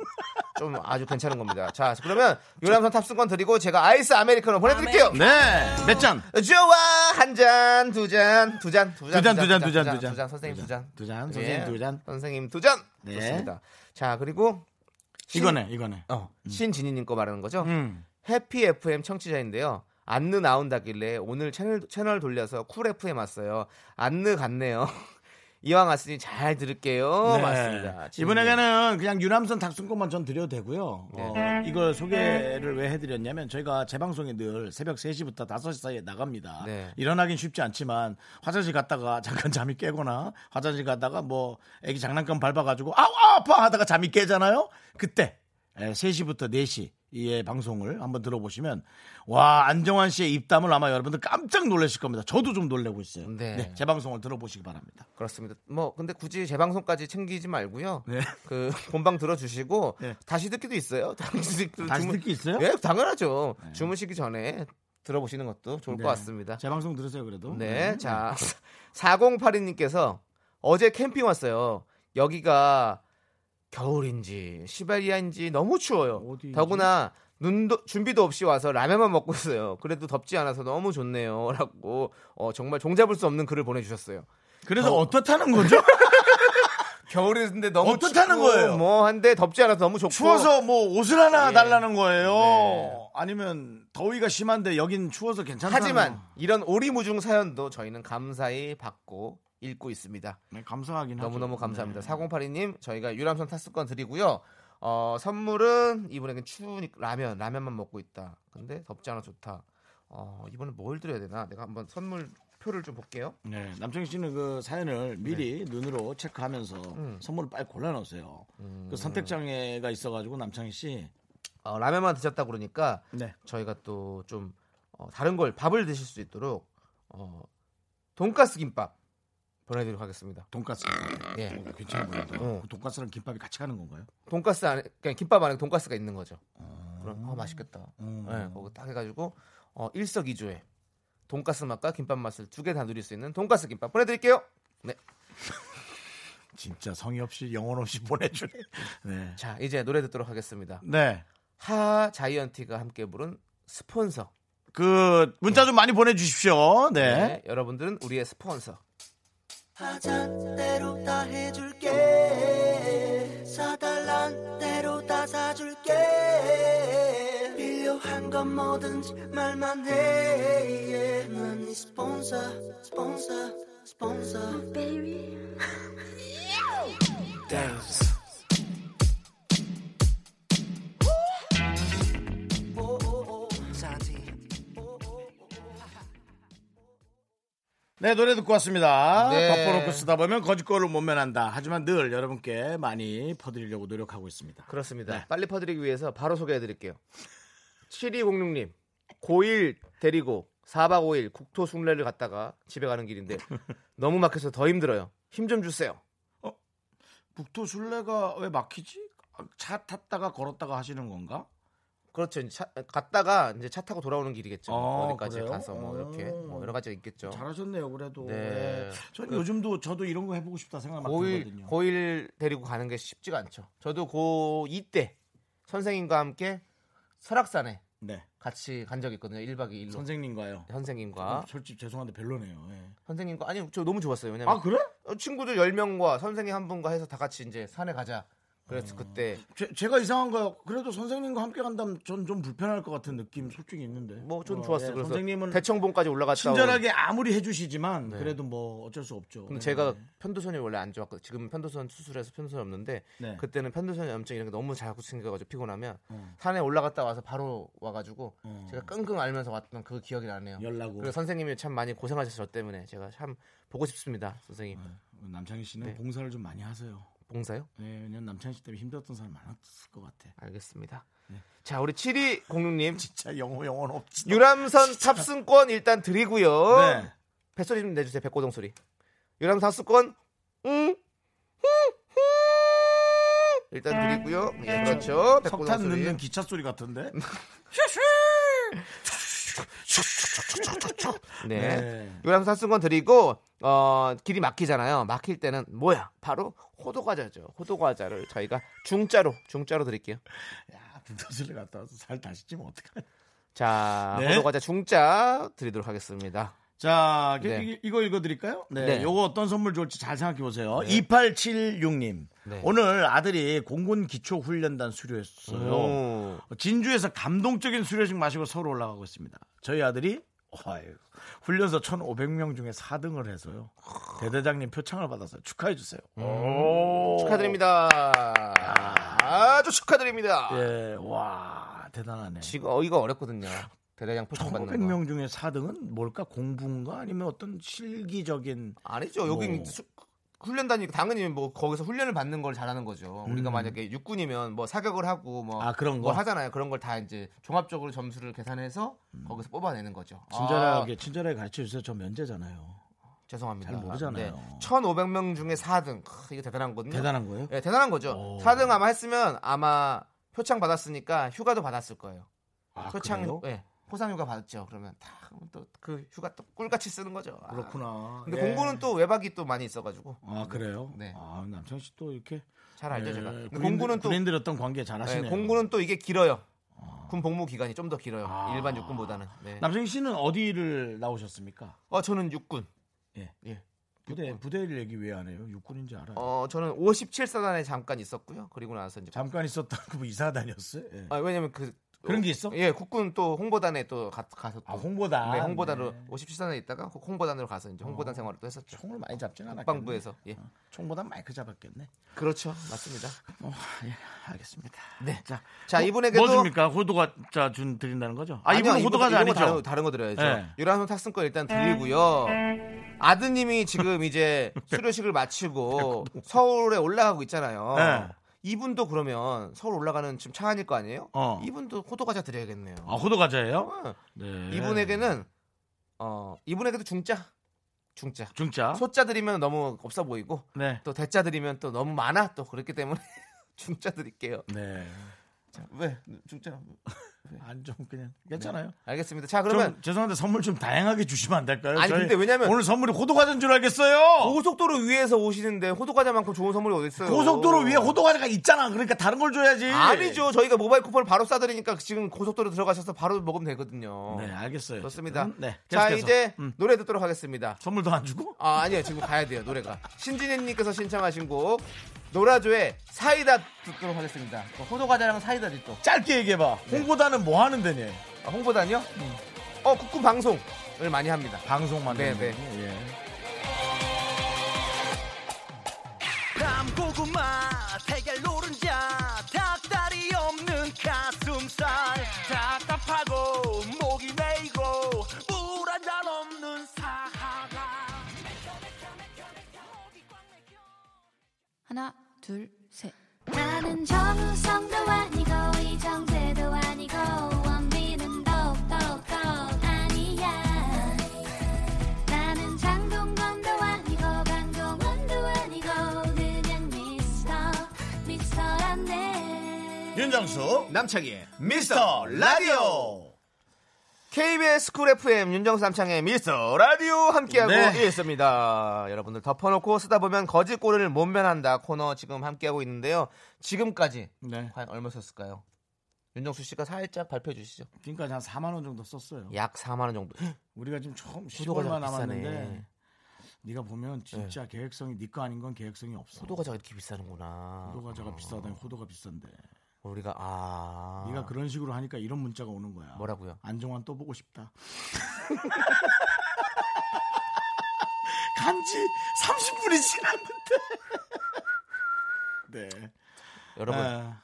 Speaker 2: 좀 아주 괜찮은 겁니다. 자, 그러면 요람선 탑승권 드리고 제가 아이스 아메리카노 보내드릴게요.
Speaker 1: 네. 몇 잔?
Speaker 2: 좋아 한 잔, 두 잔, 두 잔, 두
Speaker 1: 두
Speaker 2: 잔,
Speaker 1: 잔, 두 잔, 두 잔,
Speaker 2: 두 잔, 선생님 두 잔,
Speaker 1: 두 잔, 선생님
Speaker 2: 예.
Speaker 1: 두 잔.
Speaker 2: 선생님 두 잔.
Speaker 1: 네.
Speaker 2: 좋습니다. 자, 그리고
Speaker 1: 이거네, 이거네.
Speaker 2: 어, 신진희님 거 말하는 거죠?
Speaker 1: 음.
Speaker 2: 해피 FM 청취자인데요. 안느 나온다길래 오늘 채널, 채널 돌려서 쿨 FM 왔어요. 안느 갔네요. 이왕 왔으니 잘 들을게요.
Speaker 1: 네.
Speaker 2: 맞습니다.
Speaker 1: 이번에는 그냥 유람선 탑승권만 전 드려도 되고요.
Speaker 2: 네.
Speaker 1: 어, 이걸 소개를 왜 해드렸냐면 저희가 재방송이 늘 새벽 3시부터 5시 사이에 나갑니다.
Speaker 2: 네.
Speaker 1: 일어나긴 쉽지 않지만 화장실 갔다가 잠깐 잠이 깨거나 화장실 가다가 뭐 애기 장난감 밟아가지고 아우 아, 아파 하다가 잠이 깨잖아요. 그때 에, 3시부터 4시 의 방송을 한번 들어보시면 와 안정환 씨의 입담을 아마 여러분들 깜짝 놀라실 겁니다. 저도 좀 놀라고 있어요.
Speaker 2: 네.
Speaker 1: 네, 재방송을 들어보시기 바랍니다.
Speaker 2: 그렇습니다. 뭐 근데 굳이 재방송까지 챙기지 말고요.
Speaker 1: 네.
Speaker 2: 그 본방 들어주시고
Speaker 1: 네.
Speaker 2: 다시 듣기도 있어요. 다시 듣기
Speaker 1: 다시 듣기 있어요?
Speaker 2: 예, 당연하죠. 주무시기 전에 들어보시는 것도 좋을
Speaker 1: 네.
Speaker 2: 것 같습니다.
Speaker 1: 재방송 들으세요 그래도.
Speaker 2: 네, 자 4082님께서 어제 캠핑 왔어요. 여기가 겨울인지 시베리아인지 너무 추워요.
Speaker 1: 어디지?
Speaker 2: 더구나 눈도 준비도 없이 와서 라면만 먹고 있어요. 그래도 덥지 않아서 너무 좋네요.라고 어, 정말 종잡을 수 없는 글을 보내주셨어요.
Speaker 1: 그래서 어떻다는 거죠?
Speaker 2: 겨울인데 너무
Speaker 1: 어떻다는
Speaker 2: 춥고
Speaker 1: 거예요?
Speaker 2: 뭐 한데 덥지 않아서 너무 좋고
Speaker 1: 추워서 뭐 옷을 하나
Speaker 2: 예.
Speaker 1: 달라는 거예요.
Speaker 2: 네.
Speaker 1: 아니면 더위가 심한데 여긴 추워서 괜찮다.
Speaker 2: 하지만 이런 오리무중 사연도 저희는 감사히 받고 읽고 있습니다.
Speaker 1: 네, 감사하긴 하죠.
Speaker 2: 너무너무 감사합니다. 4082님 저희가 유람선 탑승권 드리고요. 어, 선물은 이분에게 추우니 라면 라면만 먹고 있다. 근데 덥지 않아 좋다. 어, 이번엔 뭘 드려야 되나? 내가 한번 선물 표를 좀 볼게요.
Speaker 1: 네. 네, 남청희 씨는 그 사연을
Speaker 2: 네.
Speaker 1: 미리 눈으로 체크하면서
Speaker 2: 음.
Speaker 1: 선물을 빨리 골라 넣으세요. 그 선택 장애가 있어가지고 남창희 씨.
Speaker 2: 어, 라면만 드셨다 그러니까
Speaker 1: 네.
Speaker 2: 저희가 또 좀 어, 다른 걸 밥을 드실 수 있도록 어, 돈가스 김밥 보내드리도록 하겠습니다.
Speaker 1: 돈가스.
Speaker 2: 예.
Speaker 1: 어, 괜찮아 보인다.
Speaker 2: 어.
Speaker 1: 그 돈가스랑 김밥이 같이 가는 건가요?
Speaker 2: 돈가스 안에 그냥 김밥 안에 돈가스가 있는 거죠. 그럼 어, 맛있겠다.
Speaker 1: 아. 음.
Speaker 2: 예, 거기 딱 해가지고 어, 일석이조에 돈가스 맛과 김밥 맛을 두 개 다 누릴 수 있는 돈가스 김밥 보내드릴게요. 네,
Speaker 1: 진짜 성의 없이 영혼 없이 보내주네. 네.
Speaker 2: 자 이제 노래 듣도록 하겠습니다.
Speaker 1: 네.
Speaker 2: 하 자이언티가 함께 부른 스폰서.
Speaker 1: 그 문자 좀 많이 보내주십시오.
Speaker 2: 네,
Speaker 1: 네.
Speaker 2: 여러분들은 우리의 스폰서.
Speaker 9: 하잔대로 다 해줄게 사달란 대로 다 사줄게 필요한 건 뭐든지 말만 예, 해난네 스폰서 스폰서 스폰서 오오오 사지
Speaker 1: 네 노래 듣고 왔습니다.
Speaker 2: 네.
Speaker 1: 덮어놓고 쓰다 보면 거짓거를 못 면한다. 하지만 늘 여러분께 많이 퍼드리려고 노력하고 있습니다.
Speaker 2: 그렇습니다.
Speaker 1: 네.
Speaker 2: 빨리 퍼드리기 위해서 바로 소개해드릴게요. 7206님, 고1 데리고 4박 5일 국토 순례를 갔다가 집에 가는 길인데 너무 막혀서 더 힘들어요. 힘 좀 주세요.
Speaker 1: 북토 순례가 왜 막히지? 차 탔다가 걸었다가 하시는 건가?
Speaker 2: 그렇죠. 이제 차- 갔다가 이제 차 타고 돌아오는 길이겠죠.
Speaker 1: 아,
Speaker 2: 어디까지
Speaker 1: 그래요?
Speaker 2: 가서 뭐 이렇게
Speaker 1: 어.
Speaker 2: 뭐 여러 가지가 있겠죠.
Speaker 1: 잘하셨네요 그래도.
Speaker 2: 네.
Speaker 1: 네. 전 요즘도 저도 이런 거 해보고 싶다 생각 막
Speaker 2: 고1,
Speaker 1: 들거든요.
Speaker 2: 고1 데리고 가는 게 쉽지가 않죠. 저도 고2 때 선생님과 함께 설악산에
Speaker 1: 네.
Speaker 2: 같이 간 적이 있거든요. 1박 2일로.
Speaker 1: 선생님과요. 어, 그렇죠.
Speaker 2: 선생님과
Speaker 1: 솔직히 죄송한데 아. 별로네요. 예.
Speaker 2: 선생님과 아니 저 너무 좋았어요. 왜냐면
Speaker 1: 아 그래?
Speaker 2: 어, 친구들 10명과 선생님 한 분과 해서 다 같이 이제 산에 가자.
Speaker 1: 음.
Speaker 2: 그래서 그때
Speaker 1: 제, 가 이상한가요? 그래도 선생님과 함께 간다면 전 좀 불편할 것 같은 느낌 솔직히 있는데.
Speaker 2: 뭐 좀
Speaker 1: 어,
Speaker 2: 좋았어요.
Speaker 1: 예,
Speaker 2: 그래서
Speaker 1: 선생님은
Speaker 2: 대청봉까지 올라갔다
Speaker 1: 친절하게 아무리 해주시지만 그래도 뭐 어쩔 수 없죠.
Speaker 2: 근데
Speaker 1: 네.
Speaker 2: 제가 편도선이 원래 안 좋았거든요. 지금 편도선 수술해서 편도선이 없는데
Speaker 1: 네.
Speaker 2: 그때는 편도선 염증 이런 게 너무 자꾸 생겨가지고 피곤하면
Speaker 1: 어.
Speaker 2: 산에 올라갔다 와서 바로 와가지고 제가 끙끙 앓면서 왔던 그 기억이 나네요.
Speaker 1: 열나고
Speaker 2: 그리고 선생님이 참 많이 고생하셨어요. 저 때문에 제가 참 보고 싶습니다. 선생님
Speaker 1: 네. 남창희 씨는
Speaker 2: 네.
Speaker 1: 봉사를 좀 많이 하세요.
Speaker 2: 봉사요?
Speaker 1: 네, 왜냐면 남창희 씨 때문에 힘들었던 사람 많았을 것 같아.
Speaker 2: 알겠습니다.
Speaker 1: 네.
Speaker 2: 자 우리 7위 공룡님
Speaker 1: 진짜 영어 영혼 없지.
Speaker 2: 유람선 탑승권 일단 드리고요.
Speaker 1: 네.
Speaker 2: 뱃소리 좀 내주세요. 백고동 소리. 유람선 탑승권 응. 일단 드리고요. 예, 그렇죠. 백고동
Speaker 1: 석탄
Speaker 2: 소리.
Speaker 1: 넣는 기차 소리 같은데.
Speaker 2: 네. 이걸 하면서 쓴 건 드리고 어, 길이 막히잖아요. 막힐 때는 뭐야? 바로 호두 과자죠. 호두 과자를 저희가 중짜로 중짜로 드릴게요.
Speaker 1: 야, 분도실에 갔다 와서 살 다시 찌면 어떡하냐.
Speaker 2: 자,
Speaker 1: 네.
Speaker 2: 호두 과자 중짜 드리도록 하겠습니다.
Speaker 1: 자, 이-
Speaker 2: 네.
Speaker 1: 이- 이거 읽어드릴까요? 네.
Speaker 2: 네.
Speaker 1: 요거 어떤 선물 좋을지 잘 생각해보세요. 2876님.
Speaker 2: 네.
Speaker 1: 오늘 아들이 공군 기초훈련단 수료했어요.
Speaker 2: 오.
Speaker 1: 진주에서 감동적인 수료식 마시고 서울 올라가고 있습니다. 저희 아들이 어휴, 훈련소 1,500명 중에 4등을 해서요. 대대장님 표창을 받았어요. 축하해주세요.
Speaker 2: 축하드립니다. 아주 축하드립니다.
Speaker 1: 예, 와, 대단하네.
Speaker 2: 지금 어, 이거 어렵거든요. 대대장 포착 받는 거.
Speaker 1: 1,500명 중에 4등은 뭘까? 공부인가? 아니면 어떤 실기적인
Speaker 2: 아니죠. 여기
Speaker 1: 뭐.
Speaker 2: 수- 훈련단이니까 당연히 뭐 거기서 훈련을 받는 걸 잘하는 거죠. 우리가 만약에 육군이면 뭐 사격을 하고
Speaker 1: 음.
Speaker 2: 뭐
Speaker 1: 아, 그런
Speaker 2: 뭐
Speaker 1: 거?
Speaker 2: 하잖아요. 그런 걸 다 이제 종합적으로 점수를 계산해서 거기서 뽑아내는 거죠.
Speaker 1: 음. 친절하게 친절하게 가르쳐 주세요. 저 면제잖아요.
Speaker 2: 아, 죄송합니다. 네.
Speaker 1: 잘 모르잖아요.
Speaker 2: 1,500명 중에 4등. 이거 대단한 거든요.
Speaker 1: 대단한 거예요? 어.
Speaker 2: 예, 대단한 거죠. 4등 아마 했으면 아마 표창 받았으니까 휴가도 받았을 거예요.
Speaker 1: 아,
Speaker 2: 표창
Speaker 1: 그래요?
Speaker 2: 예. 포상휴가 받았죠. 그러면 다또그 휴가 또 꿀같이 쓰는 거죠. 아.
Speaker 1: 그렇구나.
Speaker 2: 근데
Speaker 1: 예.
Speaker 2: 공부는 또 외박이 또 많이 있어가지고
Speaker 1: 아 그래요?
Speaker 2: 네.
Speaker 1: 아 남창 씨 또 이렇게
Speaker 2: 잘 알죠
Speaker 1: 예,
Speaker 2: 제가. 근데
Speaker 1: 군인들-
Speaker 2: 공부는 또
Speaker 1: 군인들 어떤 관계
Speaker 2: 네,
Speaker 1: 잘하시네요.
Speaker 2: 공군은 또 이게 길어요. 군 복무 기간이 좀 더 길어요.
Speaker 1: 아.
Speaker 2: 일반 육군보다는. 네.
Speaker 1: 남창 씨는 어디를 나오셨습니까?
Speaker 2: 어 저는 육군.
Speaker 1: 부대 부대를 얘기 왜 안 해요? 육군인지 알아요.
Speaker 2: 어 저는 57사단에 잠깐 있었고요. 그리고 나서 이제
Speaker 1: 잠깐 있었다 그 이사 다녔어요. 예.
Speaker 2: 아, 왜냐면 그
Speaker 1: 그런 게 있어?
Speaker 2: 예, 국군 또 홍보단에 또 가, 가서 또
Speaker 1: 아 홍보단.
Speaker 2: 네, 홍보단으로
Speaker 1: 네. 어.
Speaker 2: 57사단에 있다가 그 홍- 홍보단으로 가서 이제 홍보단 생활을 또 했었죠.
Speaker 1: 총을 많이 잡진 않았겠네. 어,
Speaker 2: 국방부에서 예.
Speaker 1: 총보단 마이크 잡았겠네.
Speaker 2: 그렇죠. 맞습니다.
Speaker 1: 어, 예, 알겠습니다.
Speaker 2: 네.
Speaker 1: 자,
Speaker 2: 자,
Speaker 1: 뭐-
Speaker 2: 이분에게도
Speaker 1: 뭐 줍니까? 호두가 자준 드린다는 거죠? 아,
Speaker 2: 아니요,
Speaker 1: 이분은
Speaker 2: 이분-
Speaker 1: 호두과자
Speaker 2: 이분은
Speaker 1: 아니죠?
Speaker 2: 다른, 다른 거 드려야죠.
Speaker 1: 네.
Speaker 2: 유람선 탑승 권 일단 드리고요. 아드님이 지금 이제
Speaker 1: 네.
Speaker 2: 수료식을 마치고 서울에 올라가고 있잖아요.
Speaker 1: 네.
Speaker 2: 이분도 그러면 서울 올라가는 지금 차 아닐 거 아니에요?
Speaker 1: 어.
Speaker 2: 이분도 호두 과자 드려야겠네요.
Speaker 1: 아, 호두과자예요?
Speaker 2: 어.
Speaker 1: 네.
Speaker 2: 이분에게는 어, 이분에게도 중짜, 중짜.
Speaker 1: 중짜.
Speaker 2: 소짜 드리면 너무 없어 보이고
Speaker 1: 네.
Speaker 2: 또 대짜 드리면 또 너무 많아 또 그렇기 때문에 중짜 드릴게요.
Speaker 1: 네.
Speaker 2: 자, 왜 중짜?
Speaker 1: 안 좀 그냥 괜찮아요.
Speaker 2: 알겠습니다. 자 네. 그러면
Speaker 1: 좀 죄송한데 선물 좀 다양하게 주시면 안 될까요?
Speaker 2: 아니, 근데 왜냐면-
Speaker 1: 오늘 선물이 호두과자인 줄 알겠어요.
Speaker 2: 고속도로 위에서 오시는데 호두과자만큼 좋은 선물이 어디 있어요?
Speaker 1: 고속도로 위에 호두과자가 있잖아. 그러니까 다른 걸 줘야지.
Speaker 2: 아니죠. 저희가 모바일 쿠폰을 바로 싸드리니까 지금 고속도로 들어가셔서 바로 먹으면 되거든요.
Speaker 1: 네, 알겠어요.
Speaker 2: 좋습니다.
Speaker 1: 음, 네.
Speaker 2: 자
Speaker 1: 계속해서.
Speaker 2: 이제
Speaker 1: 음.
Speaker 2: 노래 듣도록 하겠습니다.
Speaker 1: 선물도 안 주고?
Speaker 2: 아 아니요 지금 가야 돼요 노래가 신진혜님께서 신청하신 곡 노라조의 사이다 듣도록 하겠습니다. 어, 호두과자랑 사이다지 또 네.
Speaker 1: 짧게 얘기해봐. 홍보단은 뭐 하는 데니?
Speaker 2: 아, 홍보단요?
Speaker 1: 음.
Speaker 2: 어 국군 방송을 많이 합니다.
Speaker 1: 방송 만드는
Speaker 2: 네,
Speaker 1: 네, 네.
Speaker 9: 밤고구마 달걀 노른자 닭다리 없는 가슴살 답답하고 목이 메이고 물 한 잔 없는 사하라
Speaker 3: 하나, 둘, 셋. 나는 정우성도 아니고 이정재도 아니고 원빈은 더욱더 아니야 나는 장동건도 아니고 강동원도 아니고 그냥 미스터 미스터란데
Speaker 1: 윤정수
Speaker 2: 남창희의
Speaker 1: 미스터 라디오.
Speaker 2: KBS 쿨 FM 윤정수 남창의 미스터 라디오 함께하고
Speaker 1: 네.
Speaker 2: 있습니다. 여러분들 덮어놓고 쓰다 보면 거짓 꼬리를 못 면한다 코너 지금 함께하고 있는데요. 지금까지
Speaker 1: 네.
Speaker 2: 과연 얼마 썼을까요? 윤정수 씨가 살짝 발표해 주시죠.
Speaker 1: 지금까지 한 4만 원 정도 썼어요.
Speaker 2: 약 4만 원 정도.
Speaker 1: 우리가 지금 처음 10월만
Speaker 2: 예. 호두과자가
Speaker 1: 남았는데
Speaker 2: 비싸네.
Speaker 1: 네가 보면 진짜 계획성이 네 거 아닌 건 계획성이 없어.
Speaker 2: 호두과자가 이렇게 비싸는구나.
Speaker 1: 호두과자가
Speaker 2: 어,
Speaker 1: 비싸다니 호두가 비싼데.
Speaker 2: 우리가 아
Speaker 1: 네가 그런 식으로 하니까 이런 문자가 오는 거야.
Speaker 2: 뭐라고요?
Speaker 1: 안정환 또 보고 싶다. 간지 30분이 지났는데. 네.
Speaker 2: 여러분
Speaker 1: 아,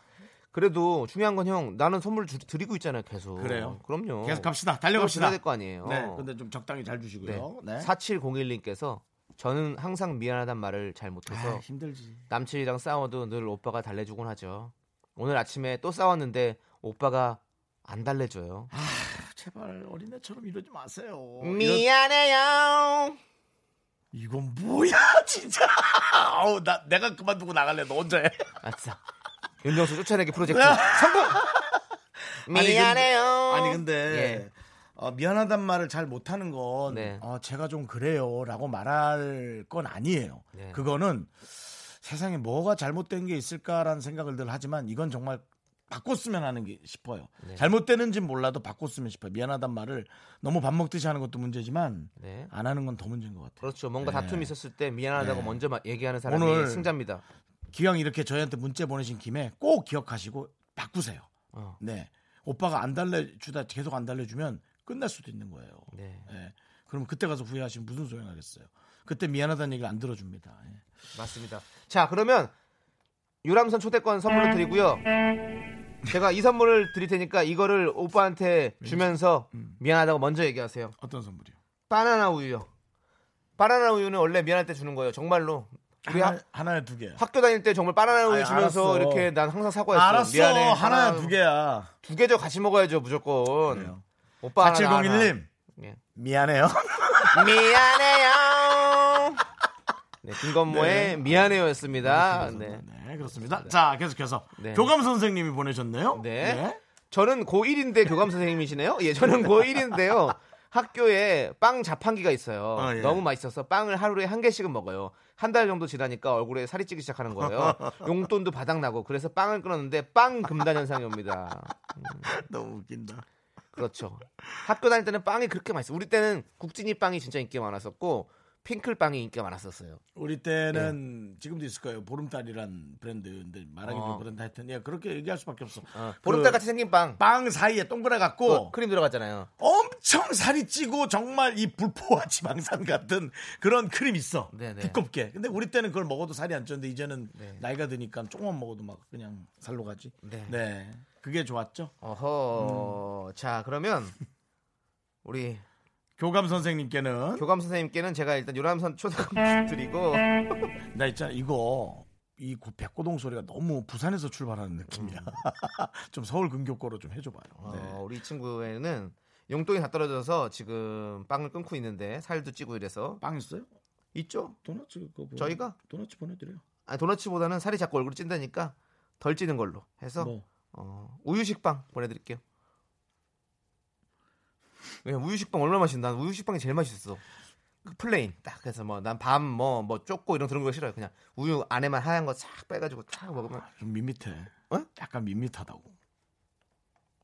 Speaker 2: 그래도 중요한 건 형 나는 선물 주- 드리고 있잖아요 계속.
Speaker 1: 그래요?
Speaker 2: 그럼요.
Speaker 1: 계속 갑시다. 달려갑시다.
Speaker 2: 어. 될거 아니에요.
Speaker 1: 네. 근데 좀 적당히 잘 주시고요. 네.
Speaker 2: 4701님께서 저는 항상 미안하단 말을 잘 못해서
Speaker 1: 아, 힘들지.
Speaker 2: 남친이랑 싸워도 늘 오빠가 달래주곤 하죠. 오늘 아침에 또 싸웠는데 오빠가 안 달래줘요.
Speaker 1: 제발 어린애처럼 이러지 마세요. 아, 뭐 이런-
Speaker 2: 미안해요.
Speaker 1: 이건 뭐야 진짜. 아우 나 내가 그만두고 나갈래. 너 혼자 해.
Speaker 2: 아싸. 윤정수 쫓아내기 프로젝트 성공.
Speaker 1: 근데-
Speaker 2: 미안해요.
Speaker 1: 아니 근데
Speaker 2: 어. 예.
Speaker 1: 어, 미안하단 말을 잘 못하는 건
Speaker 2: 네.
Speaker 1: 어, 제가 좀 그래요라고 말할 건 아니에요.
Speaker 2: 네.
Speaker 1: 그거는 세상에 뭐가 잘못된 게 있을까라는 생각을 늘 하지만 이건 정말 바꿨으면 하는 게 싶어요.
Speaker 2: 네.
Speaker 1: 잘못되는지 몰라도 바꿨으면 싶어요. 미안하단 말을 너무 밥 먹듯이 하는 것도 문제지만
Speaker 2: 네.
Speaker 1: 안 하는 건 더 문제인 것 같아요.
Speaker 2: 그렇죠. 뭔가 다툼이 있었을 때 미안하다고 먼저 마- 얘기하는 사람이
Speaker 1: 네. 오늘-
Speaker 2: 승자입니다.
Speaker 1: 기왕 이렇게 저희한테 문자 보내신 김에 꼭 기억하시고 바꾸세요.
Speaker 2: 어.
Speaker 1: 네. 오빠가 안 달래주다 계속 안 달래주면 끝날 수도 있는 거예요.
Speaker 2: 네.
Speaker 1: 예. 그럼 그때 가서 후회하시면 무슨 소용 하겠어요. 그때 미안하다는 얘기를 안 들어줍니다. 예.
Speaker 2: 맞습니다. 자, 그러면 유람선 초대권 선물로 드리고요. 제가 이 선물을 드릴 테니까 이거를 오빠한테 주면서 미안하다고 먼저 얘기하세요.
Speaker 1: 어떤 선물이요?
Speaker 2: 바나나 우유요. 바나나 우유는 원래 미안할 때 주는 거예요. 정말로. 우리
Speaker 1: 하나,
Speaker 2: 학-
Speaker 1: 하나에 두 개.
Speaker 2: 학교 다닐 때 정말 바나나 우유
Speaker 1: 아, 아니,
Speaker 2: 주면서
Speaker 1: 알았어.
Speaker 2: 이렇게 난 항상 사과했어.
Speaker 1: 아, 알았어.
Speaker 2: 미안해.
Speaker 1: 하나에
Speaker 2: 바나나
Speaker 1: 두 개야.
Speaker 2: 두 개죠. 같이 먹어야죠, 무조건.
Speaker 1: 그래요.
Speaker 2: 오빠 하나, 나 하나.
Speaker 1: 4701님.
Speaker 2: 예.
Speaker 1: 미안해요.
Speaker 2: 미안해요. 네, 김건모의 미안해요였습니다. 네.
Speaker 1: 네, 그렇습니다. 자, 계속해서
Speaker 2: 네.
Speaker 1: 교감 선생님이 보내셨네요.
Speaker 2: 네. 저는 고1인데 교감 선생님이시네요. 예, 저는 고1인데요. 학교에 빵 자판기가 있어요.
Speaker 1: 어, 예.
Speaker 2: 너무 맛있어서 빵을 하루에 한 개씩은 먹어요. 한 달 정도 지나니까 얼굴에 살이 찌기 시작하는 거예요. 용돈도 바닥나고 그래서 빵을 끊었는데 빵 금단 현상이 옵니다.
Speaker 1: 너무 웃긴다.
Speaker 2: 그렇죠. 학교 다닐 때는 빵이 그렇게 맛있어. 우리 때는 국진이 빵이 진짜 인기가 많았었고 핑클 빵이 인기가 많았었어요.
Speaker 1: 우리 때는 지금도 있을 거예요. 보름달이란 브랜드인데 말하기
Speaker 2: 어.
Speaker 1: 좀 그런다 하여튼 예, 그렇게 얘기할 수밖에 없어. 그
Speaker 2: 어, 보름달 같이 생긴 빵.
Speaker 1: 빵 사이에 동그래
Speaker 2: 그
Speaker 1: 갖고
Speaker 2: 크림 들어갔잖아요.
Speaker 1: 엄청 살이 찌고 정말 이 불포화 지방산 같은 그런 크림 있어.
Speaker 2: 네네.
Speaker 1: 두껍게. 근데 우리 때는 그걸 먹어도 살이 안 쪘는데 이제는
Speaker 2: 네.
Speaker 1: 나이가 드니까 조금만 먹어도 막 그냥 살로 가지.
Speaker 2: 네. 음.
Speaker 1: 그게 좋았죠.
Speaker 2: 어허. 자, 그러면 우리
Speaker 1: 교감 선생님께는
Speaker 2: 교감 선생님께는 제가 일단 요람선 초대권 드리고
Speaker 1: 나 있잖아 이거 이 고- 백고동 소리가 너무 부산에서 출발하는 느낌이야.
Speaker 2: 음.
Speaker 1: 좀 서울 근교거로 좀 해줘봐요.
Speaker 2: 어,
Speaker 1: 네.
Speaker 2: 우리 이 친구에는 용돈이 다 떨어져서 지금 빵을 끊고 있는데 살도 찌고 이래서
Speaker 1: 빵 있어요?
Speaker 2: 있죠.
Speaker 1: 도넛 그거 보내-
Speaker 2: 저희가?
Speaker 1: 도넛 보내드려요.
Speaker 2: 아, 도너츠보다는 살이 자꾸 얼굴이 찐다니까 덜 찌는 걸로 해서
Speaker 1: 뭐
Speaker 2: 어, 우유식 빵 보내드릴게요. 왜 우유식 빵 얼마나 맛있나? 난 우유식 빵이 제일 맛있어. 그 플레인 딱 그래서 뭐 난 밤 뭐 뭐 쫓고 이런 그런 거 싫어요. 그냥 우유 안에만 하얀 거 싹 빼가지고 딱 먹으면
Speaker 1: 좀 밋밋해.
Speaker 2: 어?
Speaker 1: 약간 밋밋하다고.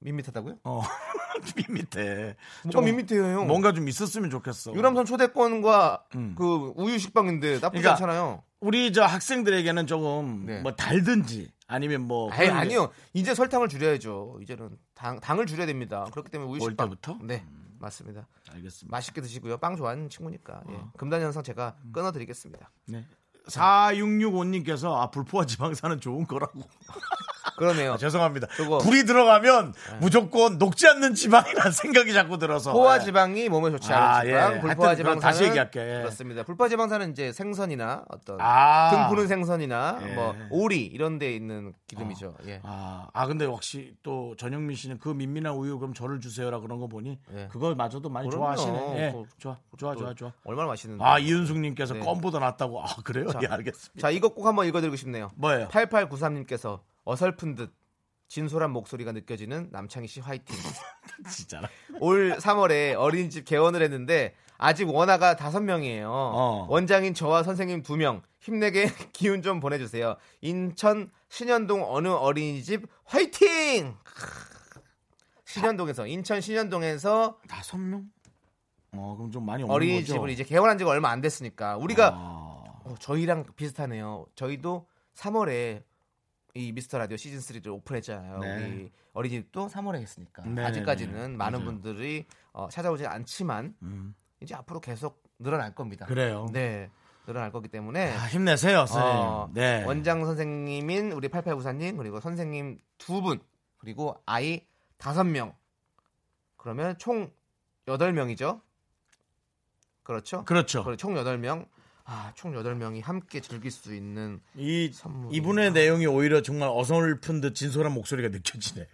Speaker 2: 밋밋하다고요?
Speaker 1: 어 밋밋해.
Speaker 2: 뭐가
Speaker 1: 좀
Speaker 2: 밋밋해요, 형?
Speaker 1: 뭔가 좀 있었으면 좋겠어.
Speaker 2: 유람선 초대권과
Speaker 1: 음.
Speaker 2: 그 우유식빵인데 나쁘지
Speaker 1: 그러니까
Speaker 2: 않잖아요.
Speaker 1: 우리 저 학생들에게는 조금
Speaker 2: 네.
Speaker 1: 뭐 달든지 아니면 뭐
Speaker 2: 아니,
Speaker 1: 그런 게-
Speaker 2: 아니요. 이제 설탕을 줄여야죠. 이제는 당, 당을 줄여야 됩니다. 그렇기 때문에
Speaker 1: 올
Speaker 2: 우유식빵.
Speaker 1: 때부터 음.
Speaker 2: 네, 맞습니다.
Speaker 1: 알겠습니다.
Speaker 2: 맛있게 드시고요. 빵 좋아하는 친구니까. 예.
Speaker 1: 어.
Speaker 2: 금단현상 제가
Speaker 1: 음.
Speaker 2: 끊어드리겠습니다.
Speaker 1: 네. 4665님께서 아 불포화 지방산은 좋은 거라고
Speaker 2: 그러네요.
Speaker 1: 아, 죄송합니다.
Speaker 2: 그거. 네.
Speaker 1: 불이 들어가면 무조건 녹지 않는 지방이라는 생각이 자꾸 들어서
Speaker 2: 포화
Speaker 1: 네.
Speaker 2: 지방이 몸에 좋지 않은
Speaker 1: 아,
Speaker 2: 지방,
Speaker 1: 예.
Speaker 2: 불포화
Speaker 1: 하여튼
Speaker 2: 지방
Speaker 1: 다시 얘기할게. 예.
Speaker 2: 그렇습니다. 불포화 지방산은 이제 생선이나 어떤
Speaker 1: 아.
Speaker 2: 등 부는 생선이나
Speaker 1: 예.
Speaker 2: 뭐 오리 이런 데 있는 기름이죠. 예.
Speaker 1: 아, 아 근데 역시 또 전영민 씨는 그 민민한 우유 그럼 저를 주세요라 그런 거 보니
Speaker 2: 예.
Speaker 1: 그걸 마저도 많이
Speaker 2: 그럼요.
Speaker 1: 좋아하시네. 예.
Speaker 2: 그-
Speaker 1: 좋아, 좋아,
Speaker 2: 또
Speaker 1: 좋아, 좋아.
Speaker 2: 얼마나 맛있는데.
Speaker 1: 아 이윤숙님께서
Speaker 2: 네.
Speaker 1: 껌보다 낫다고. 아 그래요?
Speaker 2: 자.
Speaker 1: 예, 알겠습니다.
Speaker 2: 자, 이거 꼭 한번 읽어드리고 싶네요.
Speaker 1: 뭐예요?
Speaker 2: 8893님께서 어설픈 듯 진솔한 목소리가 느껴지는 남창희 씨 화이팅.
Speaker 1: 진짜.
Speaker 2: 올 3월에 어린이집 개원을 했는데 아직 원아가 5명이에요.
Speaker 1: 어.
Speaker 2: 원장인 저와 선생님 2명. 힘내게 기운 좀 보내주세요. 인천 신현동 어느 어린이집 화이팅! 크으. 신현동에서 인천 신현동에서
Speaker 1: 다섯 명? 어 그럼 좀 많이 없는
Speaker 2: 어린이집을
Speaker 1: 거죠?
Speaker 2: 이제 개원한 지가 얼마 안 됐으니까 우리가
Speaker 1: 아,
Speaker 2: 어, 저희랑 비슷하네요. 저희도 3월에 이 미스터 라디오 시즌 3를 오픈했잖아요.
Speaker 1: 네.
Speaker 2: 우리 어린이집도 3월에 했으니까
Speaker 1: 네네네.
Speaker 2: 아직까지는 많은
Speaker 1: 맞아요.
Speaker 2: 분들이 어, 찾아오진 않지만
Speaker 1: 음.
Speaker 2: 이제 앞으로 계속 늘어날 겁니다.
Speaker 1: 그래요.
Speaker 2: 네, 늘어날 거기 때문에
Speaker 1: 아, 힘내세요, 선생님.
Speaker 2: 어,
Speaker 1: 네.
Speaker 2: 원장 선생님인 우리 8894님 그리고 선생님 두 분 그리고 아이 다섯 명 그러면 총 여덟 명이죠. 그렇죠.
Speaker 1: 그렇죠.
Speaker 2: 그래, 총 8명. 아, 총 8명이 함께 즐길 수 있는
Speaker 1: 이
Speaker 2: 선물이다.
Speaker 1: 이분의 내용이 오히려 정말 어설픈 듯 진솔한 목소리가 느껴지네요.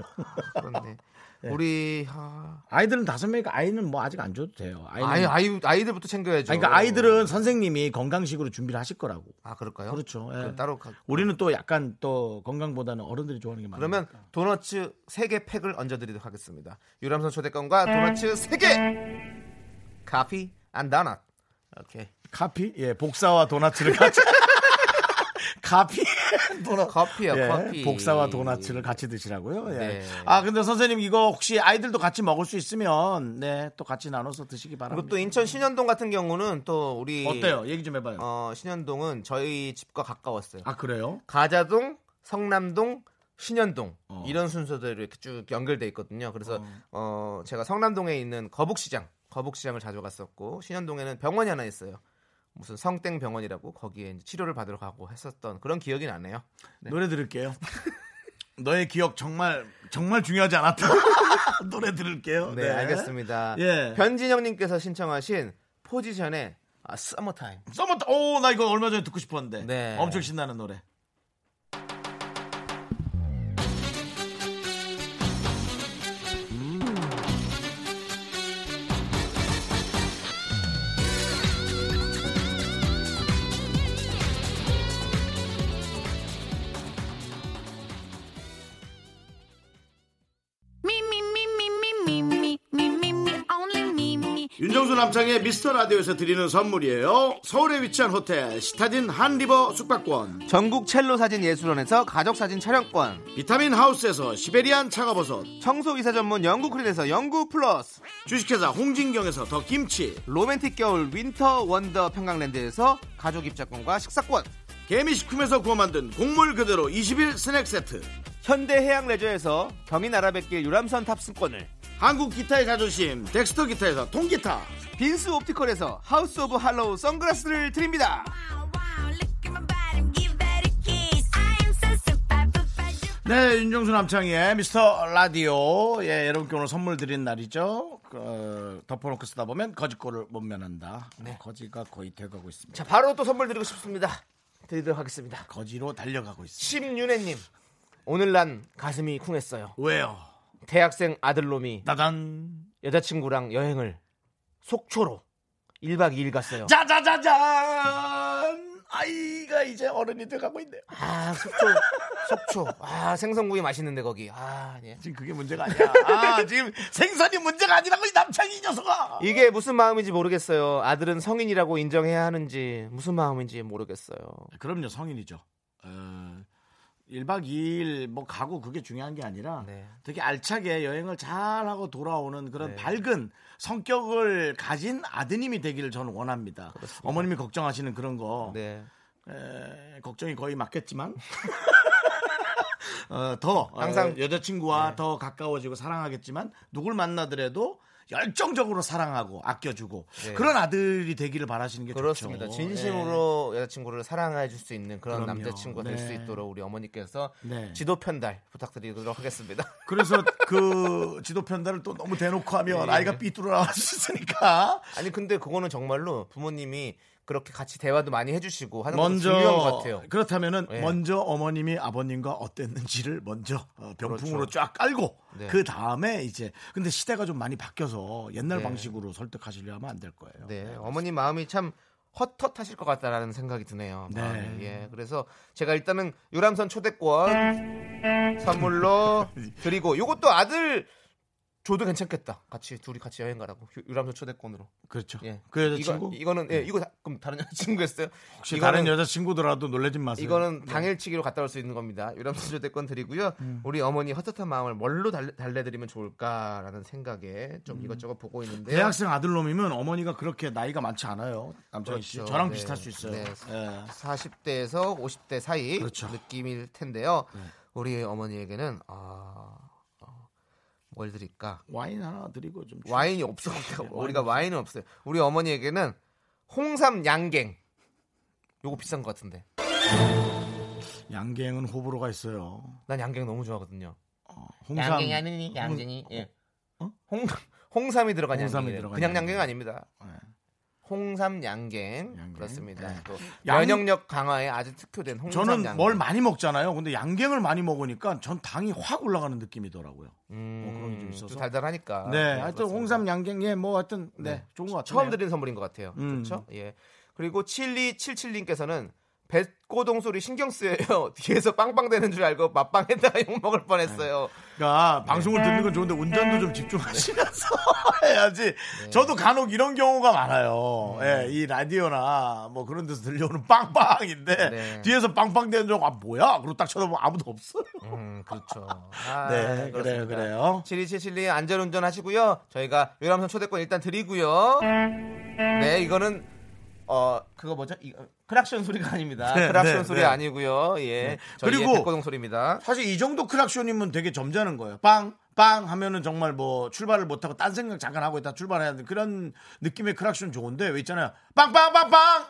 Speaker 2: 그런데 우리 아,
Speaker 1: 아이들은 다섯 명이니까 아이는 뭐 아직 안 줘도 돼요. 아이는
Speaker 2: 아이 아이 아이들부터 챙겨야죠.
Speaker 1: 아니, 그러니까 아이들은 선생님이 건강식으로 준비를 하실 거라고.
Speaker 2: 아 그럴까요?
Speaker 1: 그렇죠. 예.
Speaker 2: 그럼 따로 가-
Speaker 1: 우리는 또 약간 또 건강보다는 어른들이 좋아하는 게 많아요.
Speaker 2: 그러면 도너츠 3개 팩을 얹어드리도록 하겠습니다. 유람선 초대권과 도너츠 3개 커피 안 도넛 오케이
Speaker 1: 카피? 예, 복사와 도나츠를 같이. 카피? 도넛.
Speaker 2: 커피요
Speaker 1: 예,
Speaker 2: 커피
Speaker 1: 복사와 도나츠를 같이 드시라고요. 예.
Speaker 2: 네.
Speaker 1: 아, 근데 선생님 이거 혹시 아이들도 같이 먹을 수 있으면 네, 또 같이 나눠서 드시기
Speaker 2: 그리고
Speaker 1: 바랍니다.
Speaker 2: 또 인천 신현동 같은 경우는 또 우리
Speaker 1: 어때요? 얘기 좀 해봐요.
Speaker 2: 어, 신현동은 저희 집과 가까웠어요.
Speaker 1: 아, 그래요?
Speaker 2: 가자동, 성남동, 신현동 이런 순서대로 이렇게 쭉 연결돼 있거든요. 그래서 어, 제가 성남동에 있는 거북시장, 거북시장을 자주 갔었고 신현동에는 병원이 하나 있어요. 무슨 성땡 병원이라고 거기에 이제 치료를 받으러 가고 했었던 그런 기억이 나네요.
Speaker 1: 노래 들을게요. 너의 기억 정말 정말 중요하지 않았다. 노래 들을게요.
Speaker 2: 네, 알겠습니다.
Speaker 1: 예.
Speaker 2: 변진영님께서 신청하신 포지션의 아, 서머타임.
Speaker 1: 써머 오, 나 이거 얼마 전에 듣고 싶었는데.
Speaker 2: 네.
Speaker 1: 엄청 신나는 노래.
Speaker 3: Me, me, me, me, me, me, me, me, me, me, only me, me.
Speaker 1: 윤정수 남창의 네, 미스터 라디오에서 드리는 선물이에요. 서울에 위치한 호텔 시타딘 한리버 숙박권,
Speaker 2: 전국 첼로 사진 예술원에서 가족 사진 촬영권,
Speaker 1: 비타민 하우스에서 시베리안 차가버섯,
Speaker 2: 청소 이사 전문 영국 클린에서 영구 플러스.
Speaker 1: 주식회사 홍진경에서 더 김치,
Speaker 2: 로맨틱 겨울 윈터 원더 평강랜드에서 가족 입장권과 식사권
Speaker 1: 개미식품에서 구워 만든 곡물 그대로 20일 스낵 세트,
Speaker 2: 현대 해양 레저에서 경인아라뱃길 유람선 탑승권을
Speaker 1: 한국 기타의 자존심 덱스터 기타에서 통기타,
Speaker 2: 빈스 옵티컬에서 하우스 오브 할로우 선글라스를 드립니다
Speaker 3: Wow, wow, look at my body, give that a kiss. I am so super, super, super.
Speaker 1: 네, 윤정수 남창희의 미스터 라디오. 예, 여러분께 오늘 선물 드린 날이죠. 어, 덮어놓고 쓰다 보면 거짓골을 못 면한다. 뭐 거지가 거의 되어가고 있습니다.
Speaker 2: 자 바로 또 선물 드리고 싶습니다 드리도록 하겠습니다
Speaker 1: 거지로 달려가고 있습니다.
Speaker 2: 심윤혜님 오늘 난 가슴이 쿵했어요
Speaker 1: 왜요?
Speaker 2: 대학생 아들놈이
Speaker 1: 따단.
Speaker 2: 여자친구랑 여행을 속초로 1박 2일 갔어요
Speaker 1: 짜자자잔! 아이가 이제 어른이 돼가고 있네요.
Speaker 2: 아 속초 속초 아 생선구이 맛있는데 거기 아 예.
Speaker 1: 지금 그게 문제가 아니야. 아, 지금 생선이 문제가 아니라고 이 남창희 이 녀석아!
Speaker 2: 이게 무슨 마음인지 모르겠어요. 아들은 성인이라고 인정해야 하는지 무슨 마음인지 모르겠어요.
Speaker 1: 그럼요, 성인이죠. 어, 1박 2일 뭐 가고 그게 중요한 게 아니라
Speaker 2: 네.
Speaker 1: 되게 알차게 여행을 잘하고 돌아오는 그런 밝은 성격을 가진 아드님이 되기를 저는 원합니다. 어머님이 걱정하시는 그런 거
Speaker 2: 네.
Speaker 1: 에, 걱정이 거의 맞겠지만 어, 더
Speaker 2: 항상- 네.
Speaker 1: 항상 여자친구와 더 가까워지고 사랑하겠지만 누굴 만나더라도 열정적으로 사랑하고 아껴주고
Speaker 2: 네.
Speaker 1: 그런 아들이 되기를 바라시는 게
Speaker 2: 그렇습니다.
Speaker 1: 좋죠. 네.
Speaker 2: 진심으로 여자친구를 사랑해 줄 수 있는 그런
Speaker 1: 그럼요.
Speaker 2: 남자친구가 될 수
Speaker 1: 네.
Speaker 2: 있도록 우리 어머니께서
Speaker 1: 네.
Speaker 2: 지도 편달 부탁드리도록 하겠습니다.
Speaker 1: 그래서 그 지도 편달을 또 너무 대놓고 하면
Speaker 2: 네.
Speaker 1: 아이가 삐뚤어 나올 수 있으니까
Speaker 2: 아니 근데 그거는 정말로 부모님이 그렇게 같이 대화도 많이 해주시고 하는 것도
Speaker 1: 먼저
Speaker 2: 중요한 것 같아요.
Speaker 1: 그렇다면은
Speaker 2: 예.
Speaker 1: 먼저 어머님이 아버님과 어땠는지를 먼저 어, 병풍으로
Speaker 2: 그렇죠.
Speaker 1: 쫙 깔고
Speaker 2: 네.
Speaker 1: 그 다음에 이제 근데 시대가 좀 많이 바뀌어서 옛날
Speaker 2: 네.
Speaker 1: 방식으로 설득하시려면 안 될 거예요.
Speaker 2: 네, 어머님 마음이 참 헛헛하실 것 같다라는 생각이 드네요.
Speaker 1: 네.
Speaker 2: 마음이. 예, 그래서 제가 일단은 유람선 초대권 선물로 드리고 이것도 아들 줘도 괜찮겠다. 같이 둘이 같이 여행 가라고 유- 유람선 초대권으로.
Speaker 1: 그렇죠.
Speaker 2: 예,
Speaker 1: 그 여자친구
Speaker 2: 이거, 이거는 예, 이거 다- 그럼 다른 여자친구였어요?
Speaker 1: 혹시 다른 여자친구더라도 네. 놀래지 마세요.
Speaker 2: 이거는 당일치기로 갔다 올 수 있는 겁니다. 유람선 초대권 드리고요.
Speaker 1: 음.
Speaker 2: 우리 어머니 헛헛한 마음을 뭘로 달래, 달래드리면 좋을까라는 생각에 좀 이것저것 보고
Speaker 1: 음.
Speaker 2: 있는데요.
Speaker 1: 대학생 아들놈이면 어머니가 그렇게 나이가 많지 않아요. 남창희 씨.
Speaker 2: 그렇죠.
Speaker 1: 저랑
Speaker 2: 네.
Speaker 1: 비슷할 수 있어요.
Speaker 2: 네.
Speaker 1: 예.
Speaker 2: 40대에서 50대 사이
Speaker 1: 그렇죠. 네.
Speaker 2: 느낌일 텐데요. 우리 어머니에게는 아, 어, 뭘 드릴까?
Speaker 1: 와인 하나 드리고 좀 주-
Speaker 2: 와인이 없어. 우리가 와인은 없어요. 우리 어머니에게는 홍삼 양갱. 요거 비싼 것 같은데.
Speaker 1: 양갱은 호불호가 있어요. 어,
Speaker 2: 난 양갱 너무 좋아하거든요.
Speaker 1: 홍삼
Speaker 2: 어, 아니니 예. 양갱이. 예. 홍 홍삼이 들어간
Speaker 1: 홍삼이
Speaker 2: 양갱.
Speaker 1: 들어간
Speaker 2: 그냥
Speaker 1: 양갱.
Speaker 2: 양갱 아닙니다. 홍삼 양갱, 그렇습니다.
Speaker 1: 네.
Speaker 2: 또
Speaker 1: 양-
Speaker 2: 면역력 강화에 아주 특효된 홍삼
Speaker 1: 저는
Speaker 2: 양갱.
Speaker 1: 뭘 많이 먹잖아요. 근데 양갱을 많이 먹으니까 전 당이 확 올라가는 느낌이더라고요.
Speaker 2: 음,
Speaker 1: 뭐 그런 게좀 있어서.
Speaker 2: 또 달달하니까.
Speaker 1: 네, 하여튼
Speaker 2: 그렇습니다.
Speaker 1: 홍삼 양갱 예, 뭐 하여튼 네, 좋은 것 같아요.
Speaker 2: 처음 드린 선물인 것 같아요.
Speaker 1: 음.
Speaker 2: 그렇죠? 예. 그리고 7277님께서는 배꼬동 소리 신경 쓰여요. 뒤에서 빵빵대는 줄 알고 맛빵에다가 욕먹을 뻔했어요. 네.
Speaker 1: 그러니까 방송을 듣는 건 좋은데 운전도 좀 집중하시면서 해야지.
Speaker 2: 네.
Speaker 1: 저도 간혹 이런 경우가 많아요. 예, 이 라디오나 뭐 그런 데서 들려오는 빵빵인데
Speaker 2: 네.
Speaker 1: 뒤에서 빵빵대는 줄 알고 아 뭐야? 그러고 딱 쳐다보면 아무도 없어요.
Speaker 2: 음, 그렇죠. 아,
Speaker 1: 네, 그래요,
Speaker 2: 그렇습니다.
Speaker 1: 그래요.
Speaker 2: 7277님 안전운전 하시고요. 저희가 요람선 초대권 일단 드리고요. 네, 이거는 어 그거 뭐죠? 이, 크락션 소리가 아닙니다.
Speaker 1: 네,
Speaker 2: 크락션
Speaker 1: 네,
Speaker 2: 소리
Speaker 1: 네.
Speaker 2: 아니고요. 예, 저희의
Speaker 1: 그리고-
Speaker 2: 백고동 소리입니다.
Speaker 1: 사실 이 정도 크락션이면 되게 점잖은 거예요. 빵, 빵 하면은 정말 뭐 출발을 못하고 딴 생각 잠깐 하고 있다 출발해야 되는 그런 느낌의 크락션 좋은데 왜 있잖아요. 빵, 빵, 빵, 빵!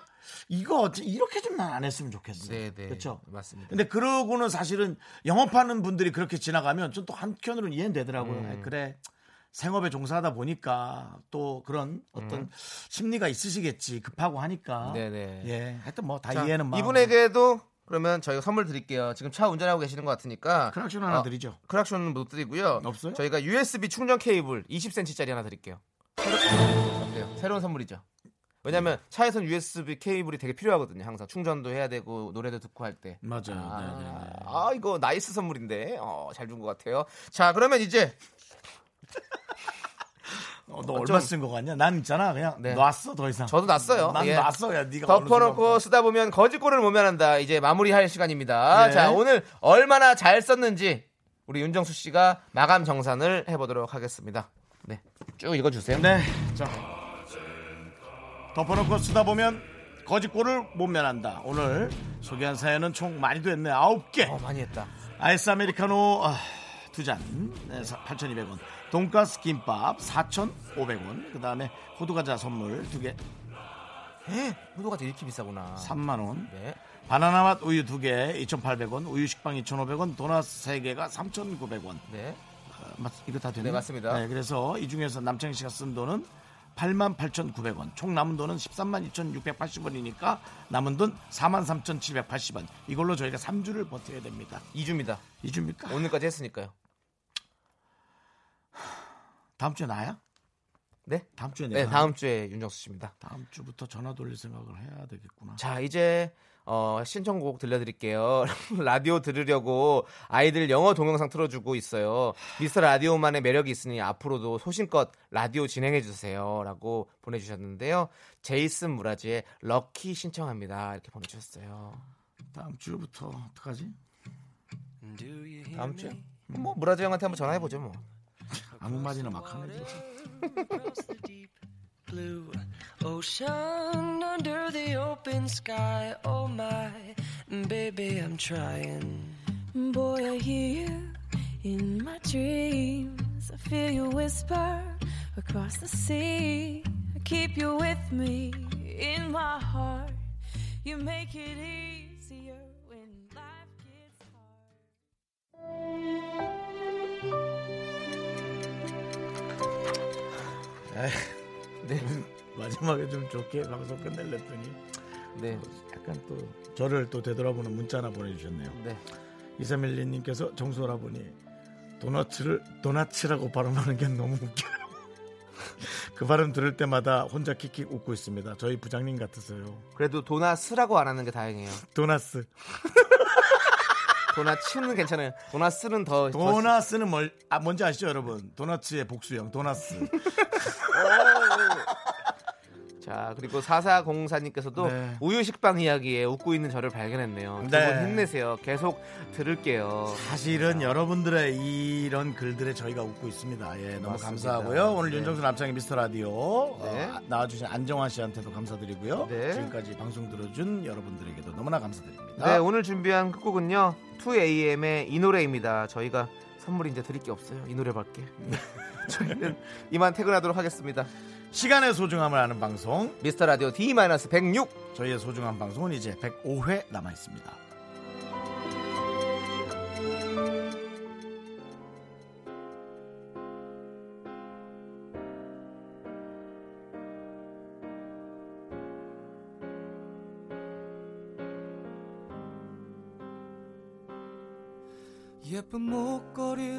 Speaker 1: 이거 어째- 이렇게 좀 안 했으면 좋겠어요.
Speaker 2: 네, 네,
Speaker 1: 그렇죠.
Speaker 2: 맞습니다.
Speaker 1: 근데 그러고는 사실은 영업하는 분들이 그렇게 지나가면 전 또 한켠으로는 이해는 되더라고요.
Speaker 2: 음.
Speaker 1: 아이, 그래. 생업에 종사하다 보니까 또 그런 어떤 심리가 있으시겠지 급하고 하니까
Speaker 2: 음. 네네.
Speaker 1: 예 하여튼 뭐 다
Speaker 2: 자,
Speaker 1: 이해는 마음.
Speaker 2: 이분에게도 그러면 저희가 선물 드릴게요. 지금 차 운전하고 계시는 것 같으니까
Speaker 1: 크락션 하나
Speaker 2: 어,
Speaker 1: 드리죠
Speaker 2: 크락션은 못 드리고요.
Speaker 1: 없어요?
Speaker 2: 저희가 USB 충전 케이블 20cm짜리 하나 드릴게요. 어때요? 새로운 선물이죠.
Speaker 1: 네.
Speaker 2: 왜냐하면 차에선 USB 케이블이 되게 필요하거든요. 항상 충전도 해야 되고 노래도 듣고 할 때.
Speaker 1: 맞아요 네, 네, 네.
Speaker 2: 아, 아, 이거 나이스 선물인데 어, 잘 준 것 같아요. 자 그러면 이제
Speaker 1: 어, 너 얼마 쓴 거 같냐? 난 있잖아 그냥
Speaker 2: 네.
Speaker 1: 놨어 더 이상.
Speaker 2: 저도 놨어요.
Speaker 1: 난
Speaker 2: 예.
Speaker 1: 놨어 야 네가 어느
Speaker 2: 덮어놓고
Speaker 1: 순간부터.
Speaker 2: 쓰다 보면 거짓골을 모면한다. 이제 마무리할 시간입니다.
Speaker 1: 네.
Speaker 2: 자, 오늘 얼마나 잘 썼는지 우리 윤정수 씨가 마감 정산을 해보도록 하겠습니다. 네, 쭉 읽어주세요.
Speaker 1: 네, 자 덮어놓고 쓰다 보면 거짓골을 못 면한다. 오늘 소개한 사연은 총 많이도 했네 아홉 개.
Speaker 2: 어, 많이 했다.
Speaker 1: 아이스 아메리카노 아, 두 잔, 네, 사- 8,200원. 돈가스 김밥 4,500원. 그 다음에 호두과자 선물 두 개,
Speaker 2: 호두가 되게 이렇게 비싸구나.
Speaker 1: 3만 원.
Speaker 2: 네.
Speaker 1: 바나나 맛 우유 두 개, 2,800원. 우유 식빵 2,500원. 도넛 세 개가 3,900원. 어,
Speaker 2: 네.
Speaker 1: 맞, 이거 다 되네.
Speaker 2: 네, 맞습니다.
Speaker 1: 네, 그래서 이 중에서 남창희 씨가 쓴 돈은 88,900원. 총 남은 돈은 132,680원이니까 남은 돈 43,780원. 이걸로 저희가 3주를 버텨야 됩니다.
Speaker 2: 2주입니다.
Speaker 1: 이주입니까
Speaker 2: 오늘까지 했으니까요.
Speaker 1: 다음 주에 나야?
Speaker 2: 네.
Speaker 1: 다음 주에 내가
Speaker 2: 네, 다음 주에 윤정수 씨입니다.
Speaker 1: 다음 주부터 전화 돌릴 생각을 해야 되겠구나.
Speaker 2: 자, 이제 어, 신청곡 들려드릴게요. 라디오 들으려고 아이들 영어 동영상 틀어주고 있어요. 미스터 라디오만의 매력이 있으니 앞으로도 소신껏 라디오 진행해 주세요라고 보내주셨는데요. 제이슨 무라지의 럭키 신청합니다. 이렇게 보내주셨어요.
Speaker 1: 다음 주부터 어떡하지?
Speaker 2: 다음 주에 뭐 무라지 형한테 한번 전화해 보죠 뭐.
Speaker 1: 아무 말이나 막 하네. 진짜.
Speaker 8: across the deep blue ocean under the open sky. Oh my, baby, I'm trying.
Speaker 7: Boy, I hear you in my dreams. I feel you whisper across the sea. I keep you with me in my heart. You make it easier when life gets hard.
Speaker 2: 네,
Speaker 1: 마지막에 좀 좋게 방송 끝낼랬더니
Speaker 2: 네,
Speaker 1: 약간 또 저를 또 되돌아보는 문자 하나 보내주셨네요.
Speaker 2: 네.
Speaker 1: 이삼일리님께서 정수라보니 도너츠를 도나츠라고 발음하는 게 너무 웃겨요. 그 발음 들을 때마다 혼자 킥킥 웃고 있습니다. 저희 부장님 같으세요.
Speaker 2: 그래도 도나스라고 안 하는 게 다행이에요.
Speaker 1: 도나스.
Speaker 2: 도나츠는 괜찮아요. 도나스는 더 더-
Speaker 1: 도나스는 뭘? 아 뭔지 아시죠, 여러분? 도나츠의 복수형 도나스.
Speaker 2: 자 그리고 사사공사님께서도
Speaker 1: 네.
Speaker 2: 우유 식빵 이야기에 웃고 있는 저를 발견했네요. 두분
Speaker 1: 네.
Speaker 2: 힘내세요. 계속 들을게요.
Speaker 1: 사실은 여러분들의 이런 글들에 저희가 웃고 있습니다. 예, 너무
Speaker 2: 맞습니다.
Speaker 1: 감사하고요. 오늘
Speaker 2: 네.
Speaker 1: 윤정수 남창의 미스터 라디오
Speaker 2: 네.
Speaker 1: 어, 나와주신 안정환 씨한테도 감사드리고요.
Speaker 2: 네.
Speaker 1: 지금까지 방송 들어준 여러분들에게도 너무나 감사드립니다.
Speaker 2: 네 오늘 준비한 끝곡은요 2AM의 이 노래입니다. 저희가 선물 이제 드릴 게 없어요. 이 노래밖에. 저희는 이만 퇴근하도록 하겠습니다.
Speaker 1: 시간의 소중함을 아는 방송,
Speaker 2: 미스터 라디오 D-106
Speaker 1: 저희의 소중한 방송은 이제 105회 남아 있습니다.
Speaker 8: 예쁜 목걸이를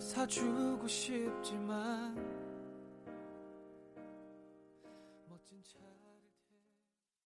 Speaker 8: 사주고 싶지만 멋진 차